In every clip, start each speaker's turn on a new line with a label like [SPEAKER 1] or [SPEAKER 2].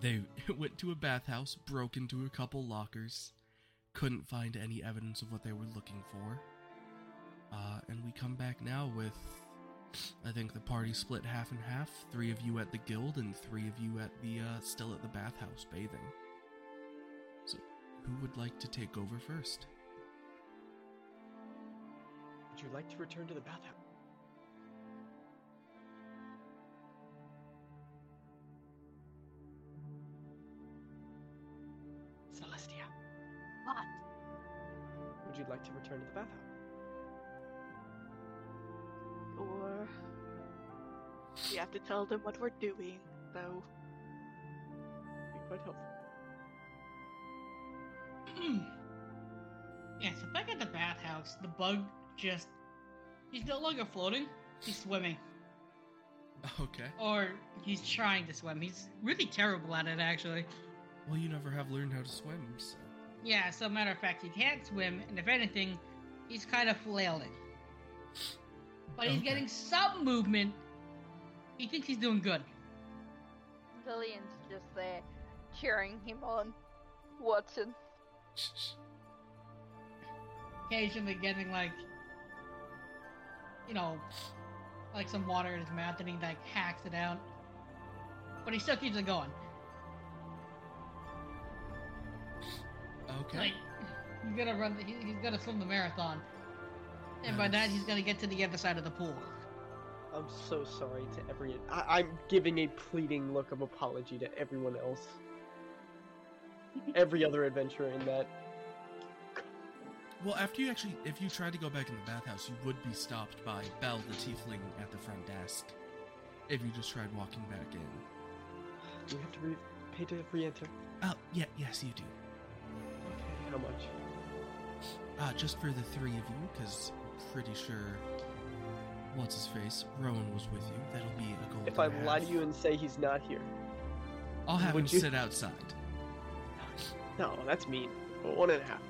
[SPEAKER 1] They went to a bathhouse, broke into a couple lockers, couldn't find any evidence of what they were looking for. Uh, and we come back now with, I think the party split half and half. Three of you at the guild, and three of you at the uh, still at the bathhouse bathing. So, who would like to take over first?
[SPEAKER 2] Would you like to return to the bathhouse? Celestia,
[SPEAKER 3] What?
[SPEAKER 2] would you like to return to the bathhouse?
[SPEAKER 3] Or we have to tell them what we're doing, though.
[SPEAKER 2] Be quite helpful.
[SPEAKER 4] Mm. yeah, so back at the bathhouse, the bug just. He's no longer floating, he's swimming.
[SPEAKER 1] Okay.
[SPEAKER 4] Or he's trying to swim. He's really terrible at it, actually.
[SPEAKER 1] Well, you never have learned how to swim, so.
[SPEAKER 4] Yeah, so matter of fact, he can't swim, and if anything, he's kind of flailing. But he's
[SPEAKER 1] Okay.
[SPEAKER 4] getting some movement. He thinks he's doing good.
[SPEAKER 3] Lillian's just there, cheering him on. Watson.
[SPEAKER 4] Occasionally getting like, you know, like some water in his mouth, and he like hacks it out. But he still keeps it going.
[SPEAKER 1] Okay.
[SPEAKER 4] Like he's gonna run. He, he's gonna swim the marathon, and by that he's gonna get to the other side of the pool.
[SPEAKER 2] I'm so sorry to every. I- I'm giving a pleading look of apology to everyone else. every other adventurer in that.
[SPEAKER 1] Well, after you actually, if you tried to go back in the bathhouse, you would be stopped by Belle the tiefling at the front desk. If you just tried walking back in.
[SPEAKER 2] Do we have to re- pay to re enter?
[SPEAKER 1] Oh, yeah, yes, you do.
[SPEAKER 2] How much?
[SPEAKER 1] Uh, just for the three of you, because I'm pretty sure. What's his face? Rowan was with you. That'll be a gold.
[SPEAKER 2] If I
[SPEAKER 1] and a
[SPEAKER 2] lie to
[SPEAKER 1] half.
[SPEAKER 2] you and say he's not here.
[SPEAKER 1] I'll have
[SPEAKER 2] would
[SPEAKER 1] him
[SPEAKER 2] you-
[SPEAKER 1] sit outside.
[SPEAKER 2] No, that's mean. Well, one and a half.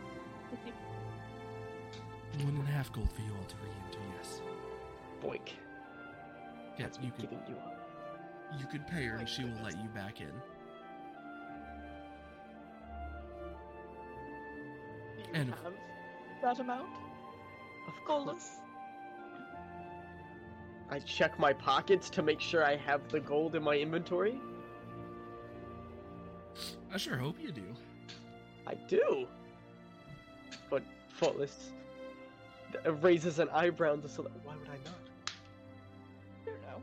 [SPEAKER 1] One and a half gold for you all to re-enter. Yes.
[SPEAKER 2] Boink.
[SPEAKER 1] Yes, you could.
[SPEAKER 2] Giving you up.
[SPEAKER 1] You could pay her,
[SPEAKER 2] My
[SPEAKER 1] and she will
[SPEAKER 2] goodness.
[SPEAKER 1] let you back in.
[SPEAKER 3] You
[SPEAKER 1] And-
[SPEAKER 3] have that amount?
[SPEAKER 2] Of course.
[SPEAKER 3] Golas?
[SPEAKER 2] I check my pockets to make sure I have the gold in my inventory.
[SPEAKER 1] I sure hope you do.
[SPEAKER 2] I do. But faultless th- raises an eyebrow to Celestia. Why would I not?
[SPEAKER 3] I don't know.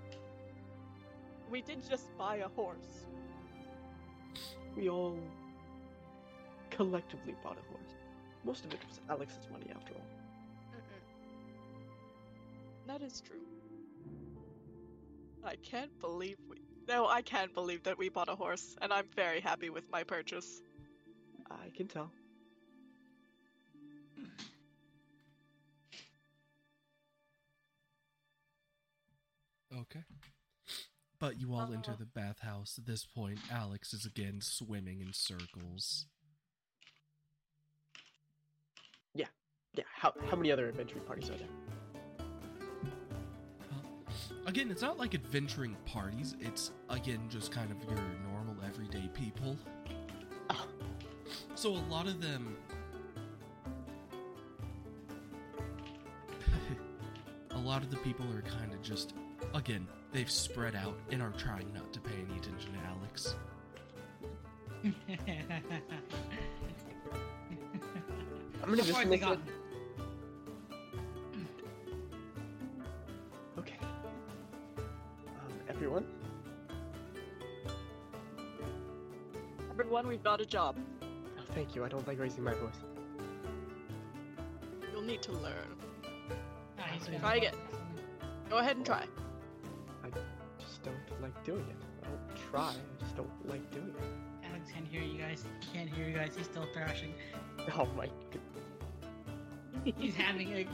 [SPEAKER 3] We did just buy a horse.
[SPEAKER 2] We all collectively bought a horse. Most of it was Alex's money, after all.
[SPEAKER 3] That is true. I can't believe we. No, I can't believe that we bought a horse, and I'm very happy with my purchase.
[SPEAKER 2] I can tell.
[SPEAKER 1] Okay. But you all enter
[SPEAKER 3] Uh.
[SPEAKER 1] the bathhouse. At this point, Alex is again swimming in circles.
[SPEAKER 2] Yeah. How how many other adventure parties are there?
[SPEAKER 1] Again, it's not like adventuring parties, it's again just kind of your normal everyday people.
[SPEAKER 2] Ah.
[SPEAKER 1] So a lot of them. a lot of the people are kind of just. Again, they've spread out and are trying not to pay any attention to Alex.
[SPEAKER 2] I'm gonna just
[SPEAKER 4] they
[SPEAKER 2] make
[SPEAKER 4] got
[SPEAKER 2] it.
[SPEAKER 4] me.
[SPEAKER 2] Okay. Um, everyone,
[SPEAKER 3] Everyone, we've got a job.
[SPEAKER 2] Oh, thank you. I don't like raising my voice.
[SPEAKER 3] You'll need to learn.
[SPEAKER 4] Ah, he's gonna-
[SPEAKER 3] Try again. Go ahead and try.
[SPEAKER 2] Just don't like doing it. I don't try. I just don't like doing it.
[SPEAKER 4] Alex can't hear you guys. He can't hear you guys. He's still thrashing.
[SPEAKER 2] Oh my god.
[SPEAKER 4] He's having a,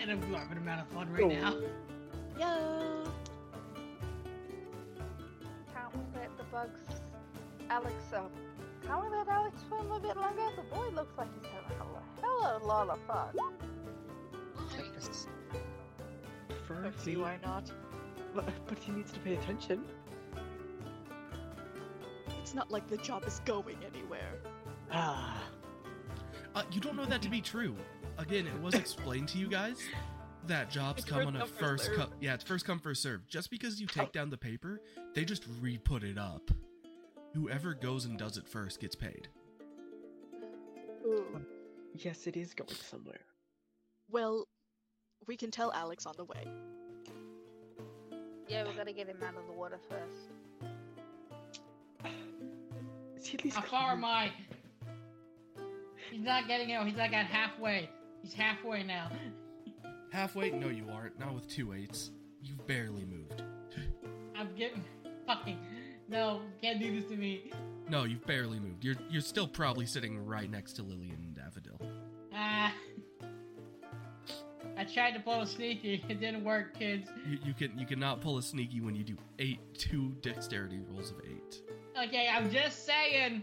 [SPEAKER 4] an absorbent amount of fun
[SPEAKER 2] oh,
[SPEAKER 4] right now.
[SPEAKER 3] Yeah.
[SPEAKER 5] Can't we let the bugs Alex up? Can't we let Alex swim a bit longer? The boy looks like he's having a hell of a lot of fun.
[SPEAKER 2] Prefer
[SPEAKER 3] Don't see
[SPEAKER 2] he-
[SPEAKER 3] why not.
[SPEAKER 2] But, but he needs to pay attention.
[SPEAKER 3] It's not like the job is going anywhere.
[SPEAKER 2] Ah.
[SPEAKER 1] Uh, you don't know that to be true. Again, it was explained to you guys that jobs
[SPEAKER 3] It's
[SPEAKER 1] come
[SPEAKER 3] first
[SPEAKER 1] on a
[SPEAKER 3] come, first
[SPEAKER 1] first
[SPEAKER 3] serve.
[SPEAKER 1] come. Yeah, it's first come first serve. Just because you take down the paper, they just re put it up. Whoever goes and does it first gets paid.
[SPEAKER 3] Ooh.
[SPEAKER 2] Yes, it is going somewhere.
[SPEAKER 3] Well, we can tell Alex on the way.
[SPEAKER 5] Yeah, we gotta get him out of the water first.
[SPEAKER 2] Is he at least
[SPEAKER 4] How far am
[SPEAKER 2] clean?
[SPEAKER 4] I? He's not getting out. He's like at halfway. He's halfway now.
[SPEAKER 1] Halfway? No, you aren't. Not with two eights. You've barely moved.
[SPEAKER 4] I'm getting fucking. No, can't do this to me.
[SPEAKER 1] No, you've barely moved. You're you're still probably sitting right next to Lillian and Daffodil.
[SPEAKER 4] Ah. I tried to pull a sneaky. It didn't work, kids.
[SPEAKER 1] You, you can you cannot pull a sneaky when you do eight two dexterity rolls of eight.
[SPEAKER 4] Okay, I'm just
[SPEAKER 1] Can-
[SPEAKER 4] saying.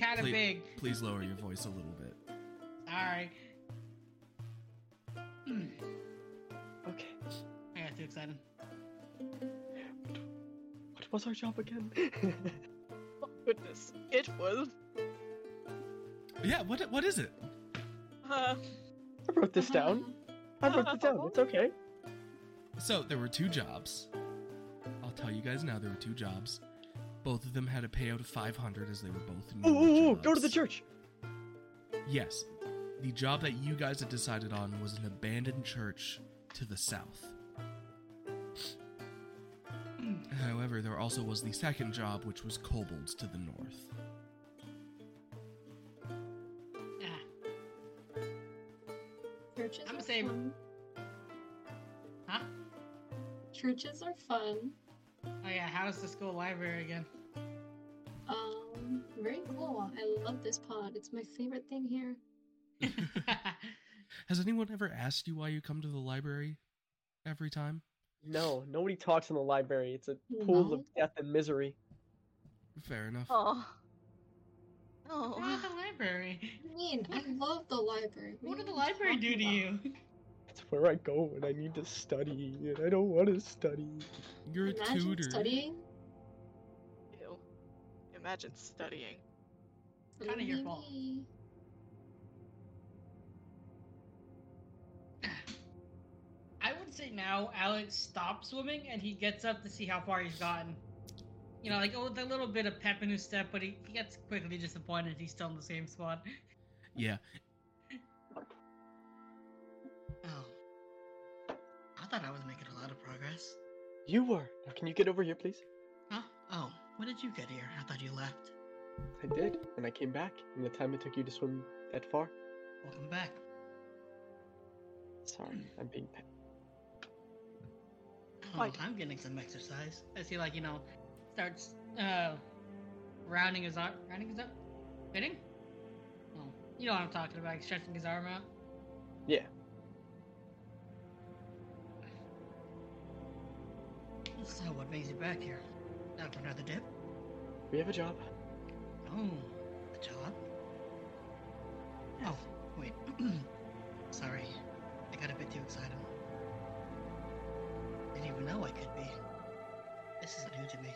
[SPEAKER 4] Kind of
[SPEAKER 1] please,
[SPEAKER 4] big.
[SPEAKER 1] Please lower your voice a little bit.
[SPEAKER 4] Sorry. Hmm,
[SPEAKER 2] Okay.
[SPEAKER 4] I got too excited.
[SPEAKER 2] What was our job again?
[SPEAKER 3] Oh, goodness. It was.
[SPEAKER 1] Yeah. What what is it?
[SPEAKER 3] Uh,
[SPEAKER 2] I wrote this down. I wrote it down. It's okay.
[SPEAKER 1] So there were two jobs. I'll tell you guys now. There were two jobs. Both of them had a payout of five hundred as they were both
[SPEAKER 2] Ooh,
[SPEAKER 1] new
[SPEAKER 2] ooh, ooh, go to the
[SPEAKER 1] jobs.
[SPEAKER 2] church.
[SPEAKER 1] Yes. The job that you guys had decided on was an abandoned church to the south. However, there also was the second job, which was kobolds to the north.
[SPEAKER 4] Ah,
[SPEAKER 6] Churches
[SPEAKER 4] I'ma
[SPEAKER 6] are
[SPEAKER 4] say-
[SPEAKER 6] fun.
[SPEAKER 4] Huh?
[SPEAKER 6] Churches are fun.
[SPEAKER 4] Oh yeah, how does the school library again?
[SPEAKER 6] Um, very cool. I love this pod. It's my favorite thing here.
[SPEAKER 1] Has anyone ever asked you why you come to the library every time?
[SPEAKER 2] No, nobody talks in the library. It's a pool
[SPEAKER 6] No.
[SPEAKER 2] of death and misery.
[SPEAKER 1] Fair enough.
[SPEAKER 5] Oh.
[SPEAKER 4] Why
[SPEAKER 5] Oh.
[SPEAKER 4] the library?
[SPEAKER 6] I mean, I love the library.
[SPEAKER 4] What did
[SPEAKER 6] are
[SPEAKER 4] the
[SPEAKER 6] you
[SPEAKER 4] library do to
[SPEAKER 6] talking
[SPEAKER 4] you?
[SPEAKER 2] It's where I go when I need to study, and I don't want to study.
[SPEAKER 1] You're a
[SPEAKER 6] about? Imagine
[SPEAKER 1] tutor.
[SPEAKER 6] studying.
[SPEAKER 3] ew. Imagine studying.
[SPEAKER 4] Kinda your fault.
[SPEAKER 6] Ooh-wee.
[SPEAKER 4] I would say now Alex stops swimming and he gets up to see how far he's gotten. You know, like oh, with a little bit of pep in his step, but he, he gets quickly disappointed. He's still in the same spot.
[SPEAKER 1] Yeah.
[SPEAKER 4] Oh, I thought I was making a lot of progress.
[SPEAKER 2] You were. Now, can you get over here, please?
[SPEAKER 4] Huh? Oh, when did you get here? I thought you left.
[SPEAKER 2] I did, and I came back in the time it took you to swim that far.
[SPEAKER 4] Welcome back.
[SPEAKER 2] Sorry, I'm being. pe-
[SPEAKER 4] Oh,
[SPEAKER 3] Right.
[SPEAKER 4] I'm getting some exercise. As he like, you know, starts uh rounding his arm rounding his arm? Fitting? Oh. You know what I'm talking about, like, stretching his arm out.
[SPEAKER 2] Yeah.
[SPEAKER 4] So what brings you back here? Out for another dip?
[SPEAKER 2] We have a job.
[SPEAKER 4] Oh, a job? Oh, wait. Sorry. I got a bit too excited. Didn't even know I could be. This is new to me.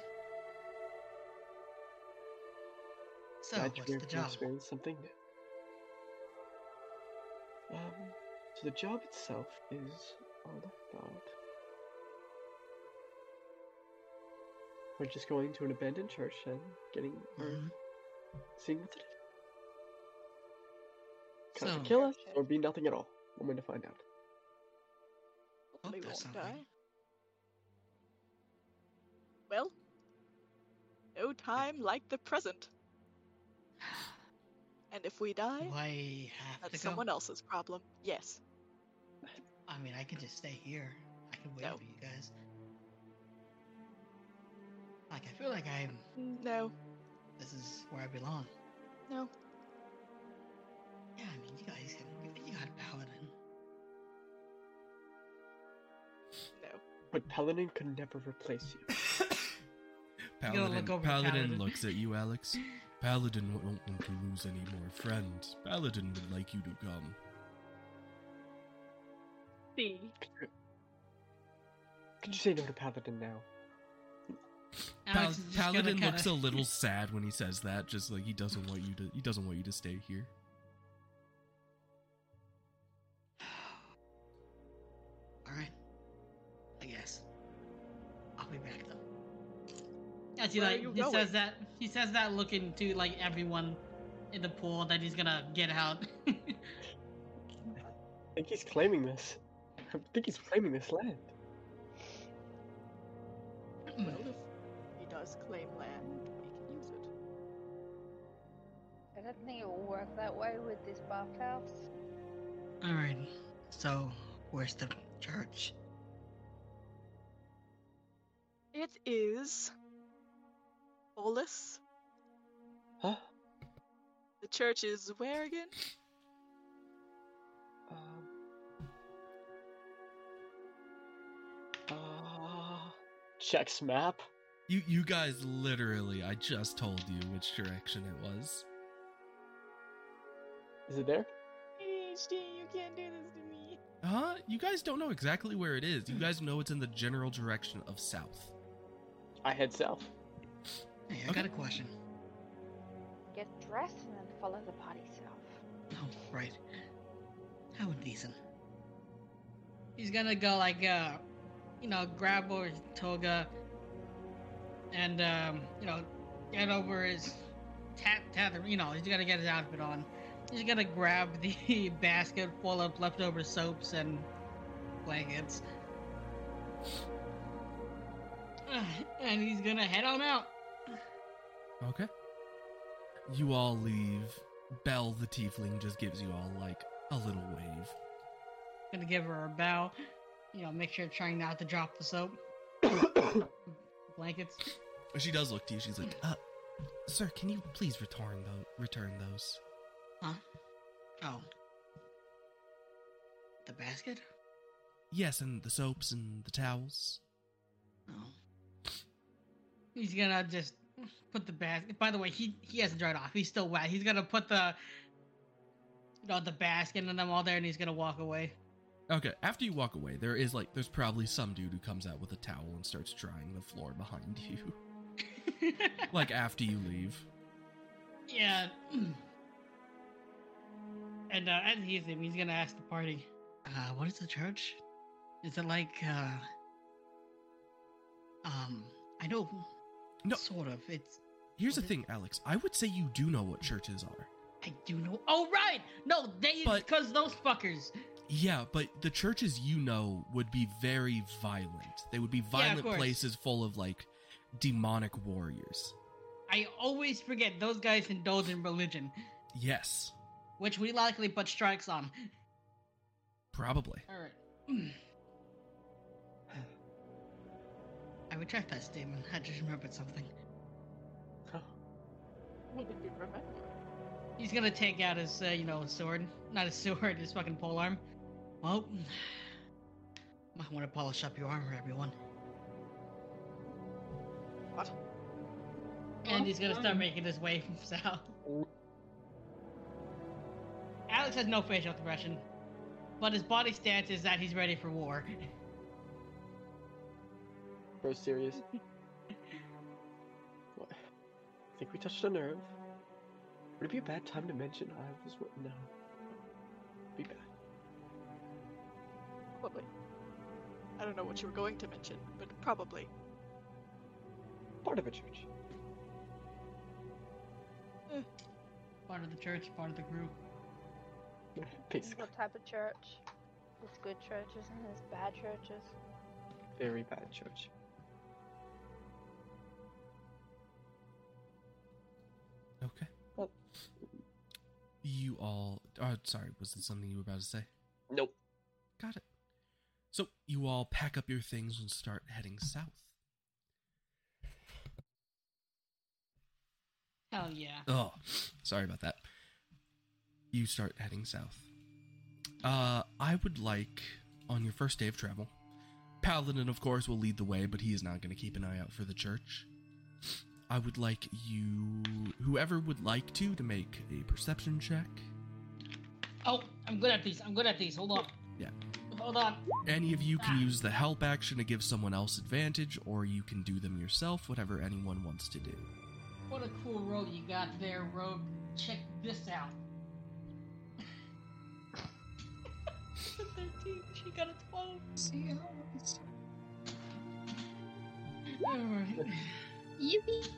[SPEAKER 4] So,
[SPEAKER 2] Glad
[SPEAKER 4] what's
[SPEAKER 2] here
[SPEAKER 4] the
[SPEAKER 2] to
[SPEAKER 4] job?
[SPEAKER 2] Experience something new. Um, so the job itself is all about. We're just going to an abandoned church and getting or
[SPEAKER 4] Mhm.
[SPEAKER 2] seeing what's in it. Can
[SPEAKER 4] So,
[SPEAKER 2] either kill us or be nothing at all? I'm going to find out.
[SPEAKER 4] Hope
[SPEAKER 3] we
[SPEAKER 4] there's
[SPEAKER 3] won't
[SPEAKER 4] something.
[SPEAKER 3] die. Well, no time like the present. And if we die,
[SPEAKER 4] do I have to
[SPEAKER 3] that's
[SPEAKER 4] go?
[SPEAKER 3] someone else's problem. Yes.
[SPEAKER 4] I mean, I can just stay here. I can wait
[SPEAKER 3] No.
[SPEAKER 4] for you guys. Like, I feel like I'm.
[SPEAKER 3] No.
[SPEAKER 4] This is where I belong.
[SPEAKER 3] No.
[SPEAKER 4] Yeah, I mean, you guys, you got a paladin.
[SPEAKER 3] No.
[SPEAKER 2] But Paladin could never replace you.
[SPEAKER 4] gotta
[SPEAKER 1] Paladin,
[SPEAKER 4] look over to
[SPEAKER 1] Paladin,
[SPEAKER 4] Paladin.
[SPEAKER 1] looks at you, Alex. Paladin won't want to lose any more friends. Paladin would like you to come.
[SPEAKER 3] See.
[SPEAKER 2] Could you say no to Paladin now?
[SPEAKER 1] Pal-
[SPEAKER 4] Alex is just gonna
[SPEAKER 1] Paladin
[SPEAKER 4] kinda-
[SPEAKER 1] looks a little sad when he says that. Just like he doesn't want you to. He doesn't want you to stay here.
[SPEAKER 4] All right. I guess. I'll be back though. As he
[SPEAKER 2] Where are
[SPEAKER 4] like
[SPEAKER 2] you
[SPEAKER 4] he
[SPEAKER 2] going?
[SPEAKER 4] says that he says that looking to like everyone in the pool that he's gonna get out.
[SPEAKER 2] I think he's claiming this. I think he's claiming this land.
[SPEAKER 3] Well,
[SPEAKER 4] Hmm.
[SPEAKER 3] if he does claim land, we can use it.
[SPEAKER 5] I don't think it will work that way with this bathhouse.
[SPEAKER 4] All right. So where's the church?
[SPEAKER 3] It is Bolus.
[SPEAKER 2] Huh?
[SPEAKER 3] The church is where again?
[SPEAKER 2] Um. Uh, checks map.
[SPEAKER 1] You you guys literally. I just told you which direction it was.
[SPEAKER 2] Is it there?
[SPEAKER 3] ADHD, you can't do this to me.
[SPEAKER 1] Huh? You guys don't know exactly where it is. You
[SPEAKER 4] Hmm.
[SPEAKER 1] guys know it's in the general direction of south.
[SPEAKER 2] I head south.
[SPEAKER 4] Hey, I
[SPEAKER 1] Okay.
[SPEAKER 4] got a question.
[SPEAKER 5] Get dressed and then follow the party south.
[SPEAKER 4] Oh, right. How indecent. He's gonna go like uh you know, grab over his toga and um, you know, get over his tat tether you know, he's gonna get his outfit on. He's gonna grab the basket full of leftover soaps and blankets. And he's gonna head on out.
[SPEAKER 1] Okay. You all leave. Bell the tiefling just gives you all like a little wave.
[SPEAKER 4] Gonna give her a bow. You know, make sure trying not to drop the soap. Blankets.
[SPEAKER 1] But She does look to you. She's like, "Uh, sir, can you please return those? Return those?
[SPEAKER 4] Oh. The basket?
[SPEAKER 1] Yes, and the soaps and the towels.
[SPEAKER 4] Oh. He's gonna just put the basket. By the way, he he hasn't dried off. He's still wet. He's gonna put the you know the basket and them all there, and he's gonna walk away.
[SPEAKER 1] Okay. After you walk away, there is like, there's probably some dude who comes out with a towel and starts drying the floor behind you. like after you leave.
[SPEAKER 4] yeah. And uh, as he's leaving, he's gonna ask the party. Uh, what is the church? Is it like uh um? I know.
[SPEAKER 1] No.
[SPEAKER 4] Sort of. It's
[SPEAKER 1] Here's the
[SPEAKER 4] Okay.
[SPEAKER 1] thing, Alex. I would say you do know what churches are.
[SPEAKER 4] I do know. Oh right, no, they
[SPEAKER 1] But-
[SPEAKER 4] because those fuckers.
[SPEAKER 1] Yeah, but the churches you know would be very violent. They would be violent
[SPEAKER 4] course.
[SPEAKER 1] places full of like demonic warriors.
[SPEAKER 4] I always forget those guys indulge in religion,
[SPEAKER 1] Yes,
[SPEAKER 4] which we likely put strikes on.
[SPEAKER 1] probably.
[SPEAKER 4] All right. I retract that statement. I just remembered something.
[SPEAKER 3] What did you remember?
[SPEAKER 4] He's gonna take out his, uh, you know, sword. Not his sword, his fucking polearm. Well, might want to polish up your armor, everyone.
[SPEAKER 3] What?
[SPEAKER 4] And he's gonna start
[SPEAKER 6] Um.
[SPEAKER 4] making his way from south. Alex has no facial expression, but his body stance is that he's ready for war.
[SPEAKER 2] Bro, serious. what? I think we touched a nerve. Would it be a bad time to mention I was what? No. Be bad.
[SPEAKER 3] Probably. I don't know what you were going to mention, but probably.
[SPEAKER 2] Part of a church.
[SPEAKER 4] Part of the church, part of the group.
[SPEAKER 2] Basically,
[SPEAKER 5] What type of church? There's good churches and there's bad churches.
[SPEAKER 2] very bad church.
[SPEAKER 1] Okay.
[SPEAKER 2] Well-
[SPEAKER 1] You all. Oh, sorry. Was there something you were about to say?
[SPEAKER 2] Nope.
[SPEAKER 1] Got it. So you all pack up your things and start heading south.
[SPEAKER 4] Hell yeah.
[SPEAKER 1] Oh, sorry about that. You start heading south. Uh, I would like on your first day of travel, Paladin, of course, will lead the way, but he is not going to keep an eye out for the church. I would like you, whoever would like to, to make a perception check.
[SPEAKER 4] Oh, I'm good at these. I'm good at these. Hold on.
[SPEAKER 1] Yeah.
[SPEAKER 4] Hold on.
[SPEAKER 1] Any of you can use the help action to give someone else advantage, or you can do them yourself, whatever anyone wants to do.
[SPEAKER 4] What a cool robe you got there, rogue. Check this out. It's a 13. She got a 12.
[SPEAKER 6] See how it is.
[SPEAKER 4] All right.
[SPEAKER 6] Yippee!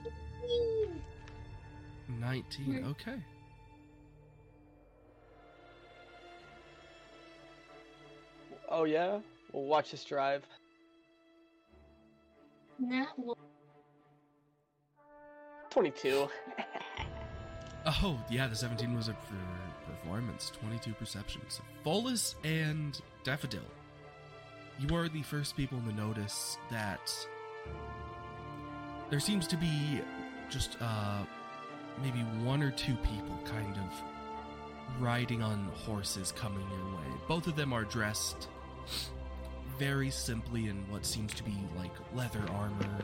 [SPEAKER 1] 19,
[SPEAKER 6] Right.
[SPEAKER 1] okay.
[SPEAKER 2] Oh yeah? Well, watch this drive.
[SPEAKER 6] Nat one.
[SPEAKER 2] 22.
[SPEAKER 1] Oh, yeah, the 17 was a per- performance, 22 perceptions. Volus and Daffodil, you are the first people to notice that there seems to be just uh, maybe one or two people kind of riding on horses coming your way. Both of them are dressed very simply in what seems to be like leather armor,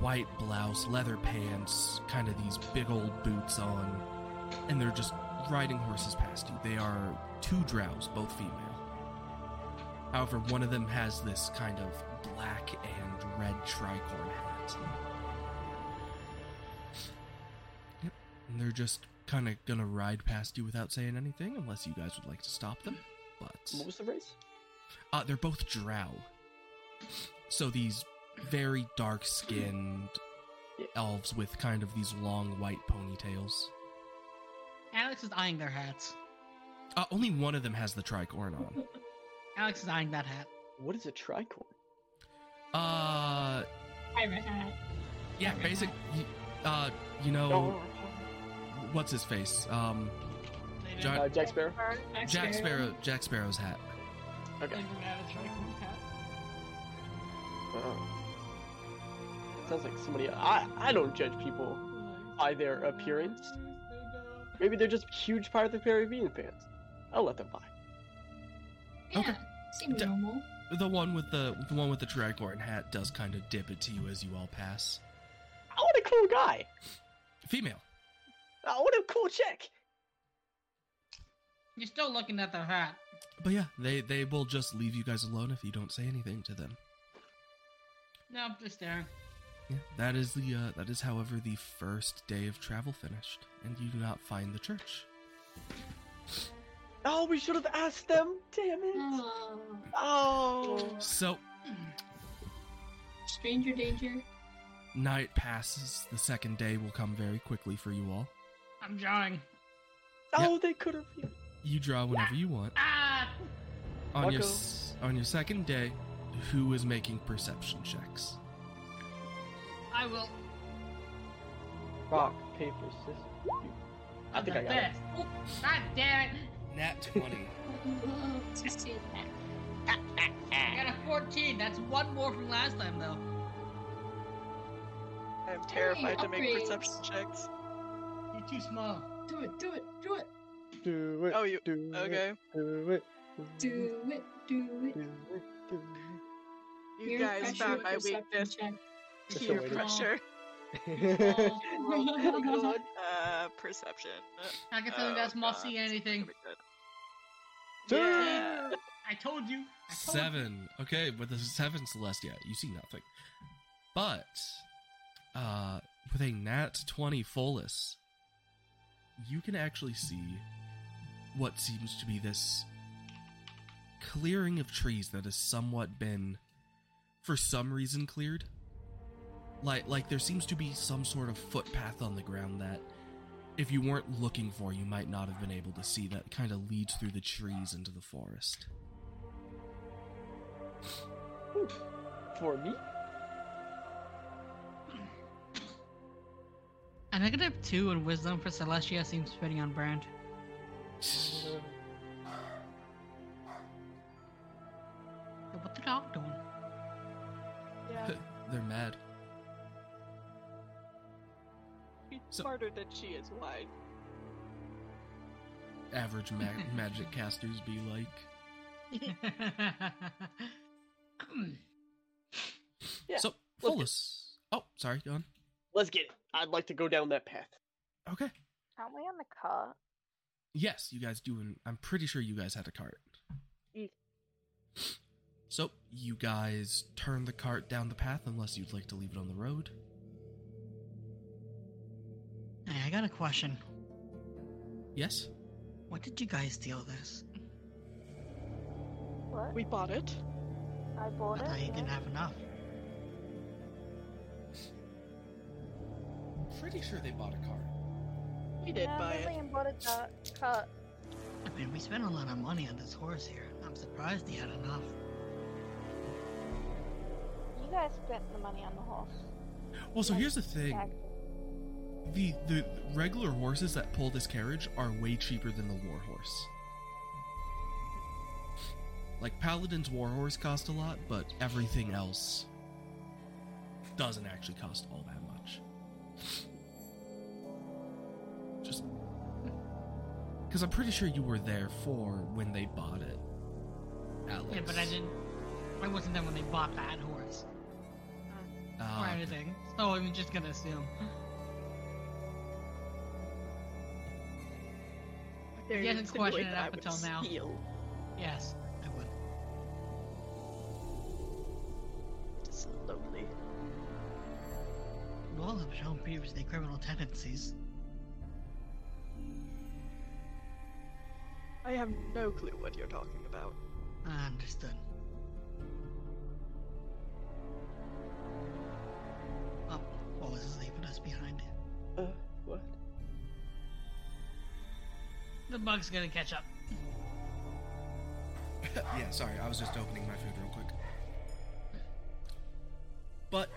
[SPEAKER 1] white blouse, leather pants, kind of these big old boots on, and they're just riding horses past you. They are two drows, both female. However, one of them has this kind of black and red tricorn hat. Yep, and they're just kind of gonna ride past you without saying anything, unless you guys would like to stop them. But
[SPEAKER 2] What was the race?
[SPEAKER 1] uh, they're both drow. So these very dark skinned elves with kind of these long white ponytails.
[SPEAKER 4] Alex is eyeing their hats.
[SPEAKER 1] Uh, only one of them has the tricorn on.
[SPEAKER 4] Alex is eyeing that hat.
[SPEAKER 2] What is a tricorn?
[SPEAKER 1] Uh,
[SPEAKER 4] Pirate hat.
[SPEAKER 1] yeah, basic. y- Uh, you
[SPEAKER 3] Oh,
[SPEAKER 2] Oh,
[SPEAKER 1] know, what's his face? Um, John-
[SPEAKER 2] Uh, Jack Sparrow?
[SPEAKER 1] Jack Sparrow. Jack Sparrow's hat.
[SPEAKER 2] Okay. Oh. Sounds like somebody. I, I don't judge people by their appearance. Maybe they're just huge Pirates of the Caribbean fans. I'll let them buy.
[SPEAKER 6] Yeah,
[SPEAKER 1] Okay.
[SPEAKER 6] seems
[SPEAKER 1] D-
[SPEAKER 6] normal.
[SPEAKER 1] The one with the the one with the tricorn hat does kind of dip it to you as you all pass.
[SPEAKER 2] I want a cool guy.
[SPEAKER 1] Female.
[SPEAKER 2] I want a cool chick.
[SPEAKER 4] You're still looking at their hat.
[SPEAKER 1] But yeah, they they will just leave you guys alone if you don't say anything to them.
[SPEAKER 4] No, I'm just staring.
[SPEAKER 1] Yeah, that is the uh, that is, however, the first day of travel finished, and you do not find the church.
[SPEAKER 2] Oh, we should have asked them. Damn it.
[SPEAKER 3] Mm.
[SPEAKER 6] Oh,
[SPEAKER 2] Oh.
[SPEAKER 1] So
[SPEAKER 6] stranger danger.
[SPEAKER 1] night passes. The second day will come very quickly for you all.
[SPEAKER 4] I'm drawing.
[SPEAKER 2] Oh, they could have.
[SPEAKER 1] You draw whenever you want.
[SPEAKER 4] Ah!
[SPEAKER 1] On your
[SPEAKER 2] Bucko.
[SPEAKER 1] s- on your second day, who is making perception checks?
[SPEAKER 4] I will.
[SPEAKER 2] Rock, paper, scissors. You- I think I got
[SPEAKER 4] I'm the
[SPEAKER 2] it.
[SPEAKER 4] best. Oop, God damn it.
[SPEAKER 1] Nat twenty.
[SPEAKER 6] I love to see that.
[SPEAKER 4] I got a 14. That's one more from last time, though.
[SPEAKER 3] I'm terrified to make
[SPEAKER 6] upgrades.
[SPEAKER 3] perception checks.
[SPEAKER 4] You're too small.
[SPEAKER 6] Do it, do it, do it,
[SPEAKER 2] Do it.
[SPEAKER 3] Oh, you.
[SPEAKER 2] do
[SPEAKER 3] Okay.
[SPEAKER 2] It, do it.
[SPEAKER 6] do it, do it.
[SPEAKER 2] Do it. Do it.
[SPEAKER 3] You
[SPEAKER 6] Peer
[SPEAKER 3] guys
[SPEAKER 6] pressure
[SPEAKER 3] found my
[SPEAKER 6] perception
[SPEAKER 3] weakness.
[SPEAKER 6] check.
[SPEAKER 2] Just
[SPEAKER 3] Peer
[SPEAKER 2] awaiting.
[SPEAKER 3] pressure.
[SPEAKER 6] Oh.
[SPEAKER 3] Oh, God. Uh, perception.
[SPEAKER 4] I can tell you
[SPEAKER 3] Oh,
[SPEAKER 4] guys not
[SPEAKER 3] God.
[SPEAKER 4] seeing anything.
[SPEAKER 3] Very good.
[SPEAKER 2] Dude.
[SPEAKER 3] Yeah.
[SPEAKER 4] I told you. I told
[SPEAKER 1] Seven. Okay, with the seven Celestia, you see nothing. But uh with a Nat 20 Folus, you can actually see what seems to be this clearing of trees that has somewhat been for some reason cleared. Like like there seems to be some sort of footpath on the ground that if you weren't looking for you might not have been able to see that kind of leads through the trees into the forest.
[SPEAKER 2] For me?
[SPEAKER 4] you. A negative two in wisdom for Celestia seems fitting on brand. Yo, What the dog doing?
[SPEAKER 3] Yeah.
[SPEAKER 1] They're mad.
[SPEAKER 3] She's
[SPEAKER 1] So-
[SPEAKER 3] smarter than she is wide.
[SPEAKER 1] Average ma- magic casters be like.
[SPEAKER 2] Yeah,
[SPEAKER 1] so,
[SPEAKER 2] let's get-
[SPEAKER 1] Folus. Oh, sorry, go on.
[SPEAKER 2] Let's get it. I'd like to go down that path.
[SPEAKER 1] Okay.
[SPEAKER 5] Aren't we on the car?
[SPEAKER 2] Mm.
[SPEAKER 1] Yes, you guys do. And I'm pretty sure you guys had a cart. So, you guys turn the cart down the path unless you'd like to leave it on the road.
[SPEAKER 4] Hey, I got a question.
[SPEAKER 1] Yes?
[SPEAKER 4] What did you guys steal this?
[SPEAKER 5] What?
[SPEAKER 3] We bought it.
[SPEAKER 5] I
[SPEAKER 4] I
[SPEAKER 5] bought
[SPEAKER 4] thought you
[SPEAKER 5] it.
[SPEAKER 4] didn't have enough.
[SPEAKER 1] I'm pretty sure they bought a cart.
[SPEAKER 3] We did
[SPEAKER 5] no,
[SPEAKER 3] buy it.
[SPEAKER 5] Lillian bought a dark cut.
[SPEAKER 4] I mean, we spent a lot of money on this horse here. I'm surprised he had enough.
[SPEAKER 5] You guys spent the money on the horse.
[SPEAKER 1] Well, Oh, so
[SPEAKER 5] Yes,
[SPEAKER 1] here's the thing.
[SPEAKER 5] Exactly.
[SPEAKER 1] The, the regular horses that pull this carriage are way cheaper than the war horse. Like Paladin's war horse cost a lot, but everything else doesn't actually cost all that much. Just because I'm pretty sure you were there for when they bought it, Alex.
[SPEAKER 4] Yeah, but I didn't. I wasn't there when they bought that horse
[SPEAKER 1] Ah,
[SPEAKER 4] or
[SPEAKER 1] okay.
[SPEAKER 4] anything. So I'm just gonna assume.
[SPEAKER 3] There
[SPEAKER 4] You
[SPEAKER 3] you
[SPEAKER 4] hadn't
[SPEAKER 3] insinuate
[SPEAKER 4] questioned it
[SPEAKER 3] that I
[SPEAKER 4] up
[SPEAKER 3] would
[SPEAKER 4] until now.
[SPEAKER 3] steal.
[SPEAKER 4] Yes, I would.
[SPEAKER 3] Slowly.
[SPEAKER 4] You all have shown previously criminal tendencies.
[SPEAKER 3] I have no clue what you're talking about.
[SPEAKER 4] I understood. Oh, Wallace is leaving us behind.
[SPEAKER 2] Uh, what?
[SPEAKER 4] The bug's gonna catch up.
[SPEAKER 1] Uh, yeah, sorry, I was just opening my food real quick. But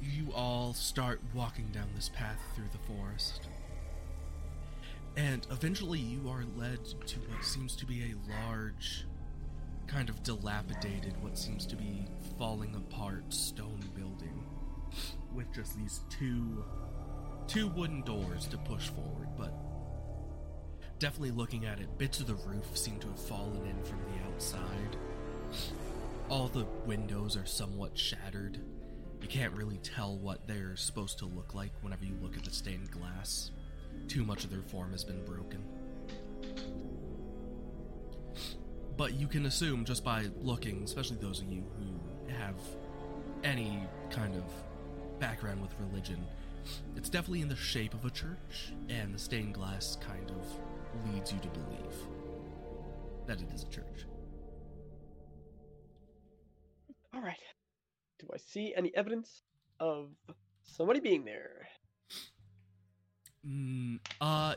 [SPEAKER 1] you all start walking down this path through the forest. And eventually you are led to what seems to be a large, kind of dilapidated, what seems to be falling apart stone building with just these two two wooden doors to push forward, but definitely looking at it, bits of the roof seem to have fallen in from the outside. All the windows are somewhat shattered. You can't really tell what they're supposed to look like whenever you look at the stained glass. Too much of their form has been broken. But you can assume just by looking, especially those of you who have any kind of background with religion, it's definitely in the shape of a church, and the stained glass kind of leads you to believe that it is a church.
[SPEAKER 2] All right. Do I see any evidence of somebody being there?
[SPEAKER 1] Mm, uh,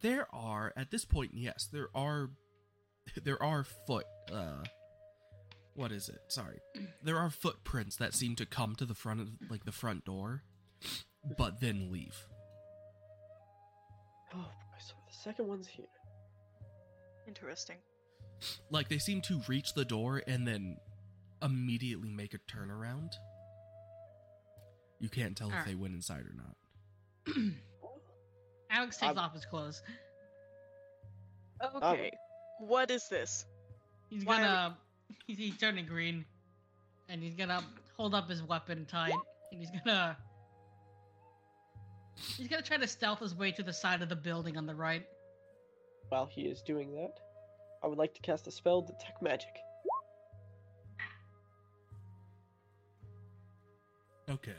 [SPEAKER 1] there are at this point, yes, there are, there are foot. Uh, what is it? Sorry, there are footprints that seem to come to the front of like the front door, but then leave.
[SPEAKER 2] Oh, boy, so the second one's here.
[SPEAKER 3] Interesting.
[SPEAKER 1] Like they seem to reach the door and then immediately make a turnaround. You can't tell if
[SPEAKER 4] Alright.
[SPEAKER 1] they went inside or not.
[SPEAKER 4] Alex takes
[SPEAKER 2] I'm-
[SPEAKER 4] off his clothes.
[SPEAKER 3] Okay. What is this?
[SPEAKER 4] He's
[SPEAKER 3] Why are we-
[SPEAKER 4] gonna. He's, he's turning green, and he's gonna hold up his weapon tight, and he's gonna. He's gonna try to stealth his way to the side of the building on the right.
[SPEAKER 2] While he is doing that, I would like to cast a spell, Detect Magic.
[SPEAKER 1] Okay.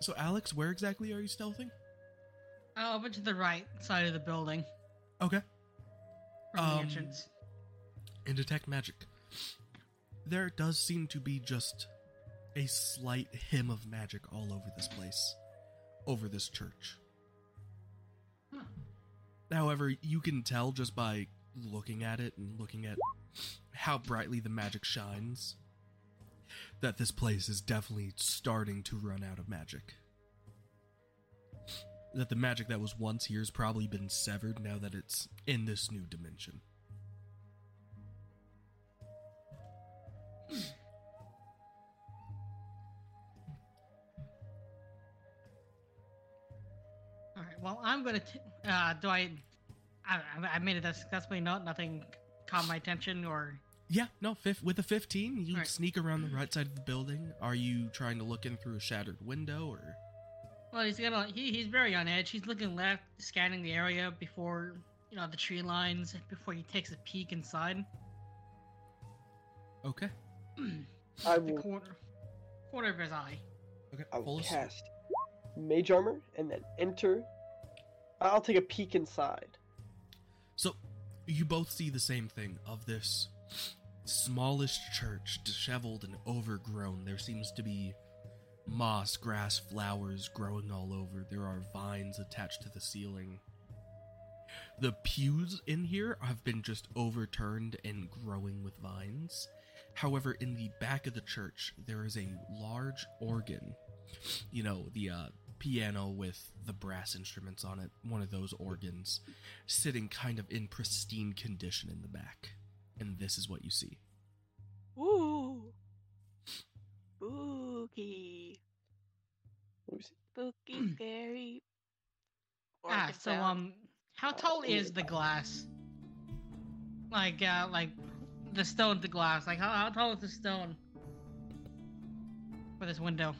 [SPEAKER 1] So, Alex, where exactly are you stealthing?
[SPEAKER 4] Oh, over to the right side of the building
[SPEAKER 1] Okay.
[SPEAKER 4] from
[SPEAKER 1] Um,
[SPEAKER 4] the entrance.
[SPEAKER 1] And detect magic. There does seem to be just a slight hymn of magic all over this place, over this church.
[SPEAKER 4] Huh.
[SPEAKER 1] However, you can tell just by looking at it and looking at how brightly the magic shines that this place is definitely starting to run out of magic. That the magic that was once here has probably been severed now that it's in this new dimension.
[SPEAKER 4] All right. Well, I'm gonna. T- uh, do I? I, I- I made it that successfully. Not nothing caught my attention, or
[SPEAKER 1] Yeah, no, fif- with a 15, you
[SPEAKER 4] Right.
[SPEAKER 1] sneak around the right side of the building. Are you trying to look in through a shattered window or.
[SPEAKER 4] well, he's gonna. He, he's very on edge. He's looking left, scanning the area before you know, the tree lines before he takes a peek inside.
[SPEAKER 1] Okay.
[SPEAKER 2] I
[SPEAKER 4] the
[SPEAKER 2] will-
[SPEAKER 4] corner, corner of his eye.
[SPEAKER 1] Okay.
[SPEAKER 2] I'll
[SPEAKER 1] full s-
[SPEAKER 2] cast mage armor and then enter. I'll take a peek inside.
[SPEAKER 1] So, you both see the same thing of this smallish church, disheveled and overgrown. There seems to be moss, grass, flowers growing all over. There are vines attached to the ceiling. The pews in here have been just overturned and growing with vines. However, in the back of the church, there is a large organ. You know, the uh, piano with the brass instruments on it, one of those organs sitting kind of in pristine condition in the back. And this is what you see.
[SPEAKER 3] Ooh. Spooky.
[SPEAKER 2] Let me see.
[SPEAKER 3] Spooky, scary.
[SPEAKER 4] Ah,
[SPEAKER 3] Organ
[SPEAKER 4] so
[SPEAKER 3] sound.
[SPEAKER 4] um, how tall is the glass? Like, uh, like the stone to glass. Like, how, how tall is the stone for this window?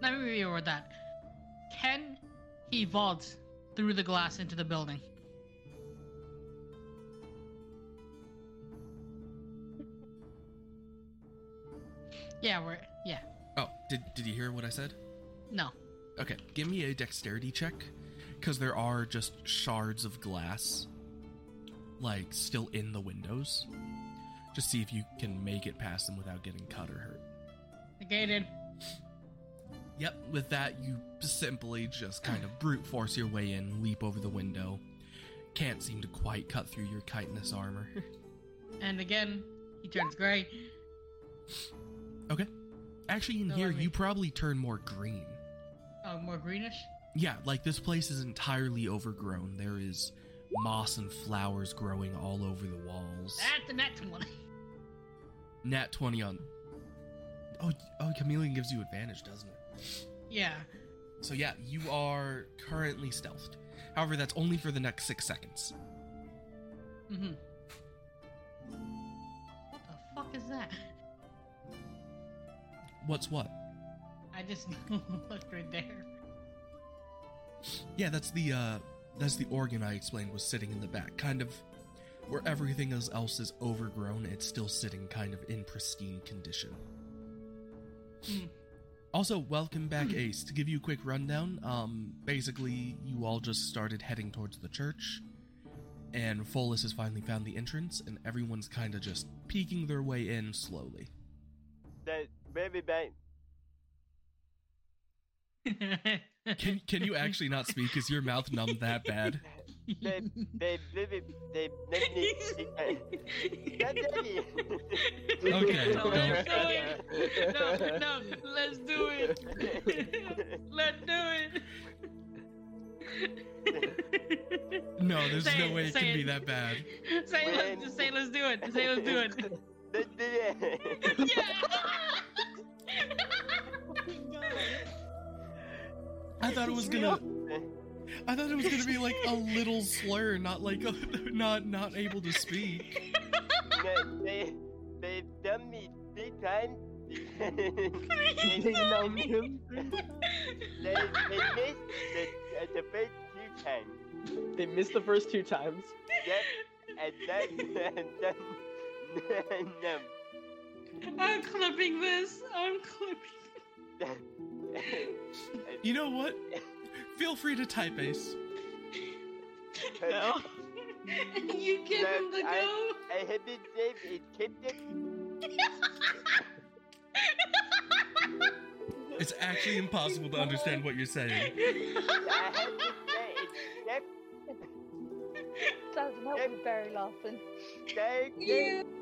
[SPEAKER 4] Let me reword that. Can he vault through the glass into the building? Yeah, we're yeah.
[SPEAKER 1] Oh, did, did you hear what I said?
[SPEAKER 4] No.
[SPEAKER 1] Okay, give me a dexterity check, because there are just shards of glass, like, still in the windows. Just see if you can make it past them without getting cut or hurt.
[SPEAKER 4] Negated.
[SPEAKER 1] Yep, with that, you simply just kind of brute force your way in, leap over the window. Can't seem to quite cut through your chitinous armor.
[SPEAKER 4] And again, he turns gray.
[SPEAKER 1] Actually, in
[SPEAKER 4] No,
[SPEAKER 1] here,
[SPEAKER 4] I mean-
[SPEAKER 1] you probably turn more green.
[SPEAKER 4] Oh, more greenish?
[SPEAKER 1] Yeah, like this place is entirely overgrown. There is moss and flowers growing all over the walls.
[SPEAKER 4] That's the next one.
[SPEAKER 1] Nat 20 on. Oh, oh, chameleon gives you advantage, doesn't it?
[SPEAKER 4] yeah.
[SPEAKER 1] So yeah, you are currently stealthed. However, that's only for the next six seconds.
[SPEAKER 4] Mm-hmm. What the fuck is that?
[SPEAKER 1] What's what?
[SPEAKER 4] I just looked right there.
[SPEAKER 1] Yeah, that's the uh that's the organ I explained was sitting in the back, kind of where everything else- else is overgrown, it's still sitting kind of in pristine condition.
[SPEAKER 4] Hmm.
[SPEAKER 1] Also, welcome back, Ace. To give you a quick rundown, um, basically, you all just started heading towards the church, and Folus has finally found the entrance, and everyone's kind of just peeking their way in slowly.
[SPEAKER 7] That baby bang.
[SPEAKER 1] Can can you actually not speak? Is your mouth numb that bad?
[SPEAKER 7] Babe, They baby they let me That daddy.
[SPEAKER 1] Okay,
[SPEAKER 4] no, let's do it. No, no, let's
[SPEAKER 7] go.
[SPEAKER 4] do it. let's do it.
[SPEAKER 1] No, there's
[SPEAKER 4] Say
[SPEAKER 1] no way it
[SPEAKER 4] say
[SPEAKER 1] can be that bad.
[SPEAKER 4] Say, let's, just say, let's do it. Just say, let's do it.
[SPEAKER 7] That daddy.
[SPEAKER 1] I thought it was gonna. I thought it was gonna be like a little slur, not like a, not not able to speak.
[SPEAKER 7] They- They they've done me three times.
[SPEAKER 2] They
[SPEAKER 7] they
[SPEAKER 2] numb him.
[SPEAKER 7] they they missed the, uh, the first two times.
[SPEAKER 2] They missed the first two times.
[SPEAKER 7] Yep, and then and then numb.
[SPEAKER 4] I'm clipping this. I'm clipping.
[SPEAKER 1] You know what? Feel free to type Ace.
[SPEAKER 3] No.
[SPEAKER 4] And you give him the
[SPEAKER 7] That I-
[SPEAKER 4] go.
[SPEAKER 7] I have been saved in kidnapping.
[SPEAKER 1] It's actually impossible to understand what you're saying.
[SPEAKER 7] I have been saved in kidnapping.
[SPEAKER 5] Doesn't help with Barry laughing.
[SPEAKER 7] Thank
[SPEAKER 4] Yeah.
[SPEAKER 7] you.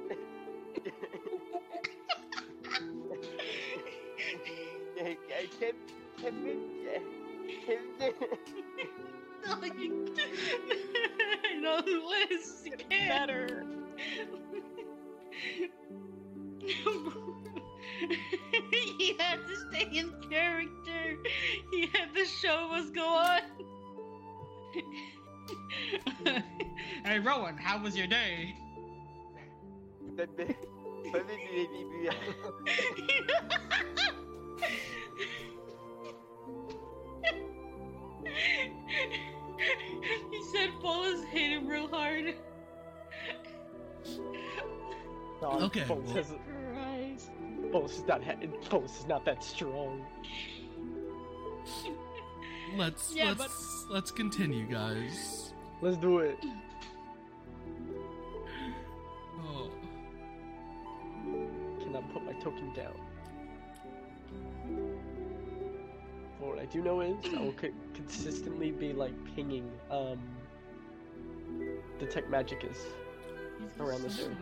[SPEAKER 7] I kept, kept it, kept it.
[SPEAKER 4] No, you can't. no, Liz, you can't.
[SPEAKER 3] Better.
[SPEAKER 4] he had to stay in character. He had to show what's going on. hey, Rowan, how was your day?
[SPEAKER 7] But the- but the- the- the-
[SPEAKER 4] He
[SPEAKER 2] on.
[SPEAKER 1] Okay,
[SPEAKER 2] Bolus,
[SPEAKER 1] well-
[SPEAKER 2] has,
[SPEAKER 3] Christ.
[SPEAKER 2] Bolus is not. Ha- Bolus is not that strong.
[SPEAKER 1] Let's
[SPEAKER 4] Yeah, but-
[SPEAKER 1] let's let's continue, guys.
[SPEAKER 2] Let's do it.
[SPEAKER 1] Oh.
[SPEAKER 2] Can I put my token down? But what I do know is I will co- consistently be like pinging um detect magic is. Around this area.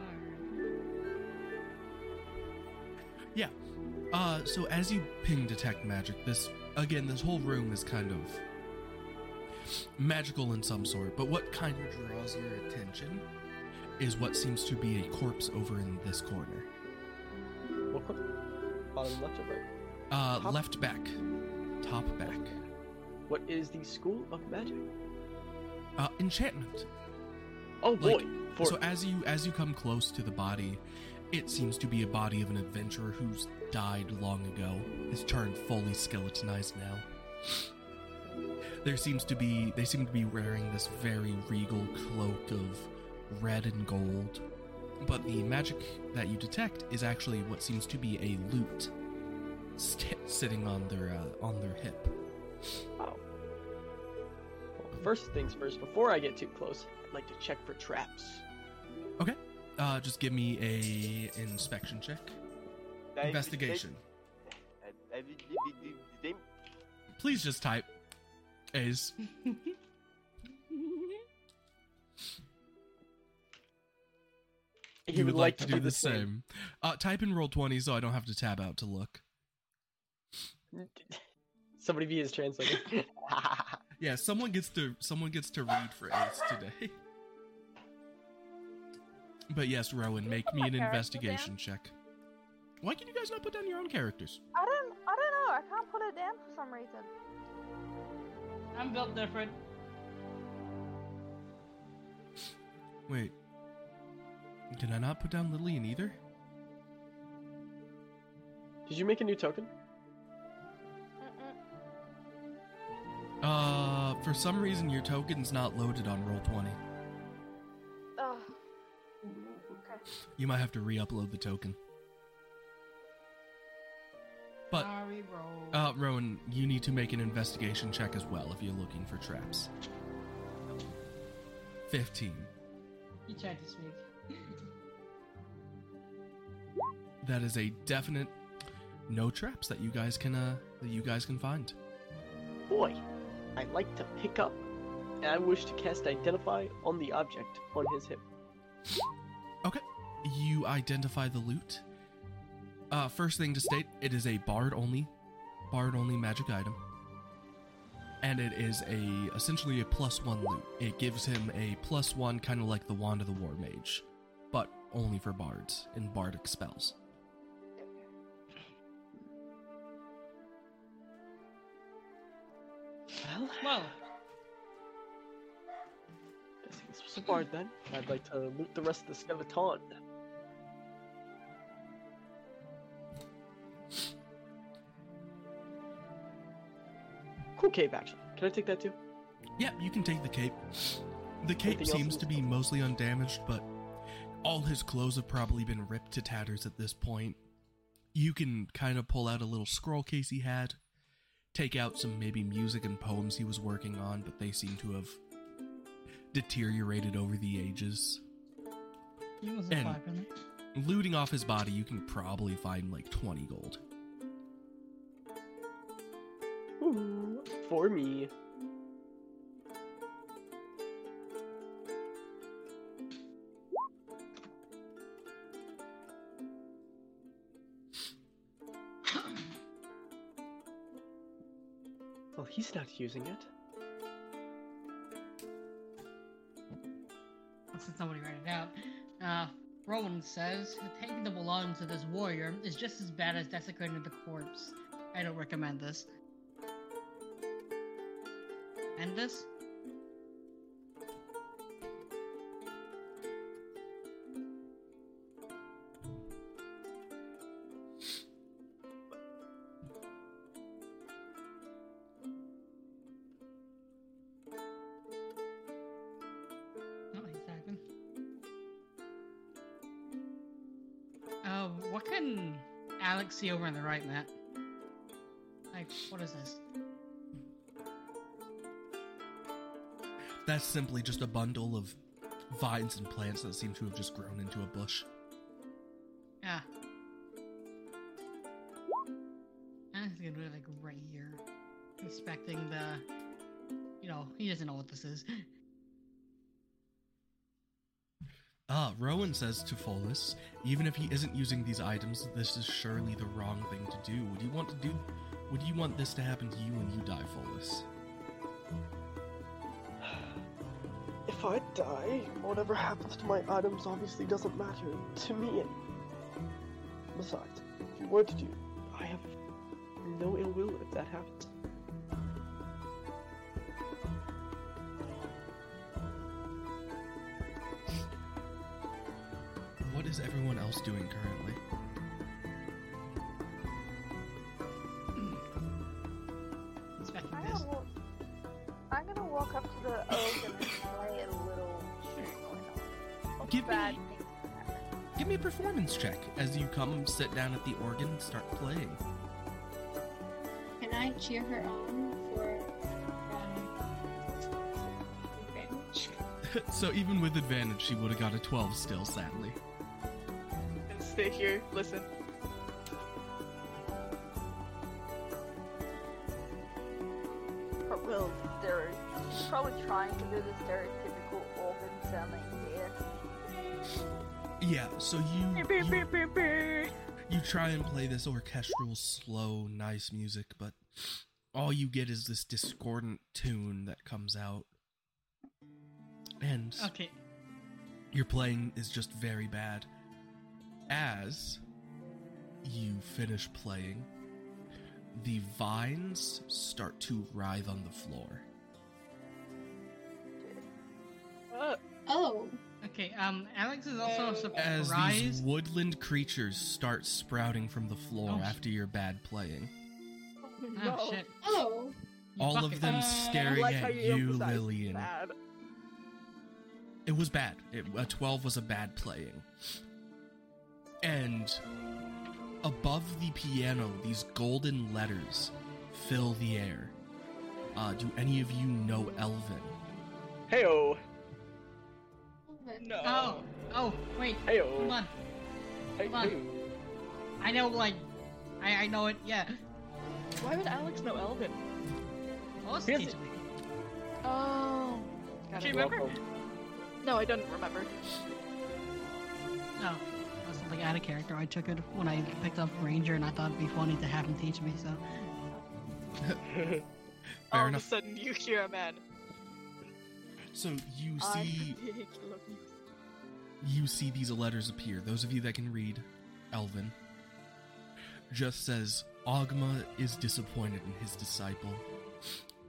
[SPEAKER 1] Uh, so as you ping detect magic, this again, this whole room is kind of magical in some sort. But what kind of draws your attention is what seems to be a corpse over in this corner,
[SPEAKER 2] What cor- Bottom left or right?
[SPEAKER 1] uh,
[SPEAKER 2] Top?
[SPEAKER 1] left back, top back,
[SPEAKER 2] What is the school of magic?
[SPEAKER 1] uh, enchantment.
[SPEAKER 2] Oh
[SPEAKER 1] Like,
[SPEAKER 2] boy! For
[SPEAKER 1] So as you as you come close to the body, it seems to be a body of an adventurer who's died long ago, is turned fully skeletonized now. There seems to be they seem to be wearing this very regal cloak of red and gold. But the magic that you detect is actually what seems to be a lute st- sitting on their uh, on their hip.
[SPEAKER 2] first things first, before I get too close, I'd like to check for traps.
[SPEAKER 1] Uh, just give me a inspection check,
[SPEAKER 7] I-
[SPEAKER 1] investigation.
[SPEAKER 7] I- I- I- I-
[SPEAKER 1] Please just type A's.
[SPEAKER 2] He
[SPEAKER 1] you would like, to, do, the
[SPEAKER 2] same.
[SPEAKER 1] same. Uh, type in roll 20 so I don't have to tab out to look.
[SPEAKER 2] Somebody be his translator.
[SPEAKER 1] Yeah, someone gets to someone gets to read for Ace today. But yes, Rowan, make me
[SPEAKER 5] my
[SPEAKER 1] an
[SPEAKER 5] character
[SPEAKER 1] investigation check. Why can you guys not put down your own characters?
[SPEAKER 5] I don't. I don't know. I can't put it down for some reason.
[SPEAKER 4] I'm built different.
[SPEAKER 1] Wait. Can I not put down Lillian either?
[SPEAKER 2] Did you make a new token?
[SPEAKER 5] Mm-mm.
[SPEAKER 1] Uh, for some reason your token's not loaded on roll 20.
[SPEAKER 5] Ugh. Okay.
[SPEAKER 1] You might have to re-upload the token. But
[SPEAKER 4] Sorry, bro.
[SPEAKER 1] Uh, Rowan, you need to make an investigation check as well if you're looking for traps. 15.
[SPEAKER 4] he tried to sneak.
[SPEAKER 1] That is a definite no traps that you guys can uh that you guys can find.
[SPEAKER 2] Boy, I like to pick up, and I wish to cast Identify on the object on his hip.
[SPEAKER 1] You identify the loot. Uh first thing to state, it is a bard only bard only magic item. And it is a essentially a plus 1 loot. It gives him a plus 1 kind of like the wand of the war mage, but only for bards and bardic spells.
[SPEAKER 2] Well,
[SPEAKER 4] Well,
[SPEAKER 2] I think this was a bard then. I'd like to loot the rest of the skeleton. Cool cave action. Can I take that too?
[SPEAKER 1] Yeah, you can take the cape. The cape
[SPEAKER 2] Anything else
[SPEAKER 1] seems
[SPEAKER 2] in-
[SPEAKER 1] to be mostly undamaged, but all his clothes have probably been ripped to tatters at this point. You can kind of pull out a little scroll case he had, take out some maybe music and poems he was working on, but they seem to have deteriorated over the ages.
[SPEAKER 4] he was
[SPEAKER 1] And-
[SPEAKER 4] five minute.
[SPEAKER 1] Looting off his body, you can probably find like 20 gold.
[SPEAKER 2] Ooh, for me. Well, Oh, he's not using it.
[SPEAKER 4] Since somebody write it out. Uh, Rowan says taking the belongings of this warrior is just as bad as desecrating the corpse. I don't recommend this. End this? Oh, he's typing. can Alex see over on the right, Matt? Like, what is this?
[SPEAKER 1] That's simply just a bundle of vines and plants that seem to have just grown into a bush.
[SPEAKER 4] Yeah. I'm just gonna do it like right here, inspecting the. You know, he doesn't know what this is.
[SPEAKER 1] Ah, Rowan says to Folus, even if he isn't using these items, this is surely the wrong thing to do. Would you want to do would you want this to happen to you when you die, Folus?
[SPEAKER 2] If I die, whatever happens to my items obviously doesn't matter to me. Besides, if you were to do, I have no ill will if that happens.
[SPEAKER 1] What is everyone else doing currently?
[SPEAKER 4] Inspecting
[SPEAKER 5] I'm
[SPEAKER 4] this.
[SPEAKER 5] gonna, walk, I'm gonna walk up to the oak and lay a little shit going on. Hope
[SPEAKER 1] Give
[SPEAKER 5] bad
[SPEAKER 1] me-
[SPEAKER 5] things happen.
[SPEAKER 1] Give me a performance check as you come sit down at the organ and start playing.
[SPEAKER 6] Can I cheer her on for um, revenge?
[SPEAKER 1] so even with advantage, she would have got a 12 still, sadly.
[SPEAKER 3] And stay here, listen.
[SPEAKER 5] But real stereo. she's Probably trying to do the stereotypical organ sounding here.
[SPEAKER 1] Yeah, so you you, you try and play this orchestral, slow, nice music, but all you get is this discordant tune that comes out.
[SPEAKER 2] Ah.
[SPEAKER 1] And
[SPEAKER 4] Okay.
[SPEAKER 1] your playing is just very bad. As you finish playing, the vines start to writhe on the floor.
[SPEAKER 3] Uh,
[SPEAKER 6] Oh,
[SPEAKER 4] Okay. Um, Alex is also
[SPEAKER 1] As these
[SPEAKER 4] surprised.
[SPEAKER 1] woodland creatures start sprouting from the floor
[SPEAKER 4] Oh, sh-
[SPEAKER 1] after your bad playing,
[SPEAKER 4] Oh shit!
[SPEAKER 6] oh,
[SPEAKER 4] You
[SPEAKER 1] all of
[SPEAKER 4] fuckers.
[SPEAKER 1] them
[SPEAKER 2] Uh,
[SPEAKER 1] staring
[SPEAKER 2] like how
[SPEAKER 1] at
[SPEAKER 2] you
[SPEAKER 1] you,
[SPEAKER 2] emphasize
[SPEAKER 1] Lillian.
[SPEAKER 2] Bad.
[SPEAKER 1] It was bad. It, a 12 was a bad playing. And above the piano, these golden letters fill the air. Uh, do any of you know Elvin?
[SPEAKER 2] Heyo.
[SPEAKER 6] no.
[SPEAKER 4] Oh. Oh. Wait. Hold
[SPEAKER 2] Heyo.
[SPEAKER 4] on. come on.
[SPEAKER 2] Heyo.
[SPEAKER 4] I know. Like, I I know it. Yeah.
[SPEAKER 3] why would Alex know Elvin?
[SPEAKER 4] Most
[SPEAKER 2] Here's-
[SPEAKER 4] teach me.
[SPEAKER 3] Oh. Do you remember? No, I don't remember.
[SPEAKER 4] Oh. That was something out of character. I took it when I picked up Ranger, and I thought it'd be funny to have him teach me. So.
[SPEAKER 2] Welcome.
[SPEAKER 1] Fair
[SPEAKER 8] Oh,
[SPEAKER 3] All
[SPEAKER 1] enough.
[SPEAKER 3] of a sudden, you hear a man.
[SPEAKER 1] So you
[SPEAKER 8] Uh,
[SPEAKER 3] I'm
[SPEAKER 1] see
[SPEAKER 3] the king of music."
[SPEAKER 1] you see these letters appear. Those of you that can read, Elvin just says, Ogma is disappointed in his disciple.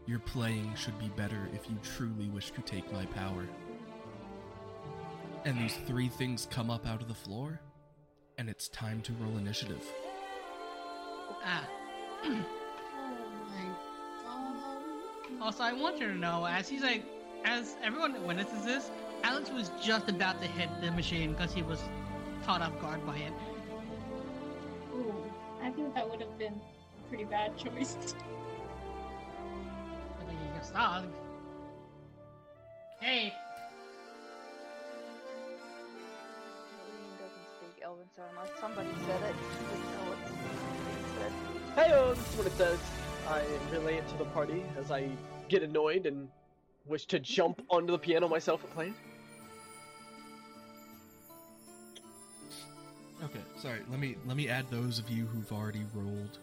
[SPEAKER 1] Your playing should be better if you truly wish to take my power. And these three things come up out of the floor, and it's time to roll initiative.
[SPEAKER 4] Ah.
[SPEAKER 6] Oh my god.
[SPEAKER 4] Also, I want you to know, as he's like, as everyone that witnesses this, Alex was just about to hit the machine because he was caught off guard by it.
[SPEAKER 6] Ooh, I think that would have been a pretty bad choice.
[SPEAKER 4] But then he gets stopped. Hey,
[SPEAKER 5] Lillian doesn't speak Elven, so unless somebody said it, she doesn't know what it's said.
[SPEAKER 2] Heyo. This is what it says. I relay it to the party as I get annoyed and wish to jump onto the piano myself and play it.
[SPEAKER 1] Okay, sorry. Let me let me add those of you who've already rolled,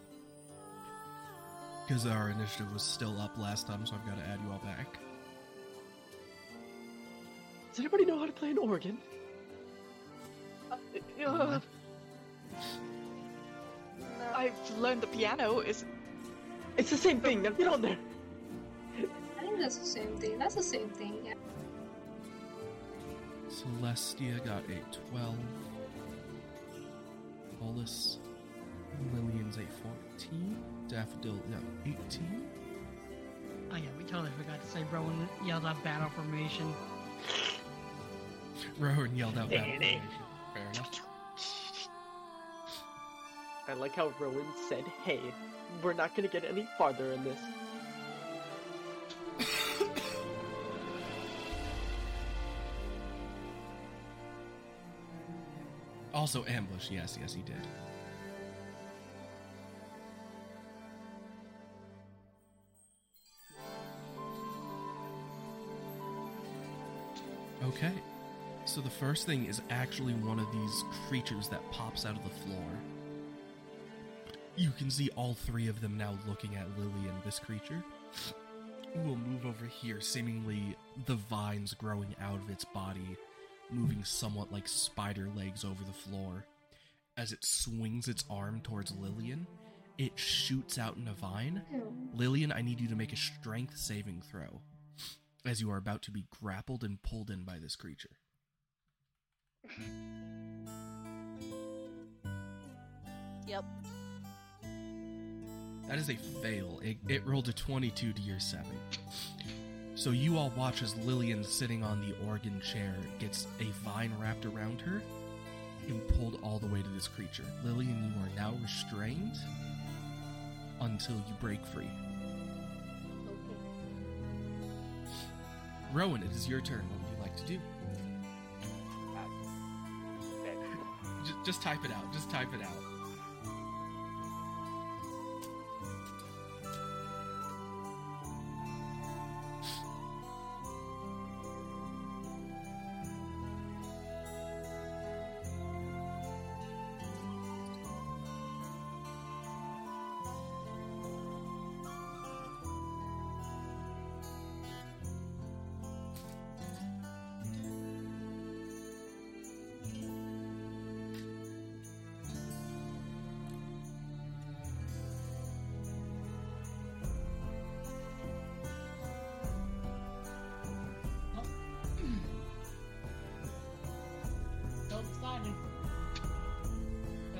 [SPEAKER 1] because our initiative was still up last time, so I've got to add you all back.
[SPEAKER 2] Does anybody know how to play an organ? Uh, uh,
[SPEAKER 5] No.
[SPEAKER 3] I've learned the piano is.
[SPEAKER 2] it's the same thing. Now get on there.
[SPEAKER 6] I think that's the same thing. That's the same thing. Yeah.
[SPEAKER 1] Celestia got a 12. Hollis. Lillian's a 14. Daffodil, no, 18.
[SPEAKER 4] oh yeah, we totally forgot to say Rowan yelled out battle formation.
[SPEAKER 1] Rowan yelled out that.
[SPEAKER 2] Dang it.
[SPEAKER 1] Fair enough.
[SPEAKER 2] I like how Rowan said, hey, we're not gonna get any farther in this.
[SPEAKER 1] Also, ambush. Yes, yes, he did. Okay. So the first thing is actually one of these creatures that pops out of the floor. You can see all three of them now looking at Lily and this creature. We'll move over here, seemingly the vines growing out of its body moving somewhat like spider legs over the floor. As it swings its arm towards Lillian, it shoots out in a vine.
[SPEAKER 6] Ew.
[SPEAKER 1] Lillian, I need you to make a strength saving throw, as you are about to be grappled and pulled in by this creature.
[SPEAKER 5] Yep.
[SPEAKER 1] That is a fail. It, it rolled a 22 to your 7. So you all watch as Lillian, sitting on the organ chair, gets a vine wrapped around her and pulled all the way to this creature. Lillian, you are now restrained until you break free.
[SPEAKER 5] Okay.
[SPEAKER 1] Rowan, it is your turn. What would you like to do? Just, just type it out. Just type it out.
[SPEAKER 4] Don't decide. Don't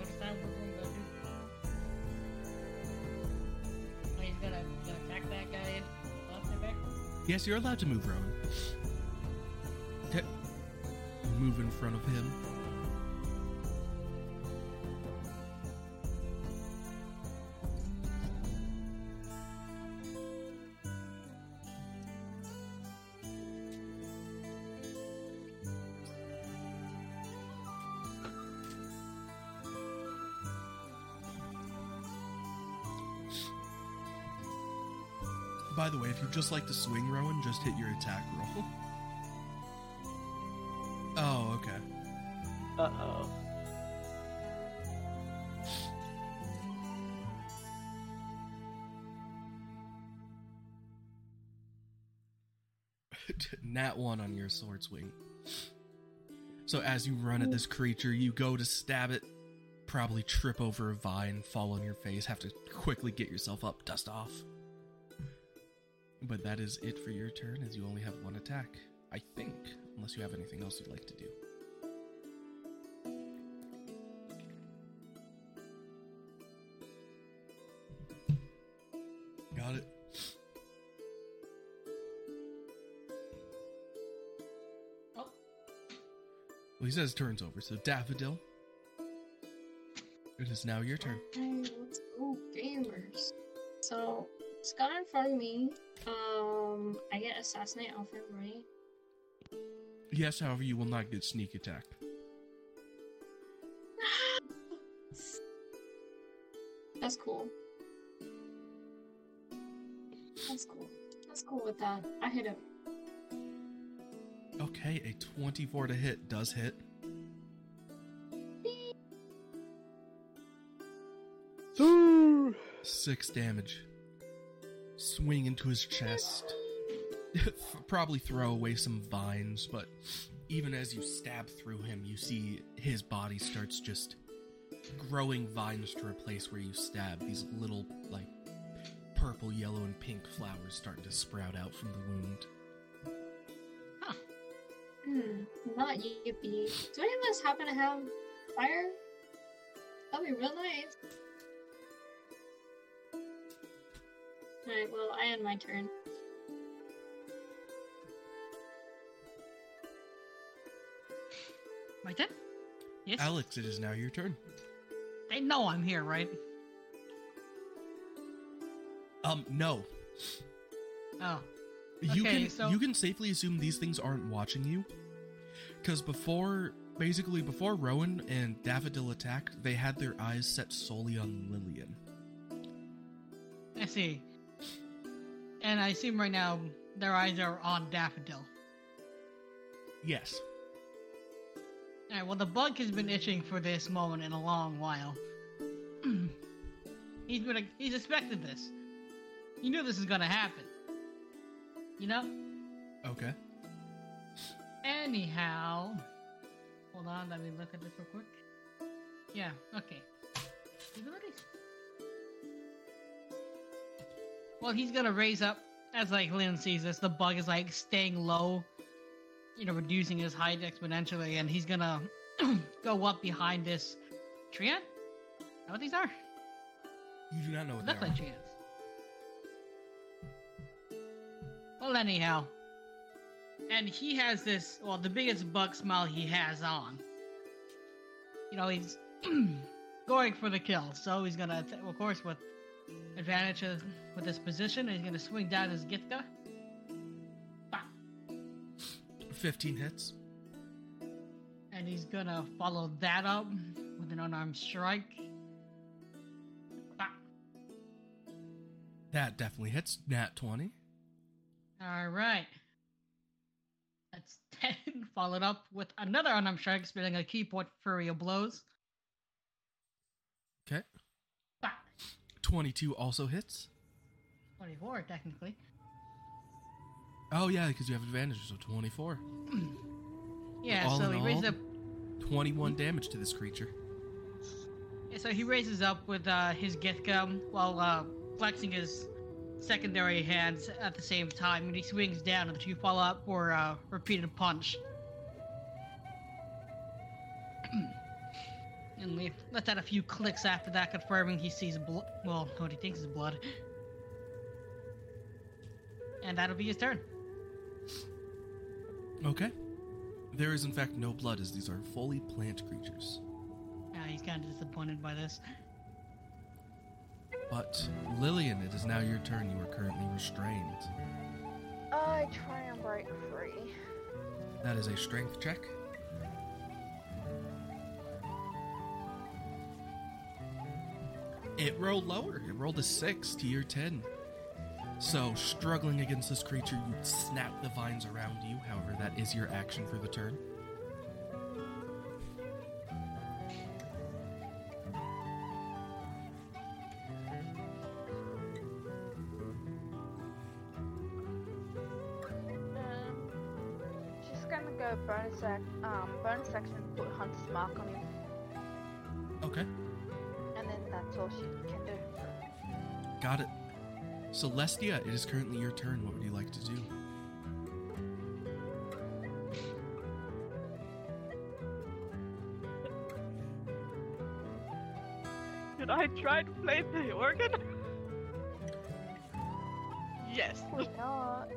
[SPEAKER 4] decide what we're gonna do. Oh, he's gonna, gonna attack that guy. Left and back.
[SPEAKER 1] Yes, you're allowed to move, Rowan. Okay. Move in front of him. By the way, if you'd just like to swing, Rowan, just hit your attack roll. Oh, okay.
[SPEAKER 2] Uh oh.
[SPEAKER 1] Nat one on your sword swing. So as you run at this creature, you go to stab it, probably trip over a vine, fall on your face, have to quickly get yourself up, dust off. But that is it for your turn, as you only have one attack, I think, unless you have anything else you'd like to do. Got it.
[SPEAKER 4] Oh,
[SPEAKER 1] Well, he says turn's over, so Daffodil. It is now your turn.
[SPEAKER 6] Hey, let's go, gamers. So, it's got in front of me. Um, I get assassinate Alfred, right?
[SPEAKER 1] Yes, however, you will not get sneak attack.
[SPEAKER 6] That's cool. That's cool. That's cool with that. I hit him.
[SPEAKER 1] Okay, a 24 to hit does hit. Six damage. Swing into his chest. Probably throw away some vines, but even as you stab through him, you see his body starts just growing vines to replace where you stab. These little, like, purple, yellow, and pink flowers starting to sprout out from the wound.
[SPEAKER 6] Hmm, not yippee. Do any of us happen to have fire? That'd be real nice. Alright, well, I end my turn.
[SPEAKER 4] my turn. Yes.
[SPEAKER 1] Alex, it is now your turn.
[SPEAKER 4] They know I'm here, right?
[SPEAKER 1] Um, no.
[SPEAKER 4] Oh.
[SPEAKER 1] you
[SPEAKER 4] Okay,
[SPEAKER 1] can
[SPEAKER 4] so-
[SPEAKER 1] you can safely assume these things aren't watching you, because before basically before Rowan and Daffodil attacked, they had their eyes set solely on Lillian.
[SPEAKER 4] I see. And I assume right now their eyes are on Daffodil.
[SPEAKER 1] Yes.
[SPEAKER 4] Alright, well, the bug has been itching for this moment in a long while. he's been. He's expected this. He knew this was gonna happen. You know?
[SPEAKER 1] Okay.
[SPEAKER 4] Anyhow. Hold on, let me look at this real quick. Yeah, okay. Abilities. Well, he's gonna raise up as like Lin sees this. The bug is like staying low, you know, reducing his height exponentially, and he's gonna go up behind this treant. Know what these are?
[SPEAKER 1] You do not know what
[SPEAKER 4] Look
[SPEAKER 1] they
[SPEAKER 4] like
[SPEAKER 1] are.
[SPEAKER 4] treants. Well, anyhow, and he has this. Well, the biggest bug smile he has on. You know, he's going for the kill, so he's gonna, atta- of course, with advantage of, with his position, he's gonna swing down his Gitka.
[SPEAKER 1] Fifteen hits.
[SPEAKER 4] And he's gonna follow that up with an unarmed strike. Bah.
[SPEAKER 1] That definitely hits. Nat twenty.
[SPEAKER 4] All right. That's 10, followed up with another unarmed strike, spinning a key point Fury of Blows.
[SPEAKER 1] Okay.
[SPEAKER 4] Bah.
[SPEAKER 1] Twenty-two also hits.
[SPEAKER 4] 24, technically.
[SPEAKER 1] Oh yeah, because you have advantage, so twenty-four.
[SPEAKER 4] Yeah,
[SPEAKER 1] All
[SPEAKER 4] so
[SPEAKER 1] in
[SPEAKER 4] he
[SPEAKER 1] all?
[SPEAKER 4] raises up.
[SPEAKER 1] Twenty-one damage to this creature.
[SPEAKER 4] yeah, So he raises up with uh, his Githka while uh, flexing his secondary hands at the same time, and he swings down with two follow up for uh, repeated punch. and le- lets out a few clicks after that, confirming he sees blood. Well, what he thinks is blood. And that'll be his turn.
[SPEAKER 1] Okay. There is in fact no blood, as these are fully plant creatures.
[SPEAKER 4] Now he's kind of disappointed by this.
[SPEAKER 1] But Lillian, it is now your turn. You are currently restrained.
[SPEAKER 5] I try and break free.
[SPEAKER 1] That is a strength check. It rolled lower. It rolled a 6 to your 10. So, struggling against this creature, you snap the vines around you. However, that is your action for the turn.
[SPEAKER 5] Um, she's gonna go bonus act, um, bonus action put Hunter's mark on him,
[SPEAKER 1] Okay.
[SPEAKER 5] and then that's all she can do.
[SPEAKER 1] Got it. Celestia, it is currently your turn. What would you like to do?
[SPEAKER 3] Did I try to play the organ? yes.
[SPEAKER 5] Why not?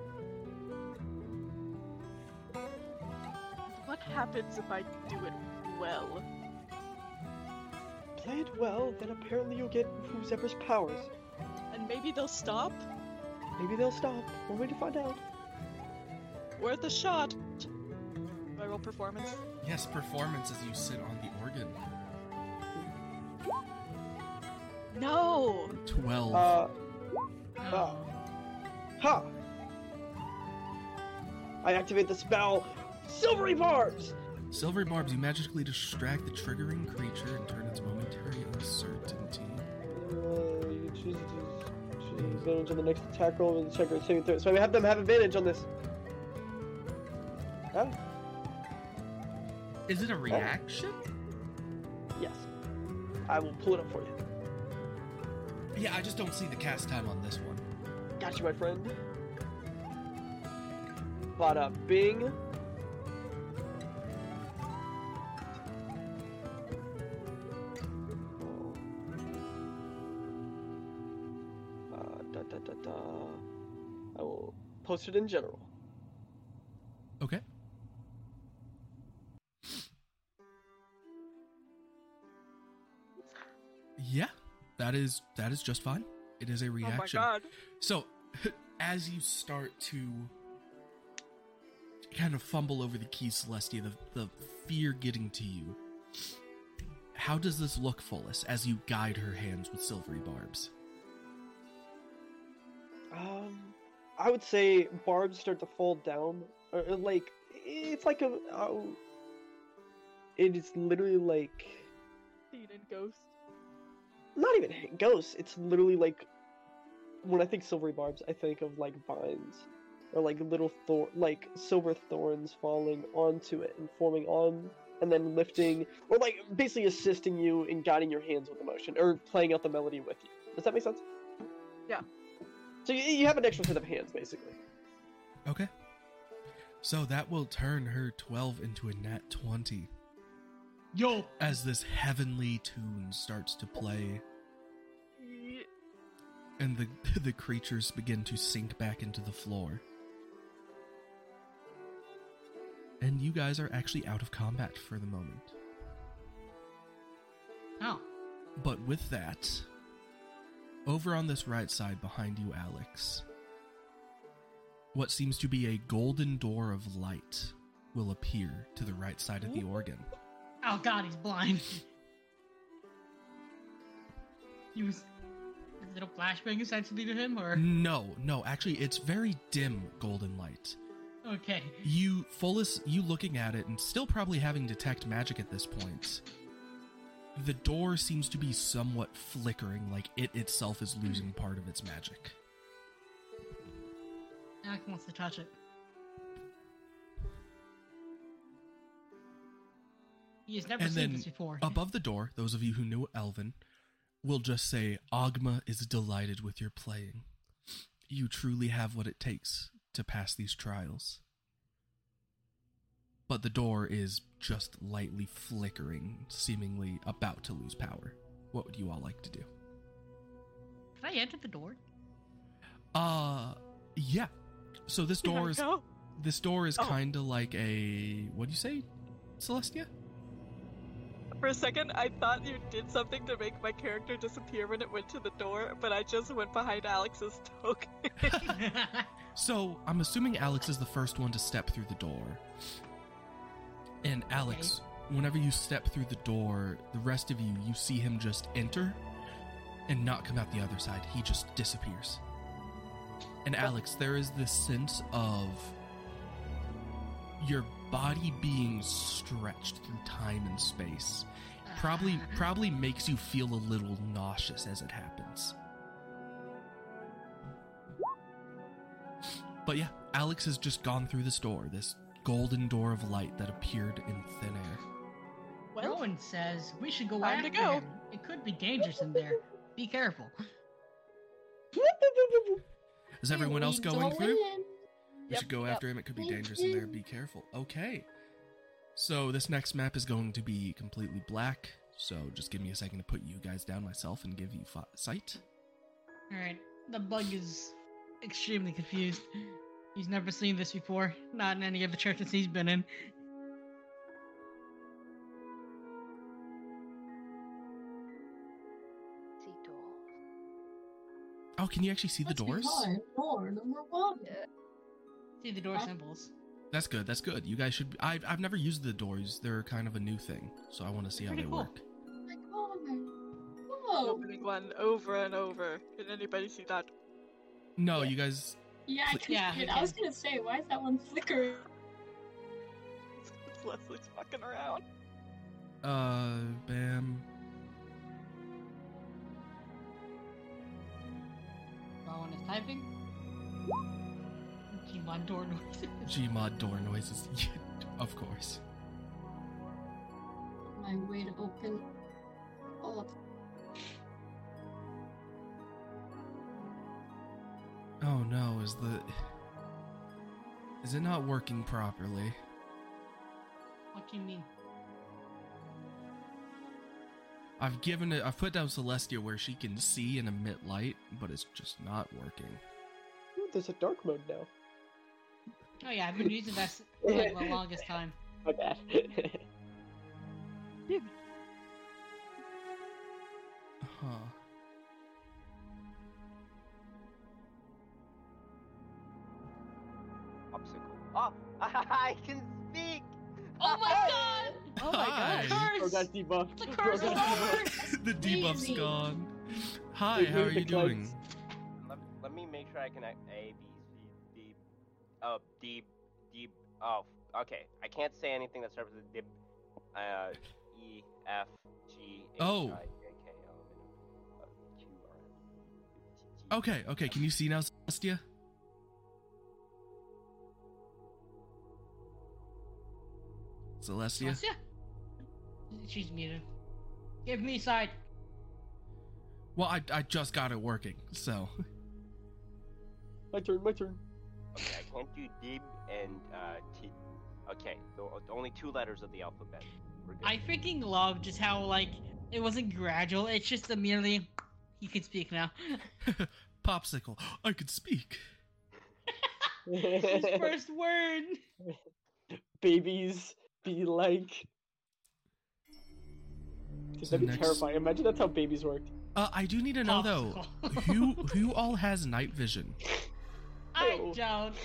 [SPEAKER 3] What happens if I do it well?
[SPEAKER 2] Play it well, then apparently you'll get whoever's powers.
[SPEAKER 3] And maybe they'll stop?
[SPEAKER 2] Maybe they'll stop. We're going to find out.
[SPEAKER 3] Worth a shot. Do I roll performance?
[SPEAKER 1] Yes, performance as you sit on the organ.
[SPEAKER 3] No!
[SPEAKER 1] 12.
[SPEAKER 2] Uh,
[SPEAKER 4] Oh.
[SPEAKER 2] ha! I activate the spell, Silvery Barbs!
[SPEAKER 1] Silvery Barbs, you magically distract the triggering creature and turn its momentary uncertainty.
[SPEAKER 2] Uh, you choose to choose advantage on the next attack roll and check or saving throw. So I have them have advantage on this. Huh?
[SPEAKER 1] Is it a reaction?
[SPEAKER 2] Yes. I will pull it up for you.
[SPEAKER 1] Yeah, I just don't see the cast time on this one.
[SPEAKER 2] Got you, my friend. Bada bing. Uh, Uh, da, da, da, da. I will post it in general.
[SPEAKER 1] Okay. Yeah, that is that is just fine. It is a
[SPEAKER 3] Oh my
[SPEAKER 1] reaction.
[SPEAKER 3] god.
[SPEAKER 1] So, as you start to kind of fumble over the keys, Celestia, the, the fear getting to you, how does this look, Fullis, as you guide her hands with silvery barbs?
[SPEAKER 2] Um, I would say barbs start to fall down, or, or, like it's like a. Uh, it is literally like
[SPEAKER 3] Seen in Ghost.
[SPEAKER 2] not even h- ghosts. It's literally like when I think silvery barbs, I think of like vines or like little thor like silver thorns falling onto it and forming on and then lifting or like basically assisting you in guiding your hands with emotion or playing out the melody with you. Does that make sense?
[SPEAKER 3] Yeah.
[SPEAKER 2] So you, you have an extra set of hands basically.
[SPEAKER 1] Okay. So that will turn her 12 into a nat 20
[SPEAKER 4] Yo,
[SPEAKER 1] as this heavenly tune starts to play
[SPEAKER 3] Ye-
[SPEAKER 1] and the, the creatures begin to sink back into the floor. And you guys are actually out of combat for the moment.
[SPEAKER 4] oh,
[SPEAKER 1] But with that, over on this right side behind you, Alex, what seems to be a golden door of light will appear to the right side of the organ.
[SPEAKER 4] oh god, he's blind. he was a little flashbang essentially to him, or
[SPEAKER 1] No, no, actually, it's very dim golden light.
[SPEAKER 4] okay,
[SPEAKER 1] You, Fullis, you looking at it and still probably having detect magic at this point. The door seems to be somewhat flickering, like it itself is losing
[SPEAKER 4] Hmm.
[SPEAKER 1] part of its magic.
[SPEAKER 4] Alec wants to touch it. He has never
[SPEAKER 1] And
[SPEAKER 4] seen
[SPEAKER 1] then
[SPEAKER 4] this before.
[SPEAKER 1] Above the door, those of you who knew Elvin will just say, Agma is delighted with your playing. You truly have what it takes to pass these trials. But the door is just lightly flickering, seemingly about to lose power. What would you all like to do?
[SPEAKER 4] Can I enter the door?
[SPEAKER 1] Uh, yeah. So this door
[SPEAKER 3] Yeah,
[SPEAKER 1] is
[SPEAKER 3] no.
[SPEAKER 1] this door is
[SPEAKER 3] Oh.
[SPEAKER 1] kind of like a what do you say, Celestia?
[SPEAKER 3] For a second, I thought you did something to make my character disappear when it went to the door, but I just went behind Alex's token.
[SPEAKER 1] So I'm assuming Alex is the first one to step through the door. And Alex, whenever you step through the door, the rest of you, you see him just enter and not come out the other side. He just disappears. And Alex, there is this sense of your body being stretched through time and space. Probably probably makes you feel a little nauseous as it happens. But yeah, Alex has just gone through this door, this golden door of light that appeared in thin air.
[SPEAKER 4] Rowan says we should go
[SPEAKER 3] Time
[SPEAKER 4] after
[SPEAKER 3] to go.
[SPEAKER 4] him. It could be dangerous in there. Be careful.
[SPEAKER 1] Is everyone else going through? We
[SPEAKER 5] Yep,
[SPEAKER 1] should go
[SPEAKER 5] yep.
[SPEAKER 1] after him. It could be dangerous in there. Be careful. Okay. So this next map is going to be completely black. So just give me a second to put you guys down myself and give you fi- sight.
[SPEAKER 4] All right, the bug is extremely confused. He's never seen this before. Not in any of the churches he's been in.
[SPEAKER 5] See door.
[SPEAKER 1] Oh, can you actually see the doors?
[SPEAKER 6] Door number one.
[SPEAKER 4] See the door
[SPEAKER 6] Huh?
[SPEAKER 4] symbols.
[SPEAKER 1] That's good. That's good. You guys should. Be- I've I've never used the doors. They're kind of a new thing, so I want to see how they
[SPEAKER 4] Pretty cool.
[SPEAKER 1] work.
[SPEAKER 6] Oh my god. Whoa.
[SPEAKER 3] Opening one over and over. Did anybody see that?
[SPEAKER 1] No, you guys.
[SPEAKER 6] Yeah, I,
[SPEAKER 1] Flick-
[SPEAKER 6] can
[SPEAKER 4] Yeah,
[SPEAKER 6] see it.
[SPEAKER 4] I
[SPEAKER 6] I was gonna say, why is that one flickering?
[SPEAKER 3] It's, it's Leslie's fucking around.
[SPEAKER 1] Uh, bam.
[SPEAKER 4] Rowan is typing. Gmod door noises.
[SPEAKER 1] Gmod door noises. of course.
[SPEAKER 6] My way to open all of
[SPEAKER 1] Oh no, is the Is it not working properly?
[SPEAKER 4] What do you mean?
[SPEAKER 1] I've given it I've put down Celestia where she can see and emit light, but it's just not working.
[SPEAKER 2] Ooh, there's a dark mode now.
[SPEAKER 4] Oh yeah, I've been using that s- for like, the longest time.
[SPEAKER 2] My bad.
[SPEAKER 1] Huh.
[SPEAKER 7] Obstacle. Oh, I can speak.
[SPEAKER 6] Oh my god!
[SPEAKER 1] Oh my Hi.
[SPEAKER 2] Bro got debuffed.
[SPEAKER 6] It's a
[SPEAKER 2] Bro
[SPEAKER 6] curse
[SPEAKER 2] got debuffed.
[SPEAKER 6] word!
[SPEAKER 1] the debuff's
[SPEAKER 6] Amazing.
[SPEAKER 1] gone. Hi,
[SPEAKER 2] They
[SPEAKER 1] how are
[SPEAKER 2] moved the
[SPEAKER 1] you doing?
[SPEAKER 2] clouds.
[SPEAKER 7] Let, let me make sure I can act A B C D. Oh D D. Oh, okay. I can't say anything that starts with D. Uh, E F G H I
[SPEAKER 1] Oh.
[SPEAKER 7] J K L M N O P Q R S T U V W
[SPEAKER 1] Okay, okay. Can you see now, Celestia? Celestia?
[SPEAKER 4] Yeah. She's muted. Give me side.
[SPEAKER 1] Well, I, I just got it working, so.
[SPEAKER 2] My turn, my turn.
[SPEAKER 7] Okay, I can't do D and uh, T. Okay, the, the only two letters of the alphabet. We're good.
[SPEAKER 4] I freaking love just how like it wasn't gradual. It's just immediately you can speak now.
[SPEAKER 1] Popsicle, I could speak.
[SPEAKER 4] His first word.
[SPEAKER 2] Babies be like. Dude,
[SPEAKER 1] So
[SPEAKER 2] that'd be
[SPEAKER 1] next-
[SPEAKER 2] terrifying. Imagine that's how babies worked.
[SPEAKER 1] Uh, I do need to know though,
[SPEAKER 4] Popsicle.
[SPEAKER 1] who who all has night vision?
[SPEAKER 4] I
[SPEAKER 2] Oh.
[SPEAKER 4] don't.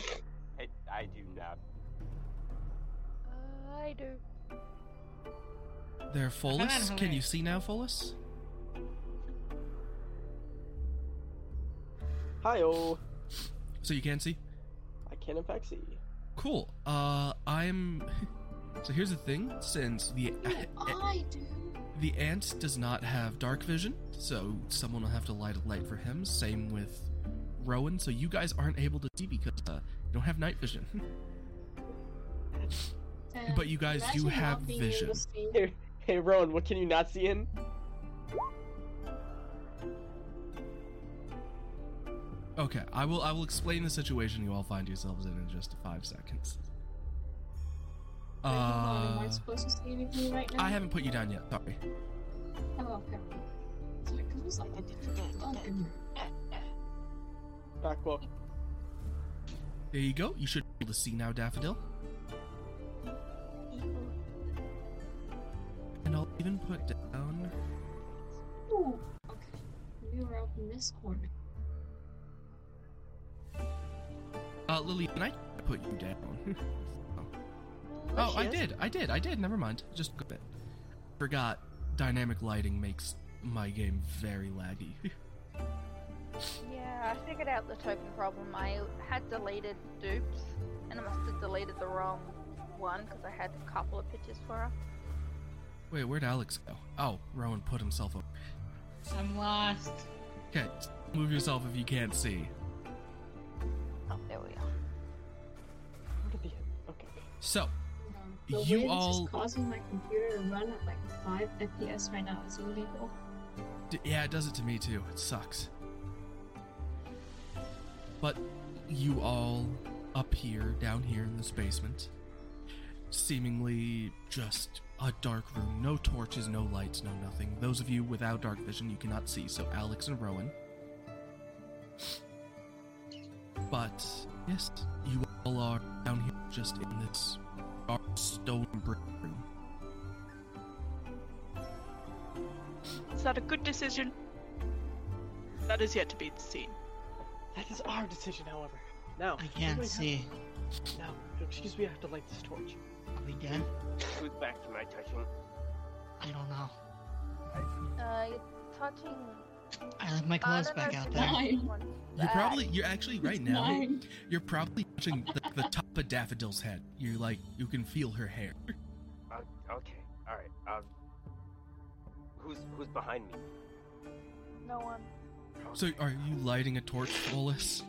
[SPEAKER 7] I, I do not.
[SPEAKER 5] I do.
[SPEAKER 1] They're Follis.
[SPEAKER 4] on,
[SPEAKER 1] Can you
[SPEAKER 4] wait.
[SPEAKER 1] see now, Follis?
[SPEAKER 2] Hi, oh.
[SPEAKER 1] So you can see.
[SPEAKER 2] I can in fact see.
[SPEAKER 1] Cool. Uh, I'm. So here's the thing. Since the
[SPEAKER 6] oh, I do.
[SPEAKER 1] the ant does not have dark vision, so someone will have to light a light for him. Same with Rowan. So you guys aren't able to see because uh, you don't have night vision.
[SPEAKER 6] Damn.
[SPEAKER 1] But you guys do
[SPEAKER 6] Imagine not
[SPEAKER 1] have
[SPEAKER 6] being able to
[SPEAKER 1] vision.
[SPEAKER 6] see.
[SPEAKER 2] Here, hey, Rowan, what can you not see in?
[SPEAKER 1] Okay, I will. I will explain the situation you all find yourselves in in just five seconds.
[SPEAKER 6] Wait, hold on, am I
[SPEAKER 1] Uh,
[SPEAKER 6] supposed to see anything right now?
[SPEAKER 1] I haven't put you down yet. Sorry.
[SPEAKER 6] Oh, okay. It's like- 'cause it was like a different
[SPEAKER 3] Oh,
[SPEAKER 6] button.
[SPEAKER 2] Back up.
[SPEAKER 1] There you go. You should be able to see now, Daffodil. And I'll even put down.
[SPEAKER 6] Ooh, okay. We were up in this corner.
[SPEAKER 1] Uh, Lily, can I put you down? oh, I
[SPEAKER 2] yes.
[SPEAKER 1] did. I did. I did. Never mind. Just a bit. Forgot. Dynamic lighting makes my game very laggy.
[SPEAKER 5] Yeah, I figured out the token problem. I had deleted dupes, and I must have deleted the wrong one because I had a couple of pictures for her.
[SPEAKER 1] Wait, where'd Alex go? Oh, Rowan put himself up.
[SPEAKER 4] I'm lost.
[SPEAKER 1] Okay, move yourself if you can't see.
[SPEAKER 5] Oh, there we are.
[SPEAKER 2] What are the Okay.
[SPEAKER 1] So,
[SPEAKER 6] Hold on. Um, The
[SPEAKER 1] You
[SPEAKER 6] wind
[SPEAKER 1] all-
[SPEAKER 6] is causing my computer to run at like 5 FPS right now. It's illegal.
[SPEAKER 1] D- yeah, it does it to me too. It sucks. But you all up here, down here in this basement, seemingly just a dark room. No torches, no lights, no nothing. Those of you without dark vision, you cannot see, so Alex and Rowan. But yes, you all are down here just in this dark stone brick room.
[SPEAKER 3] Is that a good decision? That is yet to be seen.
[SPEAKER 2] That is our decision, however. Now,
[SPEAKER 4] I
[SPEAKER 2] we
[SPEAKER 4] can't
[SPEAKER 2] have-
[SPEAKER 4] see.
[SPEAKER 2] Now, excuse me, I have to light this torch.
[SPEAKER 4] Are we done?
[SPEAKER 7] Who's back to my touching?
[SPEAKER 4] I don't know.
[SPEAKER 5] Uh, you're touching.
[SPEAKER 4] I left my
[SPEAKER 5] I
[SPEAKER 4] clothes
[SPEAKER 5] don't know
[SPEAKER 4] back
[SPEAKER 5] if
[SPEAKER 4] out
[SPEAKER 5] it's
[SPEAKER 4] there.
[SPEAKER 6] not-
[SPEAKER 5] that one.
[SPEAKER 1] You're
[SPEAKER 5] Ah,
[SPEAKER 1] probably, you're actually right now.
[SPEAKER 6] Mine.
[SPEAKER 1] You're probably touching the, the top of Daffodil's head. You like you can feel her hair.
[SPEAKER 7] Uh, okay, all right. Um, who's who's behind me?
[SPEAKER 5] No one.
[SPEAKER 1] So are you lighting a torch, Follis?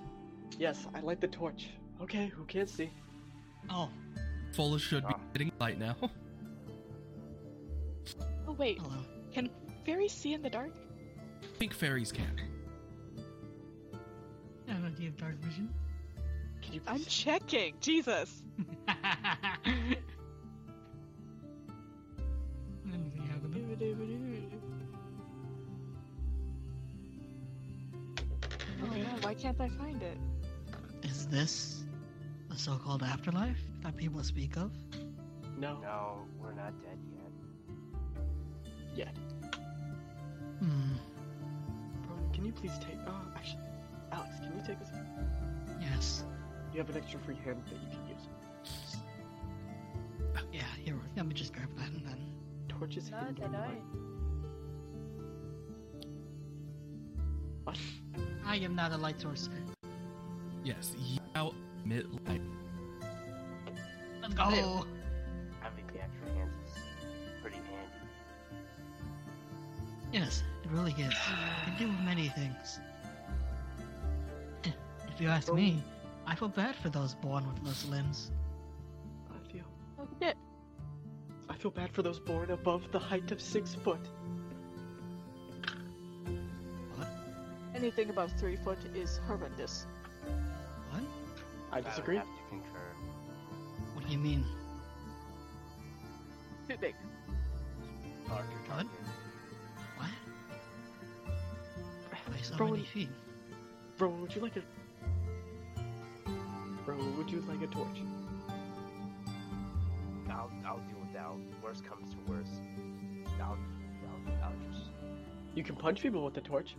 [SPEAKER 2] Yes, I light the torch. Okay, who can't see?
[SPEAKER 4] Oh,
[SPEAKER 1] Follis should be
[SPEAKER 7] Ah.
[SPEAKER 1] getting light now.
[SPEAKER 3] Oh wait,
[SPEAKER 4] hello.
[SPEAKER 3] can fairies see in the dark?
[SPEAKER 1] I think fairies can.
[SPEAKER 4] I don't know. Do you have dark vision?
[SPEAKER 2] Can you
[SPEAKER 3] I'm
[SPEAKER 2] please?
[SPEAKER 3] checking. Jesus.
[SPEAKER 4] Let me see how good-
[SPEAKER 3] Oh no, why can't I find it?
[SPEAKER 4] Is this the so-called afterlife that people speak of?
[SPEAKER 2] No.
[SPEAKER 7] No, we're not dead yet.
[SPEAKER 2] Yet.
[SPEAKER 4] Hmm.
[SPEAKER 2] you please take? Uh, actually, Alex, can you take this?
[SPEAKER 4] Yes.
[SPEAKER 2] You have an extra free hand that you can use.
[SPEAKER 4] Yeah, here, let me just grab that and then.
[SPEAKER 2] Torch is
[SPEAKER 5] No,
[SPEAKER 2] hidden
[SPEAKER 5] they
[SPEAKER 2] in my-
[SPEAKER 5] don't.
[SPEAKER 4] I am not a light source.
[SPEAKER 1] Yes, Yao Midlight.
[SPEAKER 4] Let's go!
[SPEAKER 7] Having the extra hands is pretty handy.
[SPEAKER 4] Yes, it really is. It can do many things. If you ask me, I feel bad for those born with those limbs.
[SPEAKER 2] I feel.
[SPEAKER 3] Oh, shit.
[SPEAKER 2] I feel bad for those born above the height of six foot.
[SPEAKER 3] Anything above three foot is horrendous.
[SPEAKER 4] What?
[SPEAKER 2] I
[SPEAKER 7] would
[SPEAKER 2] disagree.
[SPEAKER 7] have to concur.
[SPEAKER 4] What do you mean?
[SPEAKER 3] Too big.
[SPEAKER 7] Larger
[SPEAKER 4] What?
[SPEAKER 7] target.
[SPEAKER 4] What? By so
[SPEAKER 2] Rowan-
[SPEAKER 4] many feet.
[SPEAKER 2] Bro, would you like a? Bro, would you like a torch?
[SPEAKER 7] I'll, I'll do without. Worst comes to worst. I'll, I'll, I'll just.
[SPEAKER 2] You can punch people with the torch.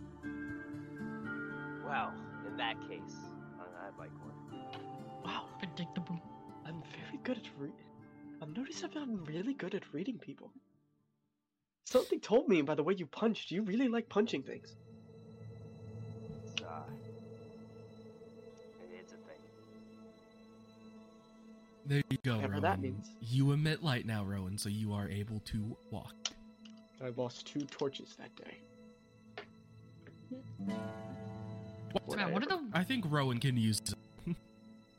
[SPEAKER 7] Well, in that case, I- I'd like one.
[SPEAKER 2] Wow,
[SPEAKER 4] Predictable.
[SPEAKER 2] I'm very good at reading. I'm noticing I'm really good at reading people. Something told me by the way you punched, you really like punching things.
[SPEAKER 7] It's, uh, it is a thing.
[SPEAKER 1] There you go,
[SPEAKER 2] Whatever
[SPEAKER 1] Rowan.
[SPEAKER 2] that means.
[SPEAKER 1] You emit light now, Rowan, so you are able to walk.
[SPEAKER 2] I lost two torches that day. Would
[SPEAKER 4] Man,
[SPEAKER 2] I
[SPEAKER 4] what are
[SPEAKER 2] ever-
[SPEAKER 4] the
[SPEAKER 1] I think Rowan can use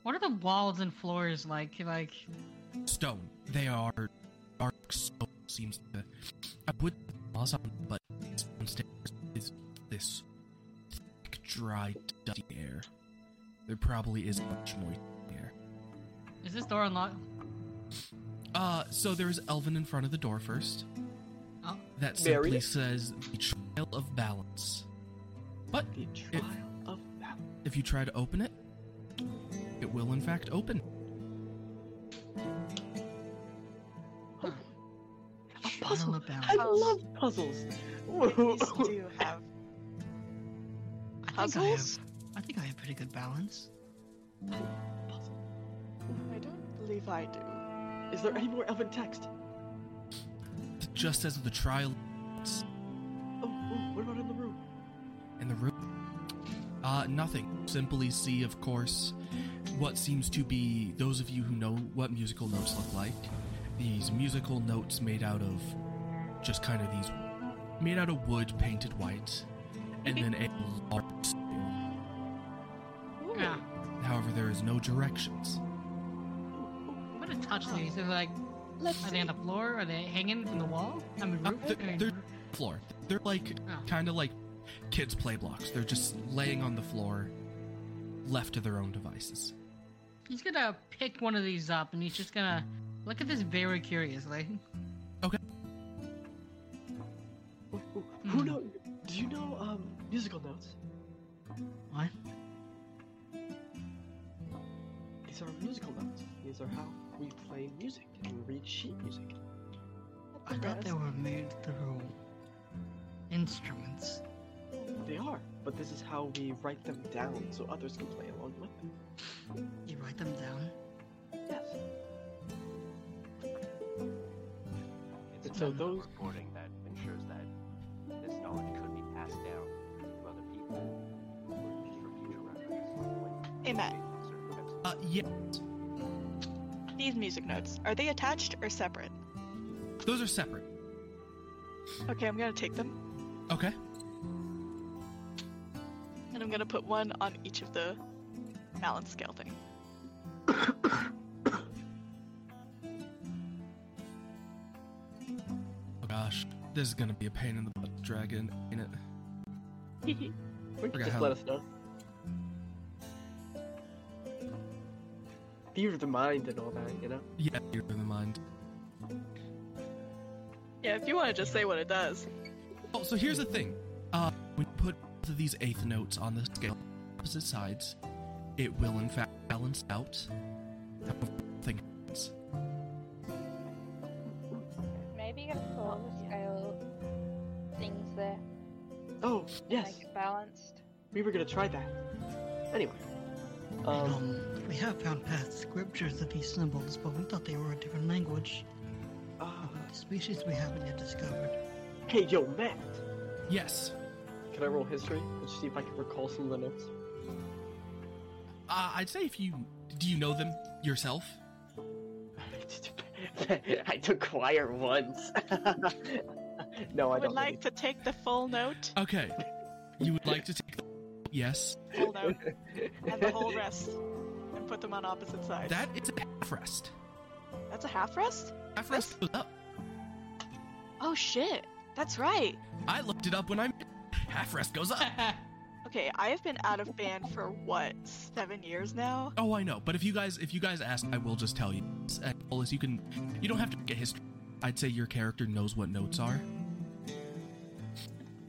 [SPEAKER 4] what are the walls and floors like? Like
[SPEAKER 1] stone. They are dark stone. Seems to. I would awesome, but stone stairs is this thick, dry, dusty air. There probably is much moisture in the air.
[SPEAKER 4] is this door unlocked?
[SPEAKER 1] Uh, so there is Elvin in front of the door first.
[SPEAKER 4] Oh.
[SPEAKER 1] That
[SPEAKER 2] Buried
[SPEAKER 1] simply
[SPEAKER 2] it.
[SPEAKER 1] says the Trail of Balance. But
[SPEAKER 2] The trial of that.
[SPEAKER 1] if you try to open it, it will in fact open.
[SPEAKER 4] Huh.
[SPEAKER 2] A puzzle.
[SPEAKER 4] About.
[SPEAKER 2] I
[SPEAKER 3] Puzzle.
[SPEAKER 2] love puzzles.
[SPEAKER 3] Ladies do have
[SPEAKER 4] I think I, have,
[SPEAKER 3] puzzles.
[SPEAKER 4] I think I have pretty good balance.
[SPEAKER 2] Puzzle.
[SPEAKER 3] Mm, I don't believe I do.
[SPEAKER 2] Is there any more elven text?
[SPEAKER 1] It just says the Trial
[SPEAKER 2] Oh, oh, what about in the room?
[SPEAKER 1] in the room? Uh, nothing. Simply see, of course, what seems to be those of you who know what musical notes look like. These musical notes made out of just kind of these made out of wood painted white, and then a large stone.
[SPEAKER 4] Yeah.
[SPEAKER 1] However, there is no directions.
[SPEAKER 4] I'm gonna touch these. They're like, are they on the floor? Are they hanging from the wall? I mean,
[SPEAKER 1] Uh,
[SPEAKER 4] roof.
[SPEAKER 1] th-
[SPEAKER 4] I mean,
[SPEAKER 1] they're-
[SPEAKER 4] roof.
[SPEAKER 1] Floor. They're like
[SPEAKER 4] Oh.
[SPEAKER 1] kind of like kids' play blocks. They're just laying on the floor, left to their own devices.
[SPEAKER 4] He's gonna pick one of these up, and he's just gonna look at this very curiously.
[SPEAKER 2] Who- who- Who
[SPEAKER 4] Hmm.
[SPEAKER 2] know? Do you know um musical notes?
[SPEAKER 4] What?
[SPEAKER 2] These are musical notes. These are how we play music and read sheet music.
[SPEAKER 4] I thought they were made through instruments.
[SPEAKER 2] They are, but this is how we write them down so others can play along with them.
[SPEAKER 4] You write them down.
[SPEAKER 2] Yes.
[SPEAKER 7] It's
[SPEAKER 2] So
[SPEAKER 7] a method of
[SPEAKER 2] those-
[SPEAKER 7] recording that ensures that this knowledge could be passed down to other people for- just for future reference.
[SPEAKER 3] Hey, Matt.
[SPEAKER 1] Uh, yeah.
[SPEAKER 3] These music notes, are they attached or separate?
[SPEAKER 1] Those are separate.
[SPEAKER 3] Okay, I'm gonna take them,
[SPEAKER 1] Okay.
[SPEAKER 3] and I'm gonna put one on each of the balance scale thing.
[SPEAKER 1] Oh gosh, this is gonna be a pain in the butt, dragon, ain't it?
[SPEAKER 2] Or you
[SPEAKER 1] Forgot
[SPEAKER 2] just
[SPEAKER 1] how-
[SPEAKER 2] let us know. Theater of the mind and all that, you know?
[SPEAKER 1] Yeah, you're in the mind.
[SPEAKER 3] Yeah, if you want to just say what it does.
[SPEAKER 1] Oh, so here's the thing. Uh, when you put both of these eighth notes on the scale on opposite sides, it will in fact balance out. However, nothing happens.
[SPEAKER 5] Oh, Maybe you can pull the scale things there.
[SPEAKER 2] Oh, Yes,
[SPEAKER 5] Make it balanced.
[SPEAKER 2] we were gonna try that. Anyway, um,
[SPEAKER 9] We have found past scriptures of these symbols, but we thought they were a different language
[SPEAKER 2] uh,
[SPEAKER 9] of a species we haven't yet discovered.
[SPEAKER 2] hey, yo, Matt,
[SPEAKER 1] Yes.
[SPEAKER 2] can I roll history and see if I can recall some of the notes?
[SPEAKER 1] Uh, I'd say if you do you know them yourself?
[SPEAKER 2] I took choir once. no, I
[SPEAKER 8] would
[SPEAKER 2] don't.
[SPEAKER 8] like to take the full note.
[SPEAKER 1] Okay. You would like to take the Yes.
[SPEAKER 8] Full note. and the whole rest. And put them on opposite sides.
[SPEAKER 1] That is a half rest.
[SPEAKER 8] That's a half rest?
[SPEAKER 1] Half rest goes up.
[SPEAKER 8] Oh shit. That's right.
[SPEAKER 1] I looked it up when I half rest goes up.
[SPEAKER 8] Okay, I have been out of band for what, seven years now?
[SPEAKER 1] Oh, I know. But if you guys if you guys ask, I will just tell you. And Wallace, you can you don't have to get history. I'd say your character knows what notes are.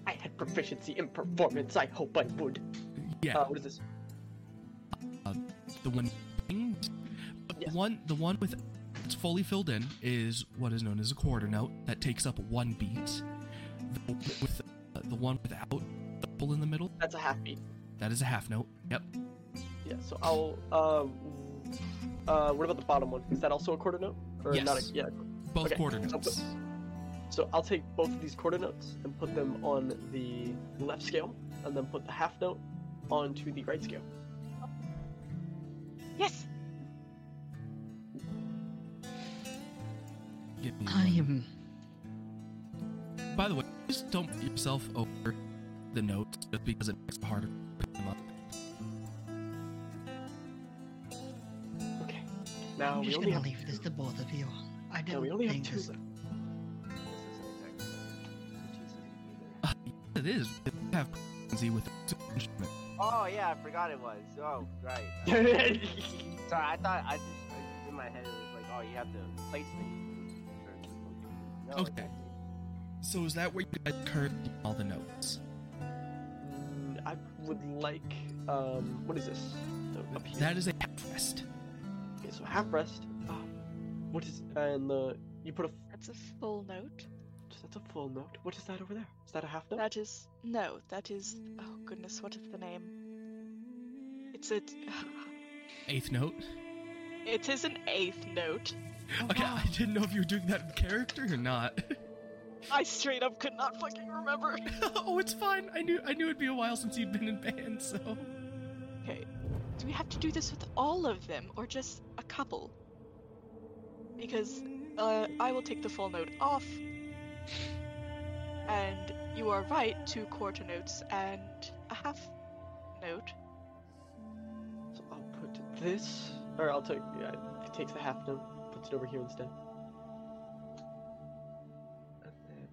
[SPEAKER 2] I had proficiency in performance. I hope I would.
[SPEAKER 1] Yeah,
[SPEAKER 2] Uh, what is this?
[SPEAKER 1] the one pinged. But
[SPEAKER 2] Yes.
[SPEAKER 1] the one the one with it's fully filled in is what is known as a quarter note that takes up one beat. The, with uh, the one without the hole in the middle,
[SPEAKER 2] That's a half beat.
[SPEAKER 1] that is a half note. Yep.
[SPEAKER 2] Yeah. So I'll. Um, uh, what about the bottom one? Is that also a quarter note? Or not? A,
[SPEAKER 1] Yes.
[SPEAKER 2] yeah.
[SPEAKER 1] Both
[SPEAKER 2] Okay,
[SPEAKER 1] quarter
[SPEAKER 2] I'll put-
[SPEAKER 1] notes.
[SPEAKER 2] So I'll take both of these quarter notes and put them on the left scale, and then put the half note onto the right scale.
[SPEAKER 8] Yes!
[SPEAKER 1] Give me
[SPEAKER 9] I
[SPEAKER 1] one.
[SPEAKER 9] am.
[SPEAKER 1] By the way, just don't put yourself over the notes just because it makes it harder to pick them up.
[SPEAKER 2] Okay. Now
[SPEAKER 9] I'm
[SPEAKER 2] Uh, we
[SPEAKER 9] just
[SPEAKER 2] only
[SPEAKER 9] gonna
[SPEAKER 2] have.
[SPEAKER 9] leave this to both of you. I
[SPEAKER 2] now
[SPEAKER 9] didn't
[SPEAKER 2] we only have
[SPEAKER 9] think
[SPEAKER 2] two
[SPEAKER 9] this.
[SPEAKER 2] left.
[SPEAKER 1] Uh, It is. It have proficiency with the instrument.
[SPEAKER 7] Oh yeah, I forgot it was. Oh right. Sorry, I thought I just I just- in my head it was like, oh, you have to place things. No,
[SPEAKER 1] Okay.
[SPEAKER 7] that's it.
[SPEAKER 1] So is that where you guys currently all the notes?
[SPEAKER 2] Mm, I would like. Um, what is this? No, up here.
[SPEAKER 1] That is a half rest.
[SPEAKER 2] Okay, so half breast. Ah, what is and the you put a f-
[SPEAKER 8] That's a full note.
[SPEAKER 2] that's a full note. What is that over there? Is that a half note?
[SPEAKER 8] That is no, that is oh goodness, what is the name? It's a oh,
[SPEAKER 1] Eighth note.
[SPEAKER 8] it is an eighth note.
[SPEAKER 1] Okay, I didn't know if you were doing that in character or not.
[SPEAKER 8] I straight up could not fucking remember.
[SPEAKER 1] oh, it's fine. I knew I knew it'd be a while since you'd been in band, so
[SPEAKER 8] Do we have to do this with all of them or just a couple? Because uh, I will take the full note off. And you are right, two quarter notes and a half note.
[SPEAKER 2] So I'll put this, or I'll take yeah, it takes the half note, puts it over here instead. And then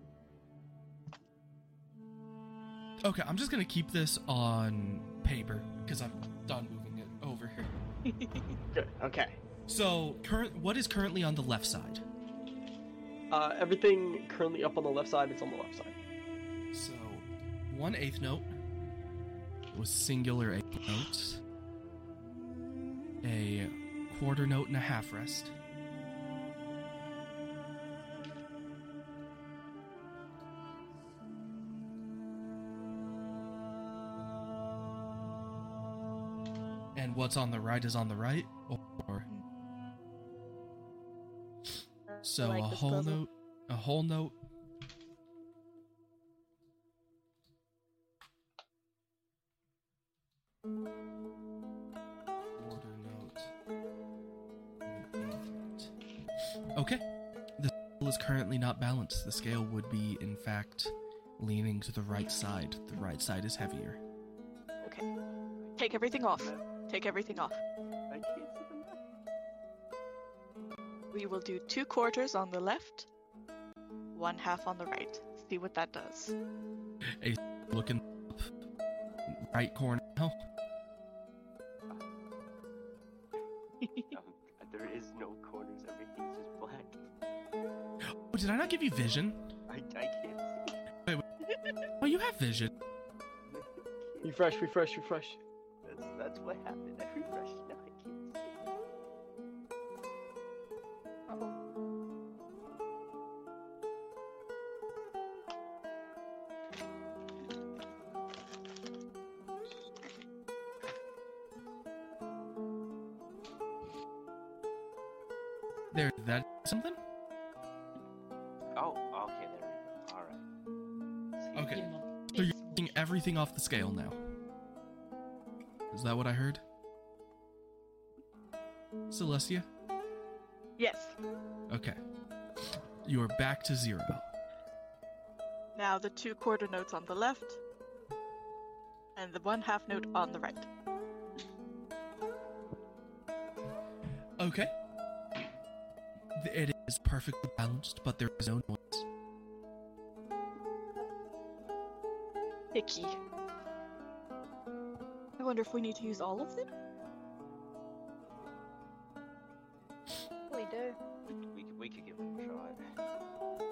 [SPEAKER 1] Okay, I'm just gonna keep this on paper because I'm done moving it over.
[SPEAKER 2] good. Okay.
[SPEAKER 1] So current what is currently on the left side?
[SPEAKER 2] Uh, everything currently up on the left side is on the left side.
[SPEAKER 1] So one eighth note was singular eighth notes. A quarter note and a half rest. And what's on the right is on the right, or so
[SPEAKER 5] like
[SPEAKER 1] a
[SPEAKER 5] this
[SPEAKER 1] whole
[SPEAKER 5] puzzle.
[SPEAKER 1] note, a whole note, quarter note, and an eighth note. Okay, the scale is currently not balanced. The scale would be, in fact, leaning to the right side. The right side is heavier.
[SPEAKER 8] Okay. Take everything off. Take everything off.
[SPEAKER 7] I can't see the map.
[SPEAKER 8] We will do two quarters on the left, one half on the right. See what that does.
[SPEAKER 1] Looking up, right corner. Oh, now.
[SPEAKER 7] Um, there is no corners. Everything's just black.
[SPEAKER 1] Oh, did I not give you vision?
[SPEAKER 7] I, I can't see.
[SPEAKER 1] Oh, you have vision.
[SPEAKER 2] Refresh, refresh, refresh.
[SPEAKER 7] That's that's what happened. I refreshed. Now I can't see.
[SPEAKER 1] There, that something?
[SPEAKER 7] Oh, okay, there we go. All right.
[SPEAKER 1] Okay.
[SPEAKER 4] You know,
[SPEAKER 1] So you're
[SPEAKER 4] it's-
[SPEAKER 1] taking everything off the scale now. Is that what I heard? Celestia?
[SPEAKER 8] Yes.
[SPEAKER 1] Okay. You are back to zero.
[SPEAKER 8] Now the two quarter notes on the left and the one half note on the right.
[SPEAKER 1] Okay. It is perfectly balanced, but there is no noise.
[SPEAKER 8] Icky. I wonder if we need to use all of them?
[SPEAKER 5] We do.
[SPEAKER 7] We, we could give it a try.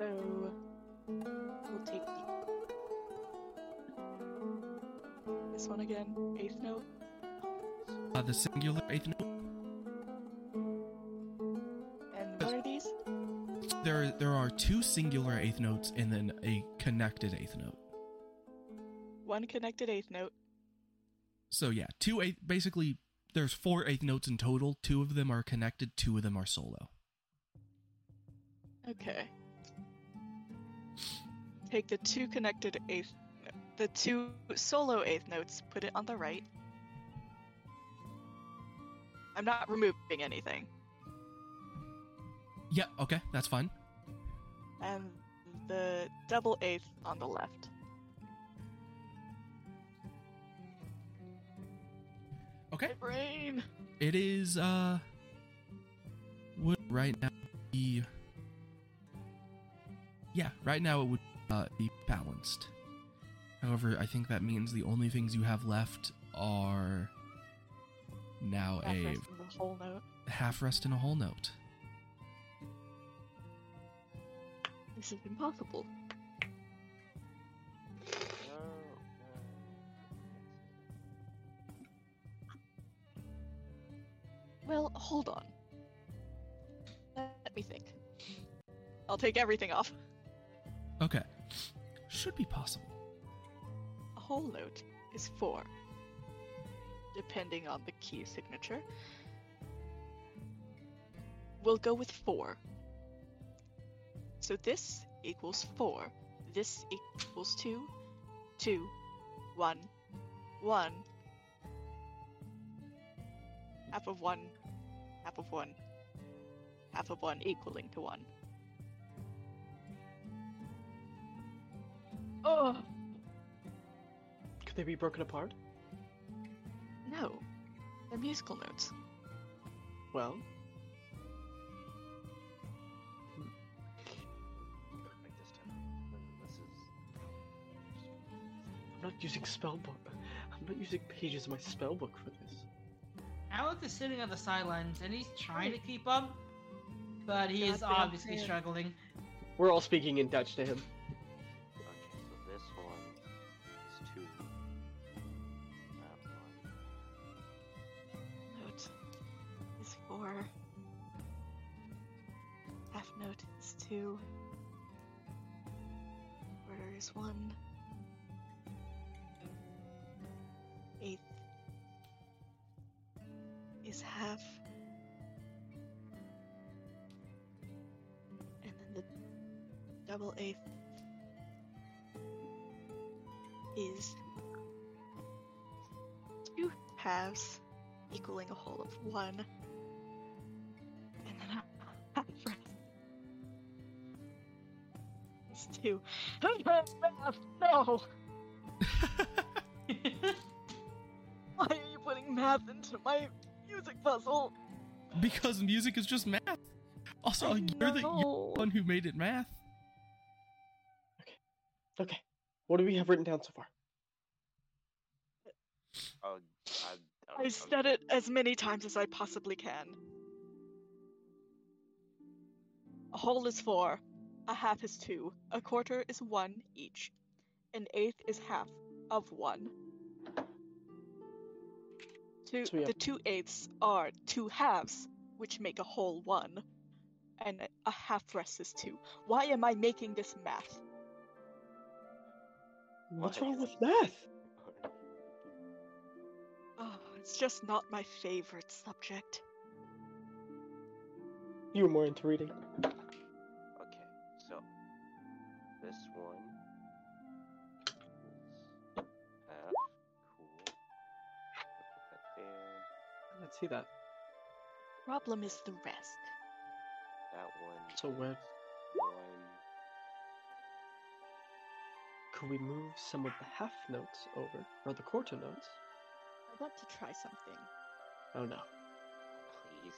[SPEAKER 8] No. We'll take the. This one again. Eighth note.
[SPEAKER 1] Uh, the singular eighth note.
[SPEAKER 8] And
[SPEAKER 1] Yes.
[SPEAKER 8] what are these?
[SPEAKER 1] There, there are two singular eighth notes and then a connected eighth note.
[SPEAKER 8] One connected eighth note.
[SPEAKER 1] So yeah, two eighth. Basically, there's four eighth notes in total. Two of them are connected. Two of them are solo.
[SPEAKER 8] Okay. Take the two connected eighth, the two solo eighth notes, put it on the right. I'm not removing anything.
[SPEAKER 1] Yeah. Okay, that's fine.
[SPEAKER 8] And the double eighth on the left.
[SPEAKER 1] Okay.
[SPEAKER 8] My brain!
[SPEAKER 1] It is uh would right now be Yeah, right now it would uh, be balanced. However, I think that means the only things you have left are now
[SPEAKER 8] Half
[SPEAKER 1] a
[SPEAKER 8] rest in the whole note.
[SPEAKER 1] half rest and a whole note.
[SPEAKER 8] This is impossible.
[SPEAKER 7] No,
[SPEAKER 8] Well, hold on. Let me think. I'll take everything off.
[SPEAKER 1] Okay. Should be possible.
[SPEAKER 8] A whole note is four, depending on the key signature. We'll go with four. So this equals four. This equals two, two, one, one. Half of one, half of one, half of one equaling to one.
[SPEAKER 10] Oh,
[SPEAKER 2] Could they be broken apart?
[SPEAKER 8] No, they're musical notes.
[SPEAKER 2] Well, Hmm.
[SPEAKER 7] Like this time. This is.
[SPEAKER 2] I'm not using spellbook. I'm not using pages of my spellbook for this.
[SPEAKER 4] Alex is sitting on the sidelines and he's trying to keep up, but he is
[SPEAKER 8] Goddamn
[SPEAKER 4] obviously
[SPEAKER 8] fan.
[SPEAKER 4] struggling.
[SPEAKER 2] We're all speaking in Dutch to him.
[SPEAKER 7] Okay, so this one is two. That one.
[SPEAKER 8] note is four. Half note is two. Quarter is one. Eighth is half. And then the double eighth is two halves equaling a whole of one. And then a half rest. It's two. no! Why are you putting math into my music puzzle?
[SPEAKER 1] Because music is just math. Also, you're the, you're
[SPEAKER 8] No.
[SPEAKER 1] the one who made it math.
[SPEAKER 2] Okay. What do we have written down so far?
[SPEAKER 7] Oh, I, I'm-
[SPEAKER 8] I
[SPEAKER 7] I'm-
[SPEAKER 8] said it as many times as I possibly can. A whole is four, a half is two, a quarter is one each, an eighth is half of one. Two,
[SPEAKER 2] So we have-
[SPEAKER 8] The two eighths are two halves, which make a whole one, and a- a half rest is two. Why am I making this math?
[SPEAKER 2] What's
[SPEAKER 7] Why?
[SPEAKER 2] wrong with math?
[SPEAKER 8] Oh, it's just not my favorite subject.
[SPEAKER 2] You were more into reading.
[SPEAKER 7] Okay, so this one is half. Cool. Put that there.
[SPEAKER 2] Let's see that.
[SPEAKER 8] Problem is the rest.
[SPEAKER 7] That one.
[SPEAKER 2] So where
[SPEAKER 7] One.
[SPEAKER 2] could we move some of the half notes over, or the quarter notes?
[SPEAKER 8] I want to try something.
[SPEAKER 2] Oh no.
[SPEAKER 7] Please.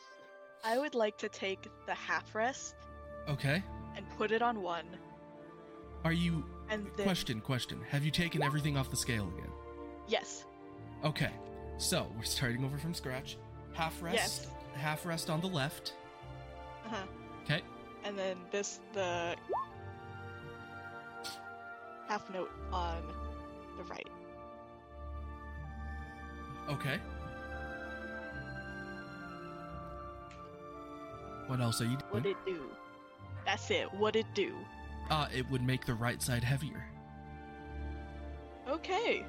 [SPEAKER 8] I would like to take the half rest
[SPEAKER 1] Okay.
[SPEAKER 8] and put it on one,
[SPEAKER 1] Are you.
[SPEAKER 8] and then
[SPEAKER 1] Question, question. Have you taken everything off the scale again?
[SPEAKER 8] yes,
[SPEAKER 1] Okay. So we're starting over from scratch. Half rest.
[SPEAKER 8] Yes.
[SPEAKER 1] Half rest on the left.
[SPEAKER 8] uh-huh.
[SPEAKER 1] Okay.
[SPEAKER 8] and then this the half note on the right.
[SPEAKER 1] Okay. What else are you
[SPEAKER 8] What
[SPEAKER 1] doing?
[SPEAKER 8] it do? That's it. What it do?
[SPEAKER 1] Ah, it would make the right side heavier.
[SPEAKER 8] Okay.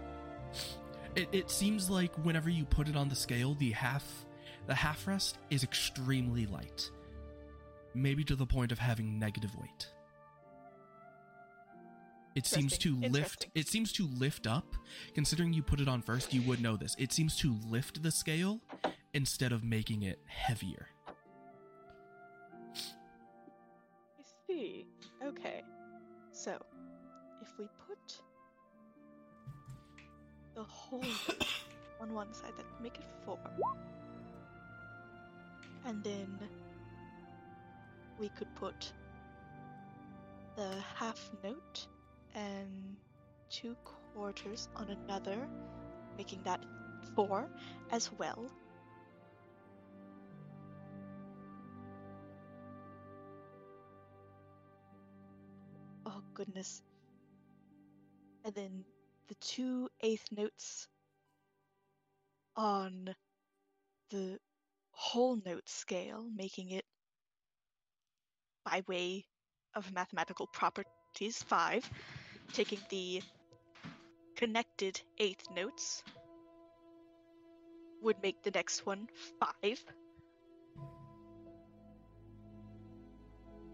[SPEAKER 1] It, it seems like whenever you put it on the scale, the half the half rest is extremely light. Maybe to the point of having negative weight. It seems to
[SPEAKER 8] Interesting,
[SPEAKER 1] lift
[SPEAKER 8] interesting.
[SPEAKER 1] it seems to lift up. Considering you put it on first, you would know this. It seems to lift the scale instead of making it heavier.
[SPEAKER 8] I see. Okay. So, if we put the whole note on one side, that would make it four. And then we could put the half note and two quarters on another, making that four as well. Oh goodness. And then the two eighth notes on the whole note scale, making it by way of mathematical properties five, taking the connected eighth notes would make the next one five.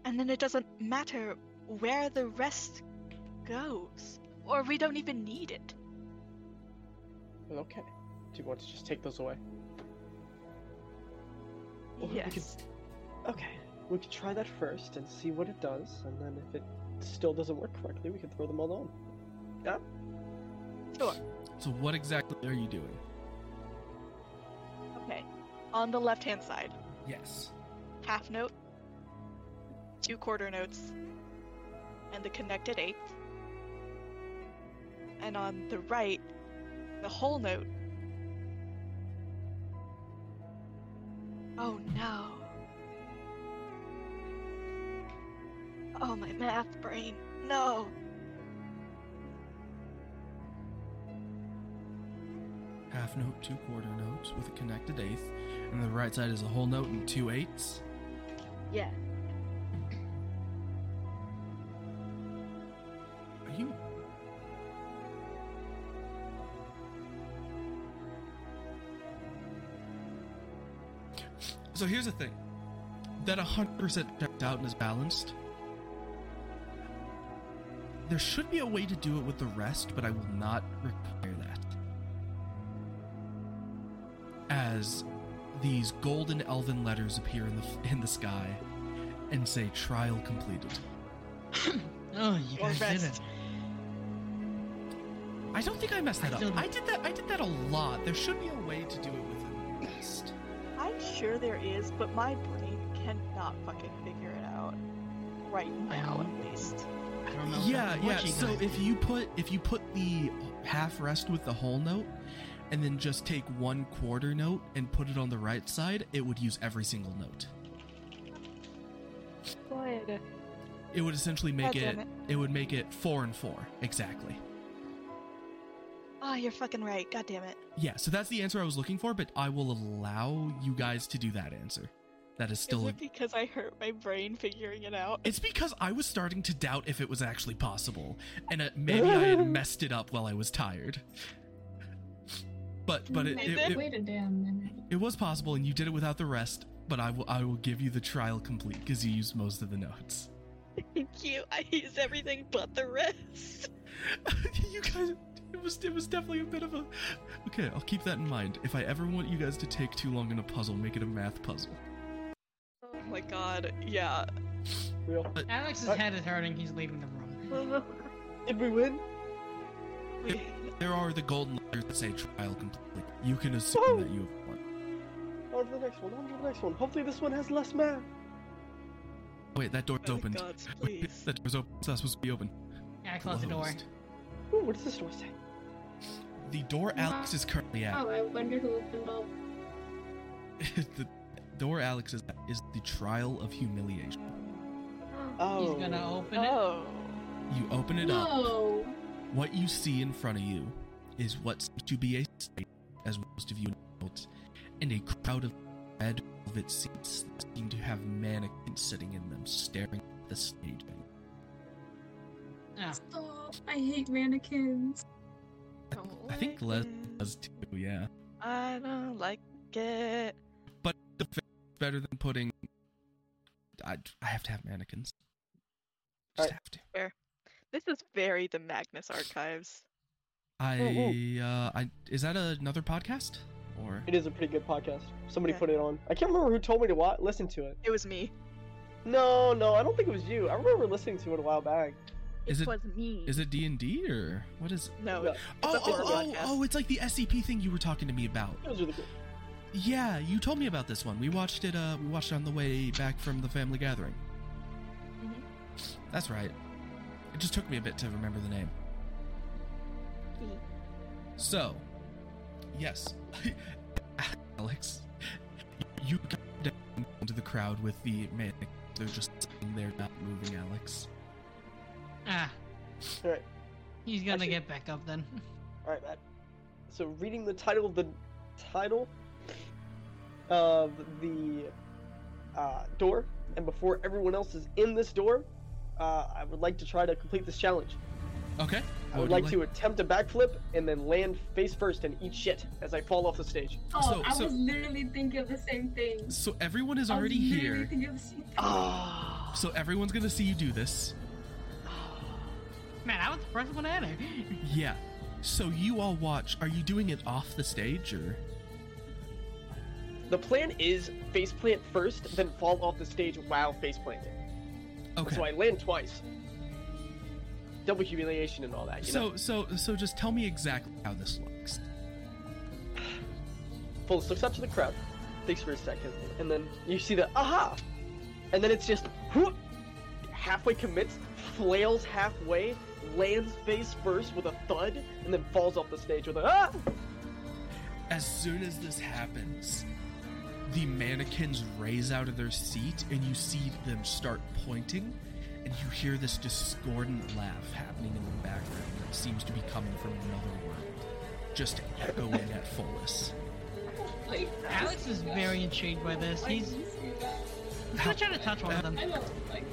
[SPEAKER 8] And then it doesn't matter where the rest goes, or we don't even need it.
[SPEAKER 2] Okay. Do you want to just take those away? Or we could-
[SPEAKER 8] yes.
[SPEAKER 2] Okay. We could try that first and see what it does, and then if it still doesn't work correctly, we can throw them all on.
[SPEAKER 1] So what exactly are you doing?
[SPEAKER 8] Okay. On the left hand side,
[SPEAKER 1] Yes.
[SPEAKER 8] half note, two quarter notes, and the connected eighth. And on the right, the whole note. Oh no. Oh, my math brain. No.
[SPEAKER 1] half note, two quarter notes with a connected eighth, and the right side is a whole note and two eighths.
[SPEAKER 8] Yeah.
[SPEAKER 1] Are you? So here's the thing that 100% checked out and is balanced. There should be a way to do it with the rest, but I will not require that. As these golden elven letters appear in the in the sky and say trial completed.
[SPEAKER 4] Oh, you
[SPEAKER 8] Or
[SPEAKER 4] guys did
[SPEAKER 8] rest.
[SPEAKER 4] it.
[SPEAKER 1] I don't think I messed that
[SPEAKER 4] I
[SPEAKER 1] up.
[SPEAKER 4] don't-
[SPEAKER 1] I did that. I did that a lot. There should be a way to do it with a rest.
[SPEAKER 8] I'm sure there is, but my brain cannot fucking figure it out right now,
[SPEAKER 4] Um,
[SPEAKER 8] at least.
[SPEAKER 4] I don't know.
[SPEAKER 1] yeah,
[SPEAKER 4] what
[SPEAKER 1] yeah.
[SPEAKER 4] you
[SPEAKER 1] So
[SPEAKER 4] guys
[SPEAKER 1] if
[SPEAKER 4] did.
[SPEAKER 1] you put if you put the half rest with the whole note, and then just take one quarter note and put it on the right side, it would use every single note.
[SPEAKER 5] Good.
[SPEAKER 1] It would essentially make
[SPEAKER 8] God
[SPEAKER 1] it,
[SPEAKER 8] damn
[SPEAKER 1] it would make it four and four exactly.
[SPEAKER 8] Ah, you're fucking right. God damn it.
[SPEAKER 1] Yeah. So that's the answer I was looking for, but I will allow you guys to do that answer. That is
[SPEAKER 8] Is
[SPEAKER 1] still. a-
[SPEAKER 8] it because I hurt my brain figuring it out?
[SPEAKER 1] It's because I was starting to doubt if it was actually possible, and uh, maybe I had messed it up while I was tired. But but it
[SPEAKER 3] I
[SPEAKER 1] it,
[SPEAKER 3] did.
[SPEAKER 1] it,
[SPEAKER 6] Wait a damn minute.
[SPEAKER 1] it was possible, and you did it without the rest, but I will I will give you the trial complete because you used most of the notes.
[SPEAKER 3] Thank you. I use everything but the rest.
[SPEAKER 1] you guys, it was it was definitely a bit of a. Okay, I'll keep that in mind. If I ever want you guys to take too long in a puzzle, make it a math puzzle.
[SPEAKER 3] Oh my god. Yeah.
[SPEAKER 2] Real.
[SPEAKER 4] Alex's
[SPEAKER 2] I-
[SPEAKER 4] head is hurting. He's leaving the room.
[SPEAKER 2] Did we win?
[SPEAKER 3] We-
[SPEAKER 1] There are the golden letters that say trial complete. You can assume
[SPEAKER 2] Woo!
[SPEAKER 1] that you have won.
[SPEAKER 2] On to the next one. On to the next one. Hopefully this one has less math.
[SPEAKER 1] Wait, that door's
[SPEAKER 3] Oh my
[SPEAKER 1] opened.
[SPEAKER 3] gods,
[SPEAKER 1] Wait,
[SPEAKER 3] please.
[SPEAKER 1] that door's open. It's not supposed to be open.
[SPEAKER 4] Yeah, I closed the door.
[SPEAKER 1] Closed.
[SPEAKER 2] Ooh, what does this door say?
[SPEAKER 1] The door Alex is currently at.
[SPEAKER 6] Oh, I wonder who opened up.
[SPEAKER 1] the door Alex is at is the trial of humiliation.
[SPEAKER 2] Oh.
[SPEAKER 4] He's gonna open it.
[SPEAKER 3] Oh.
[SPEAKER 1] You open it up.
[SPEAKER 6] No.
[SPEAKER 1] What you see in front of you is what seems to be a stage, as most of you know, and a crowd of red velvet seats that seem to have mannequins sitting in them, staring at the stage.
[SPEAKER 4] Ah,
[SPEAKER 6] Stop. I hate mannequins.
[SPEAKER 1] I think Les does too, yeah.
[SPEAKER 8] I don't like it.
[SPEAKER 1] But the fa- it's better than putting. I, I have to have mannequins. Just
[SPEAKER 2] Alright.
[SPEAKER 1] have to.
[SPEAKER 3] This is very the Magnus Archives.
[SPEAKER 1] I uh, I is that another podcast or
[SPEAKER 2] It is a pretty good podcast. Somebody
[SPEAKER 3] Yeah.
[SPEAKER 2] put it on. I can't remember who told me to watch, listen to it.
[SPEAKER 3] It was me.
[SPEAKER 2] No, no, I don't think it was you. I remember listening to it a while back.
[SPEAKER 1] Is it-
[SPEAKER 8] was me.
[SPEAKER 1] is it D and D or what is?
[SPEAKER 3] No.
[SPEAKER 2] Yeah.
[SPEAKER 1] Oh,
[SPEAKER 3] a
[SPEAKER 1] oh,
[SPEAKER 3] horror
[SPEAKER 1] oh,
[SPEAKER 3] podcast.
[SPEAKER 1] oh! It's like the SCP thing you were talking to me about.
[SPEAKER 2] It was really good.
[SPEAKER 1] Yeah, you told me about this one. We watched it. Uh, we watched it on the way back from the family gathering.
[SPEAKER 3] Mhm.
[SPEAKER 1] That's right. It just took me a bit to remember the name. So, yes, Alex, you come down into the crowd with the man. They're just sitting there, not moving. Alex,
[SPEAKER 4] ah.
[SPEAKER 2] Alright.
[SPEAKER 4] He's gonna
[SPEAKER 2] Actually-
[SPEAKER 4] get back up then.
[SPEAKER 2] All right, Matt. So, reading the title of the title of the uh, door, and before everyone else is in this door, uh, I would like to try to complete this challenge.
[SPEAKER 1] okay.
[SPEAKER 2] I would like, to attempt a backflip and then land face first and eat shit as I fall off the stage.
[SPEAKER 6] Oh,
[SPEAKER 1] So-
[SPEAKER 6] I
[SPEAKER 1] so-
[SPEAKER 6] was literally thinking of the same thing.
[SPEAKER 1] So everyone is
[SPEAKER 6] I was
[SPEAKER 1] already
[SPEAKER 6] literally
[SPEAKER 1] here.
[SPEAKER 6] thinking of the same thing.
[SPEAKER 2] Ah,
[SPEAKER 1] So everyone's gonna see you do this.
[SPEAKER 4] Man, I was the first one at it.
[SPEAKER 1] Yeah. So you all watch. Are you doing it off the stage or?
[SPEAKER 2] the plan is faceplant first, then fall off the stage while faceplanting.
[SPEAKER 1] Okay.
[SPEAKER 2] So I land twice. Double humiliation and all that. You know,
[SPEAKER 1] So so so just tell me exactly how this looks.
[SPEAKER 2] Fullis looks up to the crowd, thinks for a second, and then you see the aha, and then it's just whoop, halfway commits, flails halfway, lands face first with a thud, and then falls off the stage with a ah.
[SPEAKER 1] As soon as this happens, the mannequins raise out of their seat and you see them start pointing and you hear this discordant laugh happening in the background that seems to be coming from another world. Just echoing at Fullis.
[SPEAKER 6] Like,
[SPEAKER 4] Alex is very intrigued by this.
[SPEAKER 6] Why
[SPEAKER 4] He's
[SPEAKER 6] did you say that?
[SPEAKER 4] he's gonna try to touch one of them.
[SPEAKER 6] I know. Like,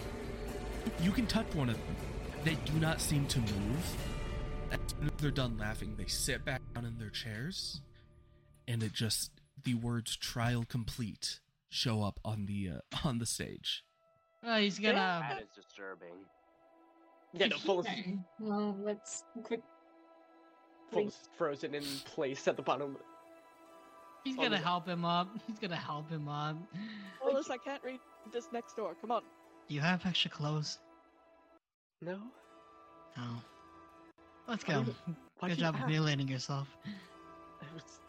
[SPEAKER 1] You can touch one of them. They do not seem to move. As soon as they're done laughing, they sit back down in their chairs, and it just the words "trial complete" show up on the uh, on the stage.
[SPEAKER 4] Oh, he's gonna.
[SPEAKER 7] That is disturbing.
[SPEAKER 2] Yeah, no, Fullis,
[SPEAKER 6] okay. Well, let's quick.
[SPEAKER 2] Fullis is frozen in place at the bottom.
[SPEAKER 4] He's gonna help him up. He's gonna help him up.
[SPEAKER 8] Well, listen, I can't read this next door. Come on.
[SPEAKER 4] Do you have extra clothes?
[SPEAKER 2] No.
[SPEAKER 9] Oh.
[SPEAKER 4] No. Let's
[SPEAKER 2] Why
[SPEAKER 4] go.
[SPEAKER 2] did- Why
[SPEAKER 4] Good
[SPEAKER 2] do you
[SPEAKER 4] job
[SPEAKER 2] ask?
[SPEAKER 4] humiliating yourself.
[SPEAKER 2] It was-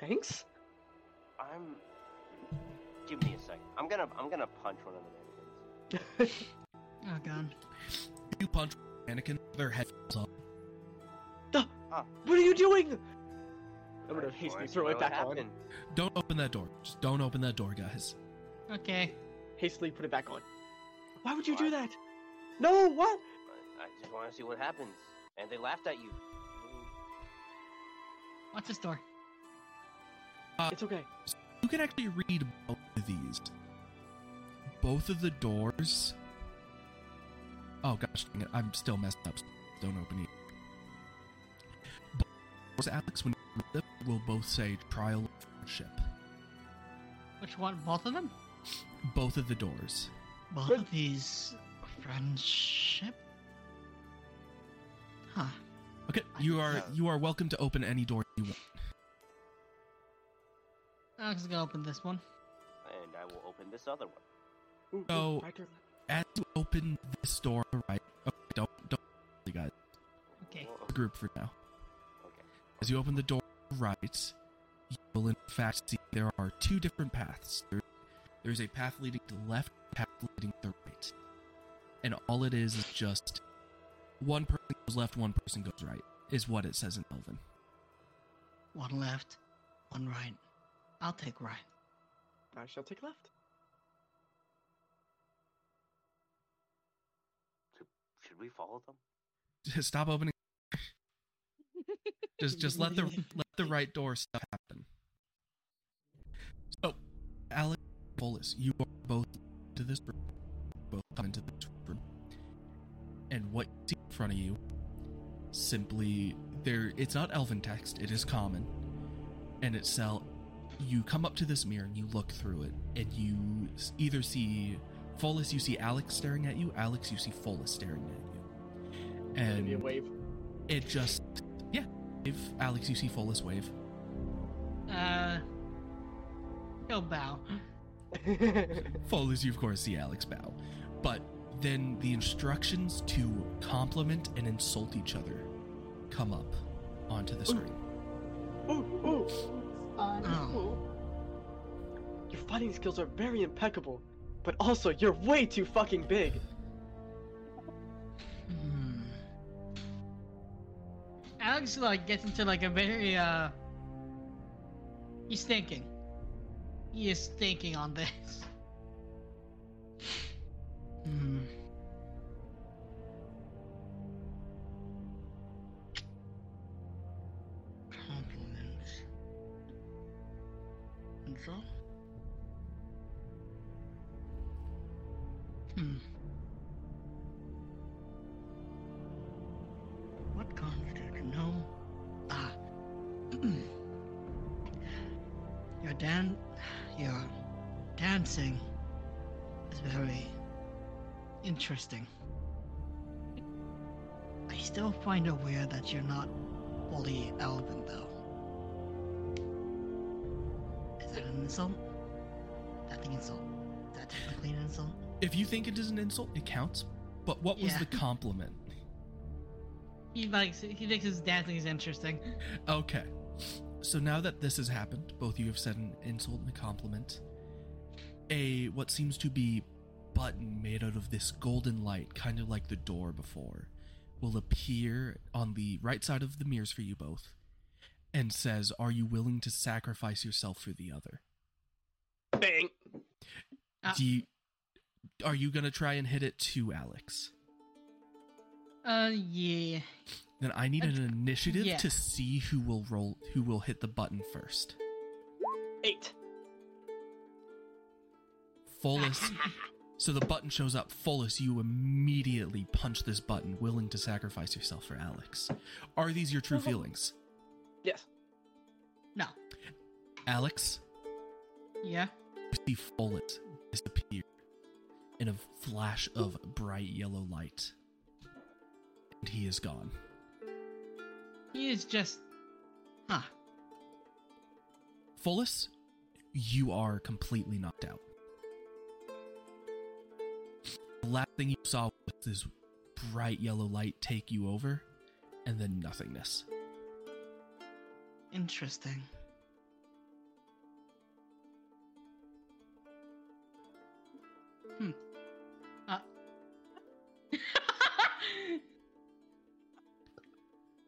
[SPEAKER 2] Thanks.
[SPEAKER 7] I'm. Give me a second. I'm gonna I'm gonna punch one of the mannequins.
[SPEAKER 4] Oh god.
[SPEAKER 1] You punch mannequin, their head falls off.
[SPEAKER 2] What are you doing? I'm gonna
[SPEAKER 7] Alright,
[SPEAKER 2] hastily
[SPEAKER 7] Lauren,
[SPEAKER 2] throw
[SPEAKER 7] what
[SPEAKER 2] it back on.
[SPEAKER 7] happened?
[SPEAKER 1] Don't open that door. Just don't open that door, guys.
[SPEAKER 4] Okay.
[SPEAKER 2] Hastily put it back on. Why would you do
[SPEAKER 7] Why?
[SPEAKER 2] that? No, what?
[SPEAKER 7] I I just want to see what happens. And they laughed at you.
[SPEAKER 4] What's this door?
[SPEAKER 2] It's okay.
[SPEAKER 1] You can actually read both of these. Both of the doors. Oh gosh, dang it, I'm still messed up. Don't open it. Both doors, Alex, when you read them, will both say trial of friendship.
[SPEAKER 4] Which one? Both of them?
[SPEAKER 1] Both of the doors.
[SPEAKER 9] Both
[SPEAKER 2] Good.
[SPEAKER 9] of these friendship. Huh.
[SPEAKER 1] Okay,
[SPEAKER 9] I
[SPEAKER 1] you
[SPEAKER 9] think
[SPEAKER 1] are
[SPEAKER 9] so.
[SPEAKER 1] you are welcome to open any door you want.
[SPEAKER 4] I'm just gonna open this one.
[SPEAKER 7] and I will open this other one.
[SPEAKER 2] Ooh, ooh,
[SPEAKER 1] So-
[SPEAKER 2] my turn.
[SPEAKER 1] As you open this door, to the right? Okay, don't don't you guys
[SPEAKER 4] Okay.
[SPEAKER 7] Whoa,
[SPEAKER 1] the group for now.
[SPEAKER 7] Okay.
[SPEAKER 1] As you open the door to the right, you will in fact see there are two different paths. There, there's a path leading to the left, path leading to the right. And all it is is just one person goes left, one person goes right, is what it says in Elven.
[SPEAKER 9] One left, one right. I'll take right.
[SPEAKER 2] I shall take left.
[SPEAKER 7] Should we follow them?
[SPEAKER 1] Stop opening. just just let the let the right door stuff happen. So, Alex Bolus, you are both to this room. Both come into this room. And what you see in front of you simply there it's not elven text, it is common. And it's cell you come up to this mirror and you look through it, and you s- either see Folus, you see Alex staring at you, Alex, you see Folus staring at you. And
[SPEAKER 2] Maybe a wave.
[SPEAKER 1] it just yeah if alex you see Follis wave
[SPEAKER 4] Uh, he'll bow.
[SPEAKER 1] Follis, you of course see alex bow but then the instructions to compliment and insult each other come up onto the screen
[SPEAKER 2] ooh, ooh.
[SPEAKER 6] Fun.
[SPEAKER 9] Oh,
[SPEAKER 2] Your fighting skills are very impeccable, but also you're way too fucking big.
[SPEAKER 9] hmm.
[SPEAKER 4] Alex like gets into like a very uh. He's thinking. He is thinking on this.
[SPEAKER 9] Hmm. Compliments. Control? Hmm. What constitutes no? Ah. your dan, your dancing is very Interesting. I still find it weird that you're not fully elven, though. Is that an insult? That's an insult. Is that technically an insult?
[SPEAKER 1] if you think it is an insult it counts but what was
[SPEAKER 4] Yeah.
[SPEAKER 1] the compliment
[SPEAKER 4] He likes. He thinks his dancing is interesting.
[SPEAKER 1] okay so now that this has happened both you have said an insult and a compliment a what seems to be button made out of this golden light kind of like the door before will appear on the right side of the mirrors for you both and says, Are you willing to sacrifice yourself for the other?
[SPEAKER 2] Bang.
[SPEAKER 4] Ah.
[SPEAKER 1] Do you, are you going to try and hit it too, Alex?
[SPEAKER 4] Uh, yeah.
[SPEAKER 1] Then I need
[SPEAKER 4] Uh,
[SPEAKER 1] an initiative
[SPEAKER 4] yeah.
[SPEAKER 1] to see who will roll, who will hit the button first.
[SPEAKER 2] Eight.
[SPEAKER 1] Follis. so the button shows up. Follis, you immediately punch this button, willing to sacrifice yourself for Alex. Are these your true feelings?
[SPEAKER 2] Yes.
[SPEAKER 4] No.
[SPEAKER 1] Alex,
[SPEAKER 4] Yeah.
[SPEAKER 1] see Follett disappear in a flash of bright yellow light. And he is gone.
[SPEAKER 4] He is just. Huh.
[SPEAKER 1] Follis, you are completely knocked out. The last thing you saw was this bright yellow light take you over, and then nothingness.
[SPEAKER 9] Interesting.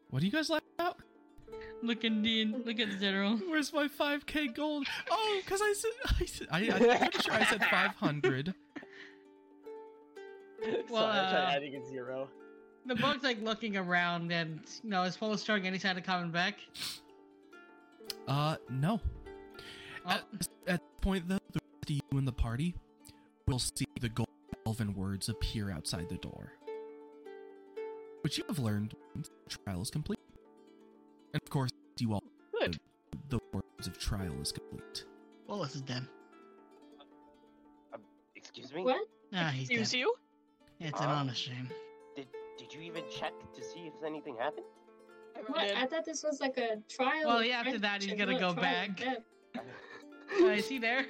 [SPEAKER 1] What are you guys laughing about?
[SPEAKER 4] look at Dean. Look at Zero.
[SPEAKER 1] Where's my 5k gold? Oh, because I said, I said I, I'm pretty sure I said 500.
[SPEAKER 4] Well,
[SPEAKER 2] Sorry, I
[SPEAKER 4] uh,
[SPEAKER 2] tried adding a zero.
[SPEAKER 4] The bug's like looking around, and you know, is Follis showing any sign of coming back?
[SPEAKER 1] Uh, no.
[SPEAKER 4] Oh,
[SPEAKER 1] At, at this point, though, the rest of you in the party will see the gold elven words appear outside the door, which you have learned once the trial is complete. And of course, you all
[SPEAKER 2] Good.
[SPEAKER 1] the words of trial is complete.
[SPEAKER 9] Well, this is dead.
[SPEAKER 7] Excuse me?
[SPEAKER 6] What?
[SPEAKER 9] Ah, he's
[SPEAKER 8] Excuse
[SPEAKER 9] dead.
[SPEAKER 8] you? Oh.
[SPEAKER 9] It's an
[SPEAKER 7] Huh?
[SPEAKER 9] honest shame.
[SPEAKER 7] Did you even check to see if anything happened?
[SPEAKER 8] I
[SPEAKER 6] What?
[SPEAKER 8] did.
[SPEAKER 6] I thought this was like a trial.
[SPEAKER 4] Well,
[SPEAKER 6] of
[SPEAKER 4] yeah, after that, he's
[SPEAKER 6] friendship,
[SPEAKER 4] gonna
[SPEAKER 6] not
[SPEAKER 4] go
[SPEAKER 6] a trial of
[SPEAKER 4] back.
[SPEAKER 6] death.
[SPEAKER 4] Uh, is he there?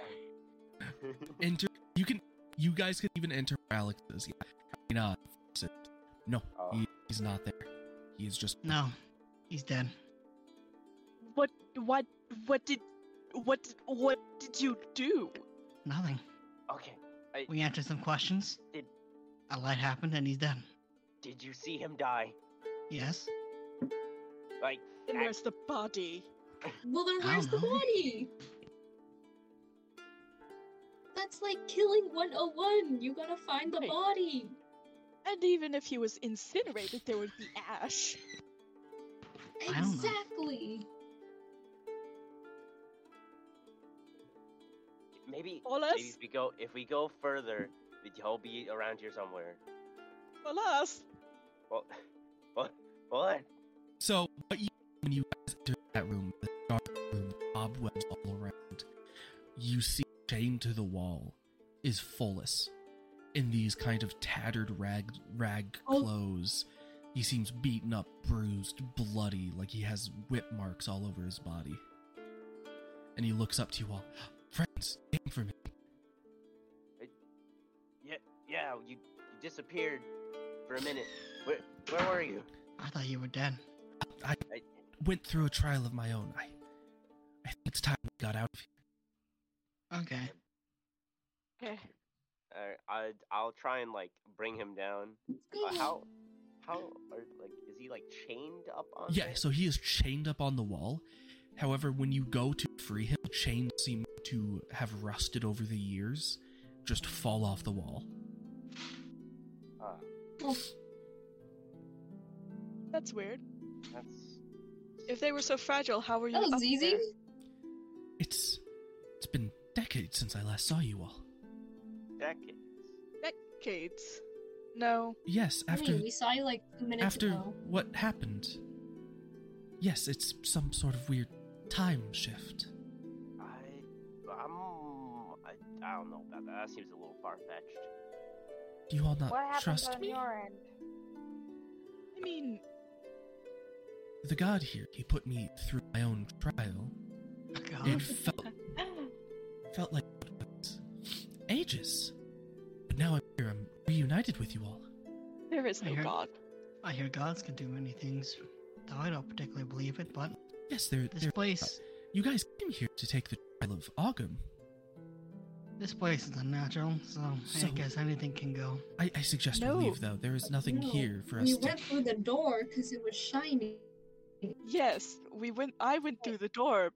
[SPEAKER 1] Enter. You can. You guys can even enter Alex's. Yeah. I mean, uh, sit. No,
[SPEAKER 7] Oh.
[SPEAKER 1] he, he's not there. He is just.
[SPEAKER 9] No, he's dead.
[SPEAKER 8] What? What? What did? What? What did you do?
[SPEAKER 9] Nothing.
[SPEAKER 7] okay.
[SPEAKER 9] We answered some questions.
[SPEAKER 7] Did-
[SPEAKER 9] A light happened and he's dead.
[SPEAKER 7] Did you see him die?
[SPEAKER 9] Yes.
[SPEAKER 7] Like,
[SPEAKER 8] And
[SPEAKER 7] I-
[SPEAKER 8] where's the body?
[SPEAKER 6] Well, then
[SPEAKER 9] I
[SPEAKER 6] where's the
[SPEAKER 9] don't know.
[SPEAKER 6] body? That's like killing 101. You gotta find the
[SPEAKER 8] Right.
[SPEAKER 6] body.
[SPEAKER 8] And even if he was incinerated, there would be ash.
[SPEAKER 9] I don't know.
[SPEAKER 6] Exactly.
[SPEAKER 7] maybe, maybe
[SPEAKER 8] Olas,
[SPEAKER 7] if we go if we go further, he'll be around here somewhere.
[SPEAKER 8] olas.
[SPEAKER 7] Well, what? What?
[SPEAKER 1] So, what you when you guys enter that room, the dark room, cobwebs all around, you see chained to the wall is Follis in these kind of tattered rag rag
[SPEAKER 6] Oh.
[SPEAKER 1] clothes. He seems beaten up, bruised, bloody, like he has whip marks all over his body. And he looks up to you all. Friends, came for me.
[SPEAKER 7] Yeah, you, you disappeared for a minute. Where where were you?
[SPEAKER 9] I thought you were dead.
[SPEAKER 1] Went through a trial of my own. I, I think it's time we got out of here.
[SPEAKER 9] Okay.
[SPEAKER 8] Okay.
[SPEAKER 7] Uh, I I'll try and like bring him down. Uh, how how are like is he like chained up on?
[SPEAKER 1] Yeah,
[SPEAKER 7] there?
[SPEAKER 1] so he is chained up on the wall. However, when you go to free him, the chains seem to have rusted over the years, just fall off the wall.
[SPEAKER 7] Ah,
[SPEAKER 8] That's weird.
[SPEAKER 7] that's
[SPEAKER 8] If they were so fragile, how were you?
[SPEAKER 6] That
[SPEAKER 8] up
[SPEAKER 6] was easy.
[SPEAKER 8] there?
[SPEAKER 1] It's it's been decades since I last saw you all.
[SPEAKER 7] decades.
[SPEAKER 8] Decades. No.
[SPEAKER 1] Yes,
[SPEAKER 6] After,
[SPEAKER 1] after
[SPEAKER 6] we saw you like two minutes
[SPEAKER 1] after
[SPEAKER 6] ago.
[SPEAKER 1] what happened. Yes, it's some sort of weird time shift.
[SPEAKER 7] I I'm I, I don't know about that. That seems a little far fetched.
[SPEAKER 1] Do you all not
[SPEAKER 5] What happened
[SPEAKER 1] trust
[SPEAKER 5] on
[SPEAKER 1] me?
[SPEAKER 5] your end?
[SPEAKER 8] I mean,
[SPEAKER 1] The god here, he put me through my own trial.
[SPEAKER 9] Oh, God.
[SPEAKER 1] It felt felt like ages. But now I'm here. I'm reunited with you all.
[SPEAKER 8] there is
[SPEAKER 9] I
[SPEAKER 8] no
[SPEAKER 9] heard-
[SPEAKER 8] god.
[SPEAKER 9] I hear gods can do many things. Though I don't particularly believe it, but
[SPEAKER 1] Yes, there.
[SPEAKER 9] this
[SPEAKER 1] there-
[SPEAKER 9] place,
[SPEAKER 1] You guys came here to take the trial of Augham.
[SPEAKER 9] this place is unnatural, so,
[SPEAKER 1] So-
[SPEAKER 9] I guess anything can go.
[SPEAKER 1] I, I suggest
[SPEAKER 8] No.
[SPEAKER 1] we leave, though. There is nothing
[SPEAKER 6] No.
[SPEAKER 1] here for us
[SPEAKER 6] we
[SPEAKER 1] to.
[SPEAKER 6] went through the door because it was shiny.
[SPEAKER 8] Yes, we went. I went through the door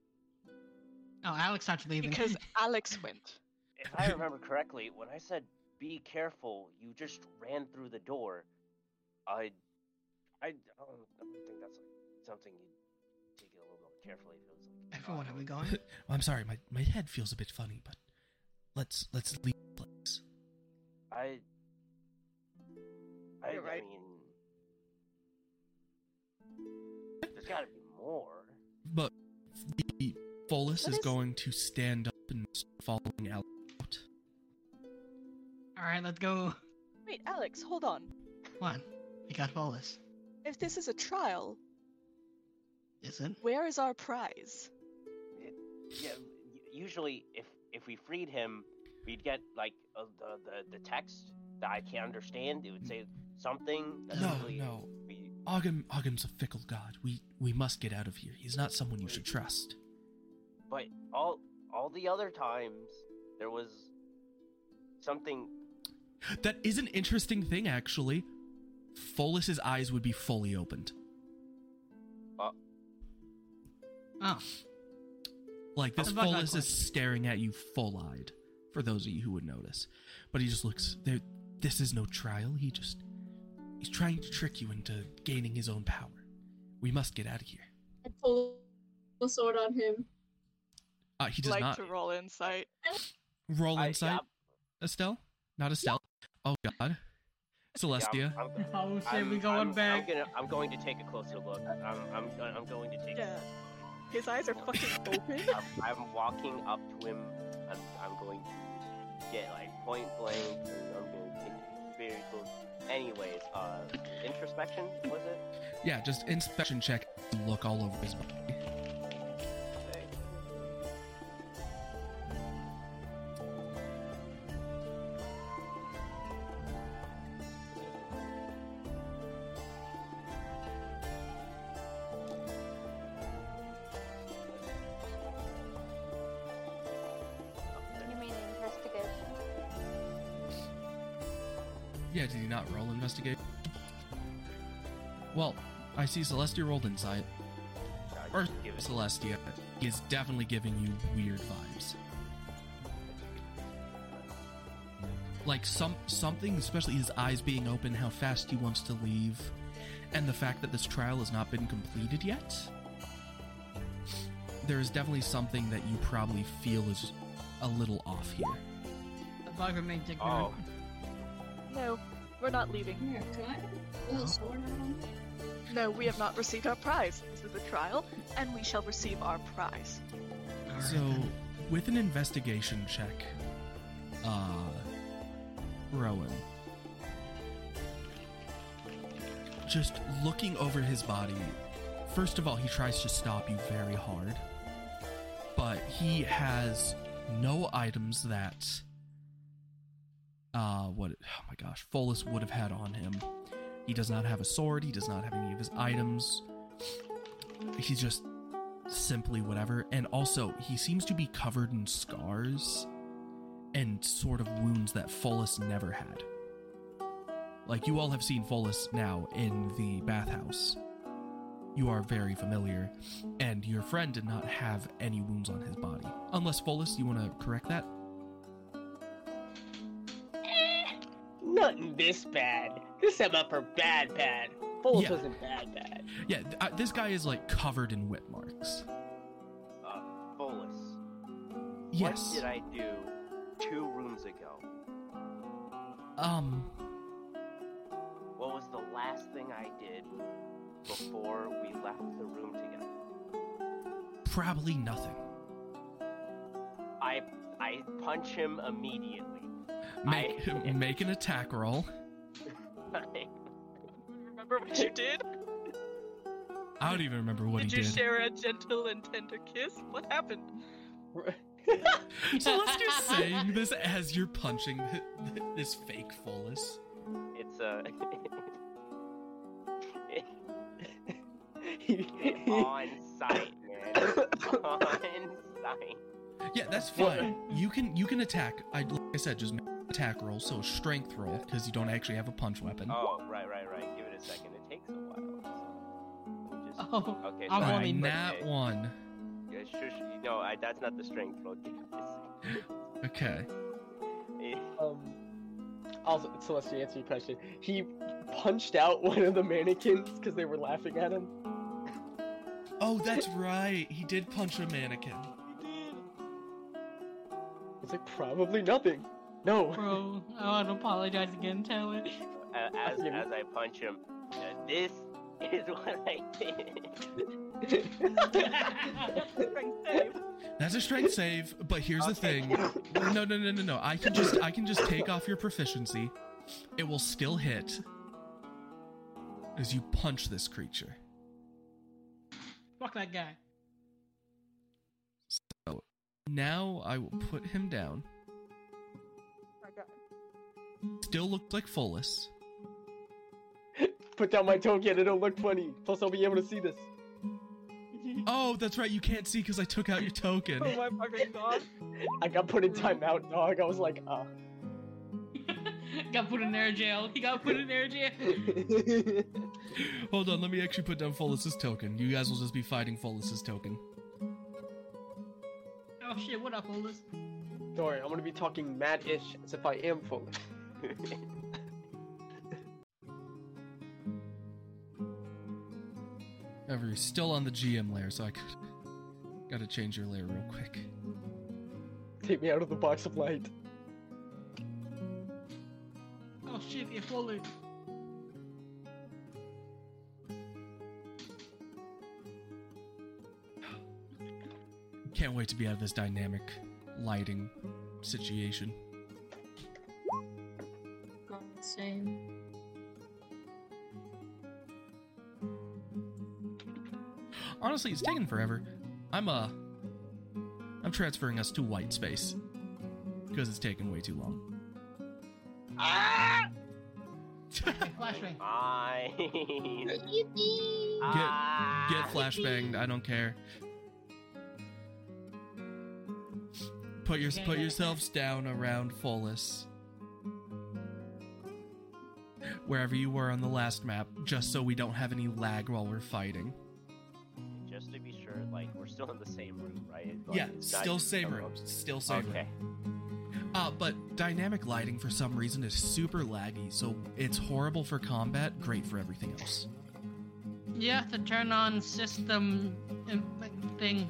[SPEAKER 9] Oh, Alex starts leaving.
[SPEAKER 8] because Alex went.
[SPEAKER 7] If I remember correctly, when I said be careful, you just ran through the door. I I, I, don't, I don't think that's like something you'd take it a little more carefully if it was like
[SPEAKER 9] Everyone, are we
[SPEAKER 7] Gotham.
[SPEAKER 9] going?
[SPEAKER 1] Oh, I'm sorry, my, my head feels a bit funny, but let's let's leave the place.
[SPEAKER 7] I. I,
[SPEAKER 8] You're right.
[SPEAKER 7] I mean, there's got to be more.
[SPEAKER 1] But the Folus
[SPEAKER 8] What
[SPEAKER 1] is
[SPEAKER 8] is-
[SPEAKER 1] going to stand up and start following Alex out.
[SPEAKER 9] All right, let's go.
[SPEAKER 8] Wait, Alex, hold on.
[SPEAKER 9] What? We got Volus.
[SPEAKER 8] If this is a trial,
[SPEAKER 9] Is it?
[SPEAKER 8] where is our prize?
[SPEAKER 7] Yeah, u- usually if if we freed him, we'd get like uh, the, the the text that I can't understand. It would say something. That's
[SPEAKER 1] No,
[SPEAKER 7] usually
[SPEAKER 1] no.
[SPEAKER 7] We,
[SPEAKER 1] Augham Augham's a fickle god. We we must get out of here. He's not someone you should trust.
[SPEAKER 7] but all all the other times there was something.
[SPEAKER 1] That is an interesting thing, actually. Folus's eyes would be fully opened.
[SPEAKER 8] Uh.
[SPEAKER 9] Oh,
[SPEAKER 1] Like this
[SPEAKER 9] That's not
[SPEAKER 1] Folus
[SPEAKER 9] close.
[SPEAKER 1] is staring at you full eyed, for those of you who would notice. But he just looks there this is no trial, he just he's trying to trick you into gaining his own power. We must get out of here.
[SPEAKER 6] I pulled the sword on him.
[SPEAKER 1] Uh, he does
[SPEAKER 8] like
[SPEAKER 1] not
[SPEAKER 8] to roll insight.
[SPEAKER 1] roll
[SPEAKER 7] I-
[SPEAKER 1] insight. Estelle? Not Estelle. Oh god.
[SPEAKER 7] yeah,
[SPEAKER 1] Celestia.
[SPEAKER 7] I'm- I'm-
[SPEAKER 4] Oh shit,
[SPEAKER 7] I'm-
[SPEAKER 4] we going
[SPEAKER 7] I'm-
[SPEAKER 4] back.
[SPEAKER 7] I'm, gonna, I'm going to take a closer look. I'm, I'm, I'm going to take.
[SPEAKER 8] Yeah. His eyes are fucking open.
[SPEAKER 7] I'm, I'm walking up to him. I'm, I'm going to get like point blank, or I'm gonna take very close. Anyways, uh, introspection was it?
[SPEAKER 1] Yeah, just inspection check. Look all over his body.
[SPEAKER 7] Okay.
[SPEAKER 5] You mean investigation?
[SPEAKER 1] Yeah, did you not roll investigate? Well, I see Celestia rolled insight.
[SPEAKER 7] Uh,
[SPEAKER 1] Or
[SPEAKER 7] give it-
[SPEAKER 1] Celestia is definitely giving you weird vibes. Like some something, especially his eyes being open, how fast he wants to leave, and the fact that this trial has not been completed yet. There is definitely something that you probably feel is a little off here.
[SPEAKER 4] The bug remains ignorant.
[SPEAKER 7] Oh.
[SPEAKER 8] No, we're not leaving.
[SPEAKER 6] Here, can I pull a sword out on me?
[SPEAKER 8] No, we have not received our prize. This is a trial, and we shall receive our prize.
[SPEAKER 4] Alright
[SPEAKER 1] So,
[SPEAKER 4] then.
[SPEAKER 1] with an investigation check, uh, Rowan, just looking over his body, first of all, he tries to stop you very hard, but he has no items that, uh, what, oh my gosh, Folus would have had on him. He does not have a sword, he does not have any of his items. He's just simply whatever. And also, he seems to be covered in scars and sort of wounds that Folus never had. Like, you all have seen Folus now in the bathhouse. You are very familiar, and your friend did not have any wounds on his body. Unless, Folus, you want to correct that?
[SPEAKER 11] Nothing this bad. This time up for bad, bad. Bulls
[SPEAKER 1] Yeah.
[SPEAKER 11] wasn't bad, bad.
[SPEAKER 1] Yeah, th- uh, this guy is like covered in whip marks.
[SPEAKER 7] Uh, Bolus.
[SPEAKER 1] Yes.
[SPEAKER 7] What did I do two rooms ago?
[SPEAKER 1] Um,
[SPEAKER 7] What was the last thing I did before we left the room together?
[SPEAKER 1] probably nothing.
[SPEAKER 7] I I punch him immediately.
[SPEAKER 1] Make
[SPEAKER 7] I-
[SPEAKER 1] make an attack roll.
[SPEAKER 3] Remember what you did?
[SPEAKER 1] I don't even remember what
[SPEAKER 3] did
[SPEAKER 1] he
[SPEAKER 3] you
[SPEAKER 1] did.
[SPEAKER 3] share a gentle and tender kiss? What happened?
[SPEAKER 1] So let's just saying this as you're punching th- th- this fake Folus.
[SPEAKER 7] it's a on sight, man. on sight.
[SPEAKER 1] Yeah, that's fine. You can you can attack. I like I said, just make an attack roll, so a strength roll because you don't actually have a punch weapon.
[SPEAKER 7] Oh, right, right, right. Give it a second. It takes a while. So we'll just
[SPEAKER 4] Oh,
[SPEAKER 7] okay.
[SPEAKER 4] I'm
[SPEAKER 1] All
[SPEAKER 7] sorry.
[SPEAKER 4] on
[SPEAKER 1] right,
[SPEAKER 4] only-
[SPEAKER 1] nat
[SPEAKER 7] Okay.
[SPEAKER 1] one.
[SPEAKER 7] Yeah, shush. No, I, that's not the strength roll. Give it a second.
[SPEAKER 1] Okay.
[SPEAKER 11] Um, also, Celeste, to answer your question, he punched out one of the mannequins because they were laughing at him.
[SPEAKER 1] Oh, that's right. He did punch a mannequin.
[SPEAKER 11] It's like probably nothing. No.
[SPEAKER 4] Bro, Oh, I want to apologize again, Taylor.
[SPEAKER 7] Uh, as
[SPEAKER 11] Okay.
[SPEAKER 7] as I punch him, uh, this is what I did.
[SPEAKER 8] Strength save.
[SPEAKER 1] That's a strength save, but here's the
[SPEAKER 7] Okay.
[SPEAKER 1] thing. No, no, no, no, no. I can just I can just take off your proficiency. It will still hit as you punch this creature.
[SPEAKER 4] Fuck that guy.
[SPEAKER 1] Now I will put him down. Still looks like Folus.
[SPEAKER 11] Put down my token. It'll look funny. Plus, I'll be able to see this.
[SPEAKER 1] Oh, that's right. You can't see because I took out your token.
[SPEAKER 3] Oh my fucking god.
[SPEAKER 11] I got put in timeout, dog. I was like, ah.
[SPEAKER 4] got put in air jail. He got put in air jail.
[SPEAKER 1] Hold on, let me actually put down Folus's token. You guys will just be fighting Folus's token.
[SPEAKER 4] Oh shit, what up, Olus?
[SPEAKER 11] Don't worry, I'm gonna be talking mad-ish as if I am full.
[SPEAKER 1] However, you're still on the GM layer, so I could, gotta change your layer real quick.
[SPEAKER 11] Take me out of the box of light.
[SPEAKER 4] Oh shit, it followed.
[SPEAKER 1] Can't wait to be out of this dynamic lighting situation.
[SPEAKER 6] shame.
[SPEAKER 1] Honestly, it's taken forever. I'm uh I'm transferring us to white space. Because it's taken way too long.
[SPEAKER 7] Ah!
[SPEAKER 4] Flashbang.
[SPEAKER 7] Fine.
[SPEAKER 6] Yippee!
[SPEAKER 7] Ah!
[SPEAKER 1] Get flashbanged, I don't care. Put your put yourselves down around Follis. Wherever you were on the last map, just so we don't have any lag while we're fighting.
[SPEAKER 7] Just to be sure, like we're still in the same room, right? Like,
[SPEAKER 1] Yeah,
[SPEAKER 7] it's not
[SPEAKER 1] still
[SPEAKER 7] just
[SPEAKER 1] same
[SPEAKER 7] a
[SPEAKER 1] room. Still same room.
[SPEAKER 7] Okay.
[SPEAKER 1] Uh, but dynamic lighting for some reason is super laggy, so it's horrible for combat, great for everything else.
[SPEAKER 4] You have to turn on system and like, thing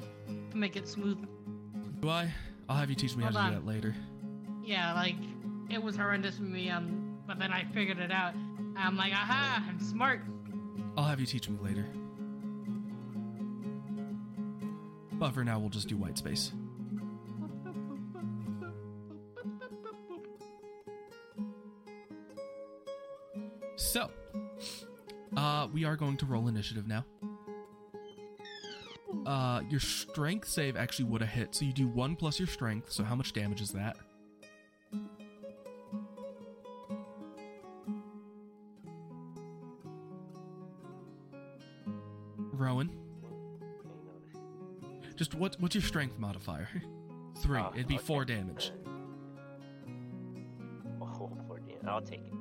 [SPEAKER 4] to make it smooth.
[SPEAKER 1] Do I? I'll have you teach me how to
[SPEAKER 4] Hold on.
[SPEAKER 1] do that later.
[SPEAKER 4] Yeah, like it was horrendous for me. Um, but then I figured it out. I'm like, aha! I'm smart.
[SPEAKER 1] I'll have you teach me later. But for now, we'll just do white space. So, uh, we are going to roll initiative now. Uh, your strength save actually would have hit, so you do one plus your strength. So how much damage is that? Rowan, just what? What's your strength modifier? Three.
[SPEAKER 7] Oh,
[SPEAKER 1] It'd be
[SPEAKER 7] okay.
[SPEAKER 1] four damage.
[SPEAKER 7] Oh, 14. I'll take it.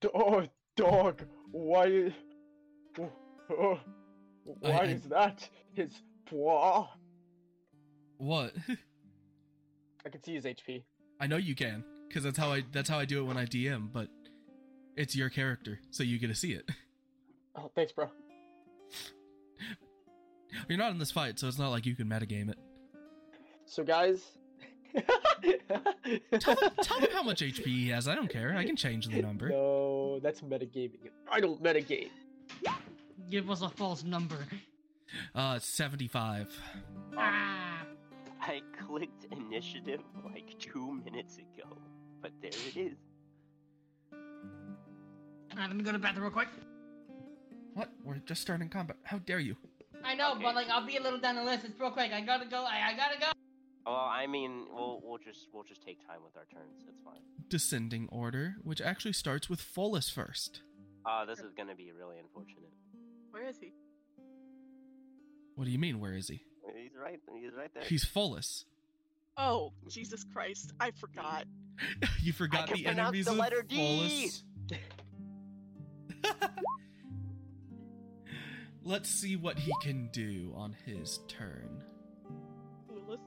[SPEAKER 11] D- oh, dog! Why? Oh, oh, why
[SPEAKER 1] I-
[SPEAKER 11] is that? His blah.
[SPEAKER 1] What?
[SPEAKER 11] I can see his HP.
[SPEAKER 1] I know you can, because that's how I that's how I do it when I DM. But it's your character, so you get to see it.
[SPEAKER 11] Oh, thanks, bro.
[SPEAKER 1] You're not in this fight, so it's not like you can metagame it.
[SPEAKER 11] So, guys.
[SPEAKER 1] Tell them, tell them how much HP he has. I don't care. I can change the number.
[SPEAKER 11] No, that's metagaming. I don't metagame.
[SPEAKER 4] Give us a false number.
[SPEAKER 1] Uh, 75.
[SPEAKER 4] Ah!
[SPEAKER 7] I clicked initiative like two minutes ago, but there it is.
[SPEAKER 4] Alright, let me go to the bathroom real quick.
[SPEAKER 1] What? We're just starting combat. How dare you?
[SPEAKER 4] I know,
[SPEAKER 7] Okay.
[SPEAKER 4] but like I'll be a little down the list. It's real quick. I gotta go. I, I gotta go.
[SPEAKER 7] Well, I mean, we'll we'll just we'll just take time with our turns. It's fine.
[SPEAKER 1] Descending order, which actually starts with Follis first.
[SPEAKER 7] Uh, this is gonna be really unfortunate.
[SPEAKER 8] Where is he?
[SPEAKER 1] What do you mean? Where is he?
[SPEAKER 7] He's right. He's right there.
[SPEAKER 1] He's Follis.
[SPEAKER 8] Oh, Jesus Christ! I forgot.
[SPEAKER 1] you forgot
[SPEAKER 7] can
[SPEAKER 1] the
[SPEAKER 7] pronounce
[SPEAKER 1] enemies
[SPEAKER 7] the
[SPEAKER 1] of
[SPEAKER 7] letter D.
[SPEAKER 1] Follis. Let's see what he can do on his turn.
[SPEAKER 8] Clueless.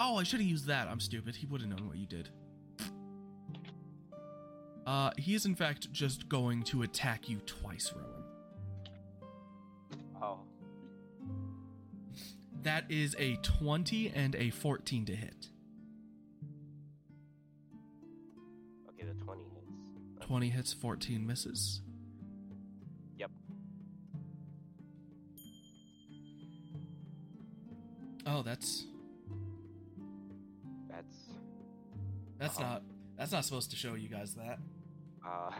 [SPEAKER 1] Oh, I should have used that. I'm stupid. He would have known what you did. Uh, he is in fact just going to attack you twice, Rowan.
[SPEAKER 7] Oh,
[SPEAKER 1] That is a 20 and a 14 to hit.
[SPEAKER 7] okay. The twenty hits.
[SPEAKER 1] 20 hits, 14 misses.
[SPEAKER 7] Yep.
[SPEAKER 1] Oh, that's
[SPEAKER 7] That's
[SPEAKER 1] that's
[SPEAKER 7] Uh-oh.
[SPEAKER 1] not that's not supposed to show you guys that.
[SPEAKER 7] uh.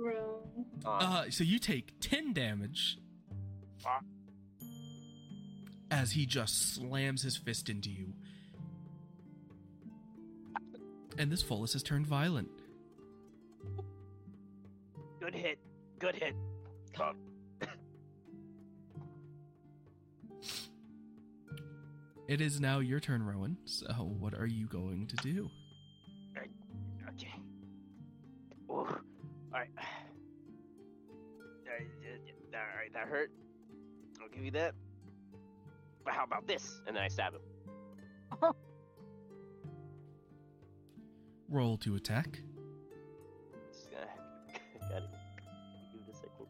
[SPEAKER 6] Ruh-roh.
[SPEAKER 7] uh,
[SPEAKER 1] Uh, so you take 10 damage
[SPEAKER 7] Ah.
[SPEAKER 1] as he just slams his fist into you. And this Follis has turned violent.
[SPEAKER 7] Good hit. Good hit.
[SPEAKER 1] uh,
[SPEAKER 7] Oh,
[SPEAKER 1] It is now your turn, Rowan. So, what are you going to do?
[SPEAKER 7] okay. Ooh. All right. All right. That hurt. I'll give you that. But how about this? And then I stab him.
[SPEAKER 1] Roll to attack.
[SPEAKER 7] Just gonna got it. Give it a second.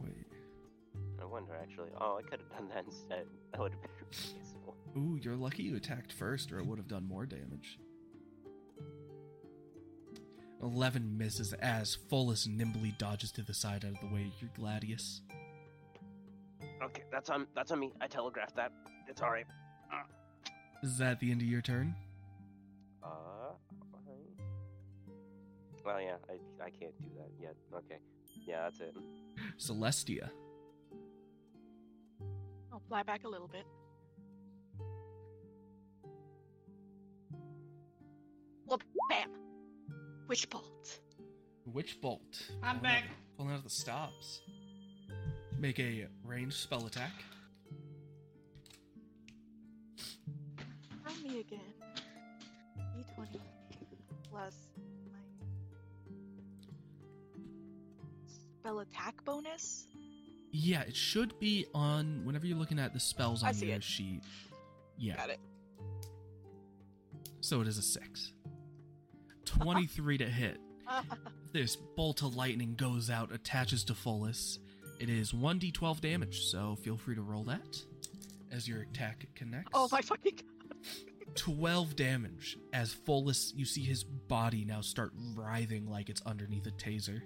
[SPEAKER 1] Wait.
[SPEAKER 7] I want thunder, actually. Oh, I could have done that instead. That would have been really useful.
[SPEAKER 1] Ooh, you're lucky you attacked first, or it would have done more damage. Eleven misses as Follis nimbly dodges to the side out of the way. You're Gladius.
[SPEAKER 7] Okay, that's on that's on me. I telegraphed that. It's alright.
[SPEAKER 1] Is that the end of your turn?
[SPEAKER 7] Uh, I... well, yeah, I I can't do that yet. Okay, yeah, that's it.
[SPEAKER 1] Celestia.
[SPEAKER 8] I'll fly back a little bit. Well, bam! Witch bolt.
[SPEAKER 1] Witch Bolt.
[SPEAKER 4] I'm
[SPEAKER 1] Pulling out
[SPEAKER 4] back.
[SPEAKER 1] the- Pulling out the stops. Make a ranged spell attack.
[SPEAKER 8] Try me again. D20 plus my spell attack bonus.
[SPEAKER 1] Yeah, it should be on whenever you're looking at the spells
[SPEAKER 8] I
[SPEAKER 1] on
[SPEAKER 8] see
[SPEAKER 1] your
[SPEAKER 8] it.
[SPEAKER 1] sheet. Yeah.
[SPEAKER 8] Got it.
[SPEAKER 1] So it is a six. 23 to hit. This bolt of lightning goes out, attaches to Follis. It is 1d12 damage, so feel free to roll that as your attack connects.
[SPEAKER 8] Oh my fucking
[SPEAKER 1] 12 damage as Follis, you see his body now start writhing like it's underneath a taser.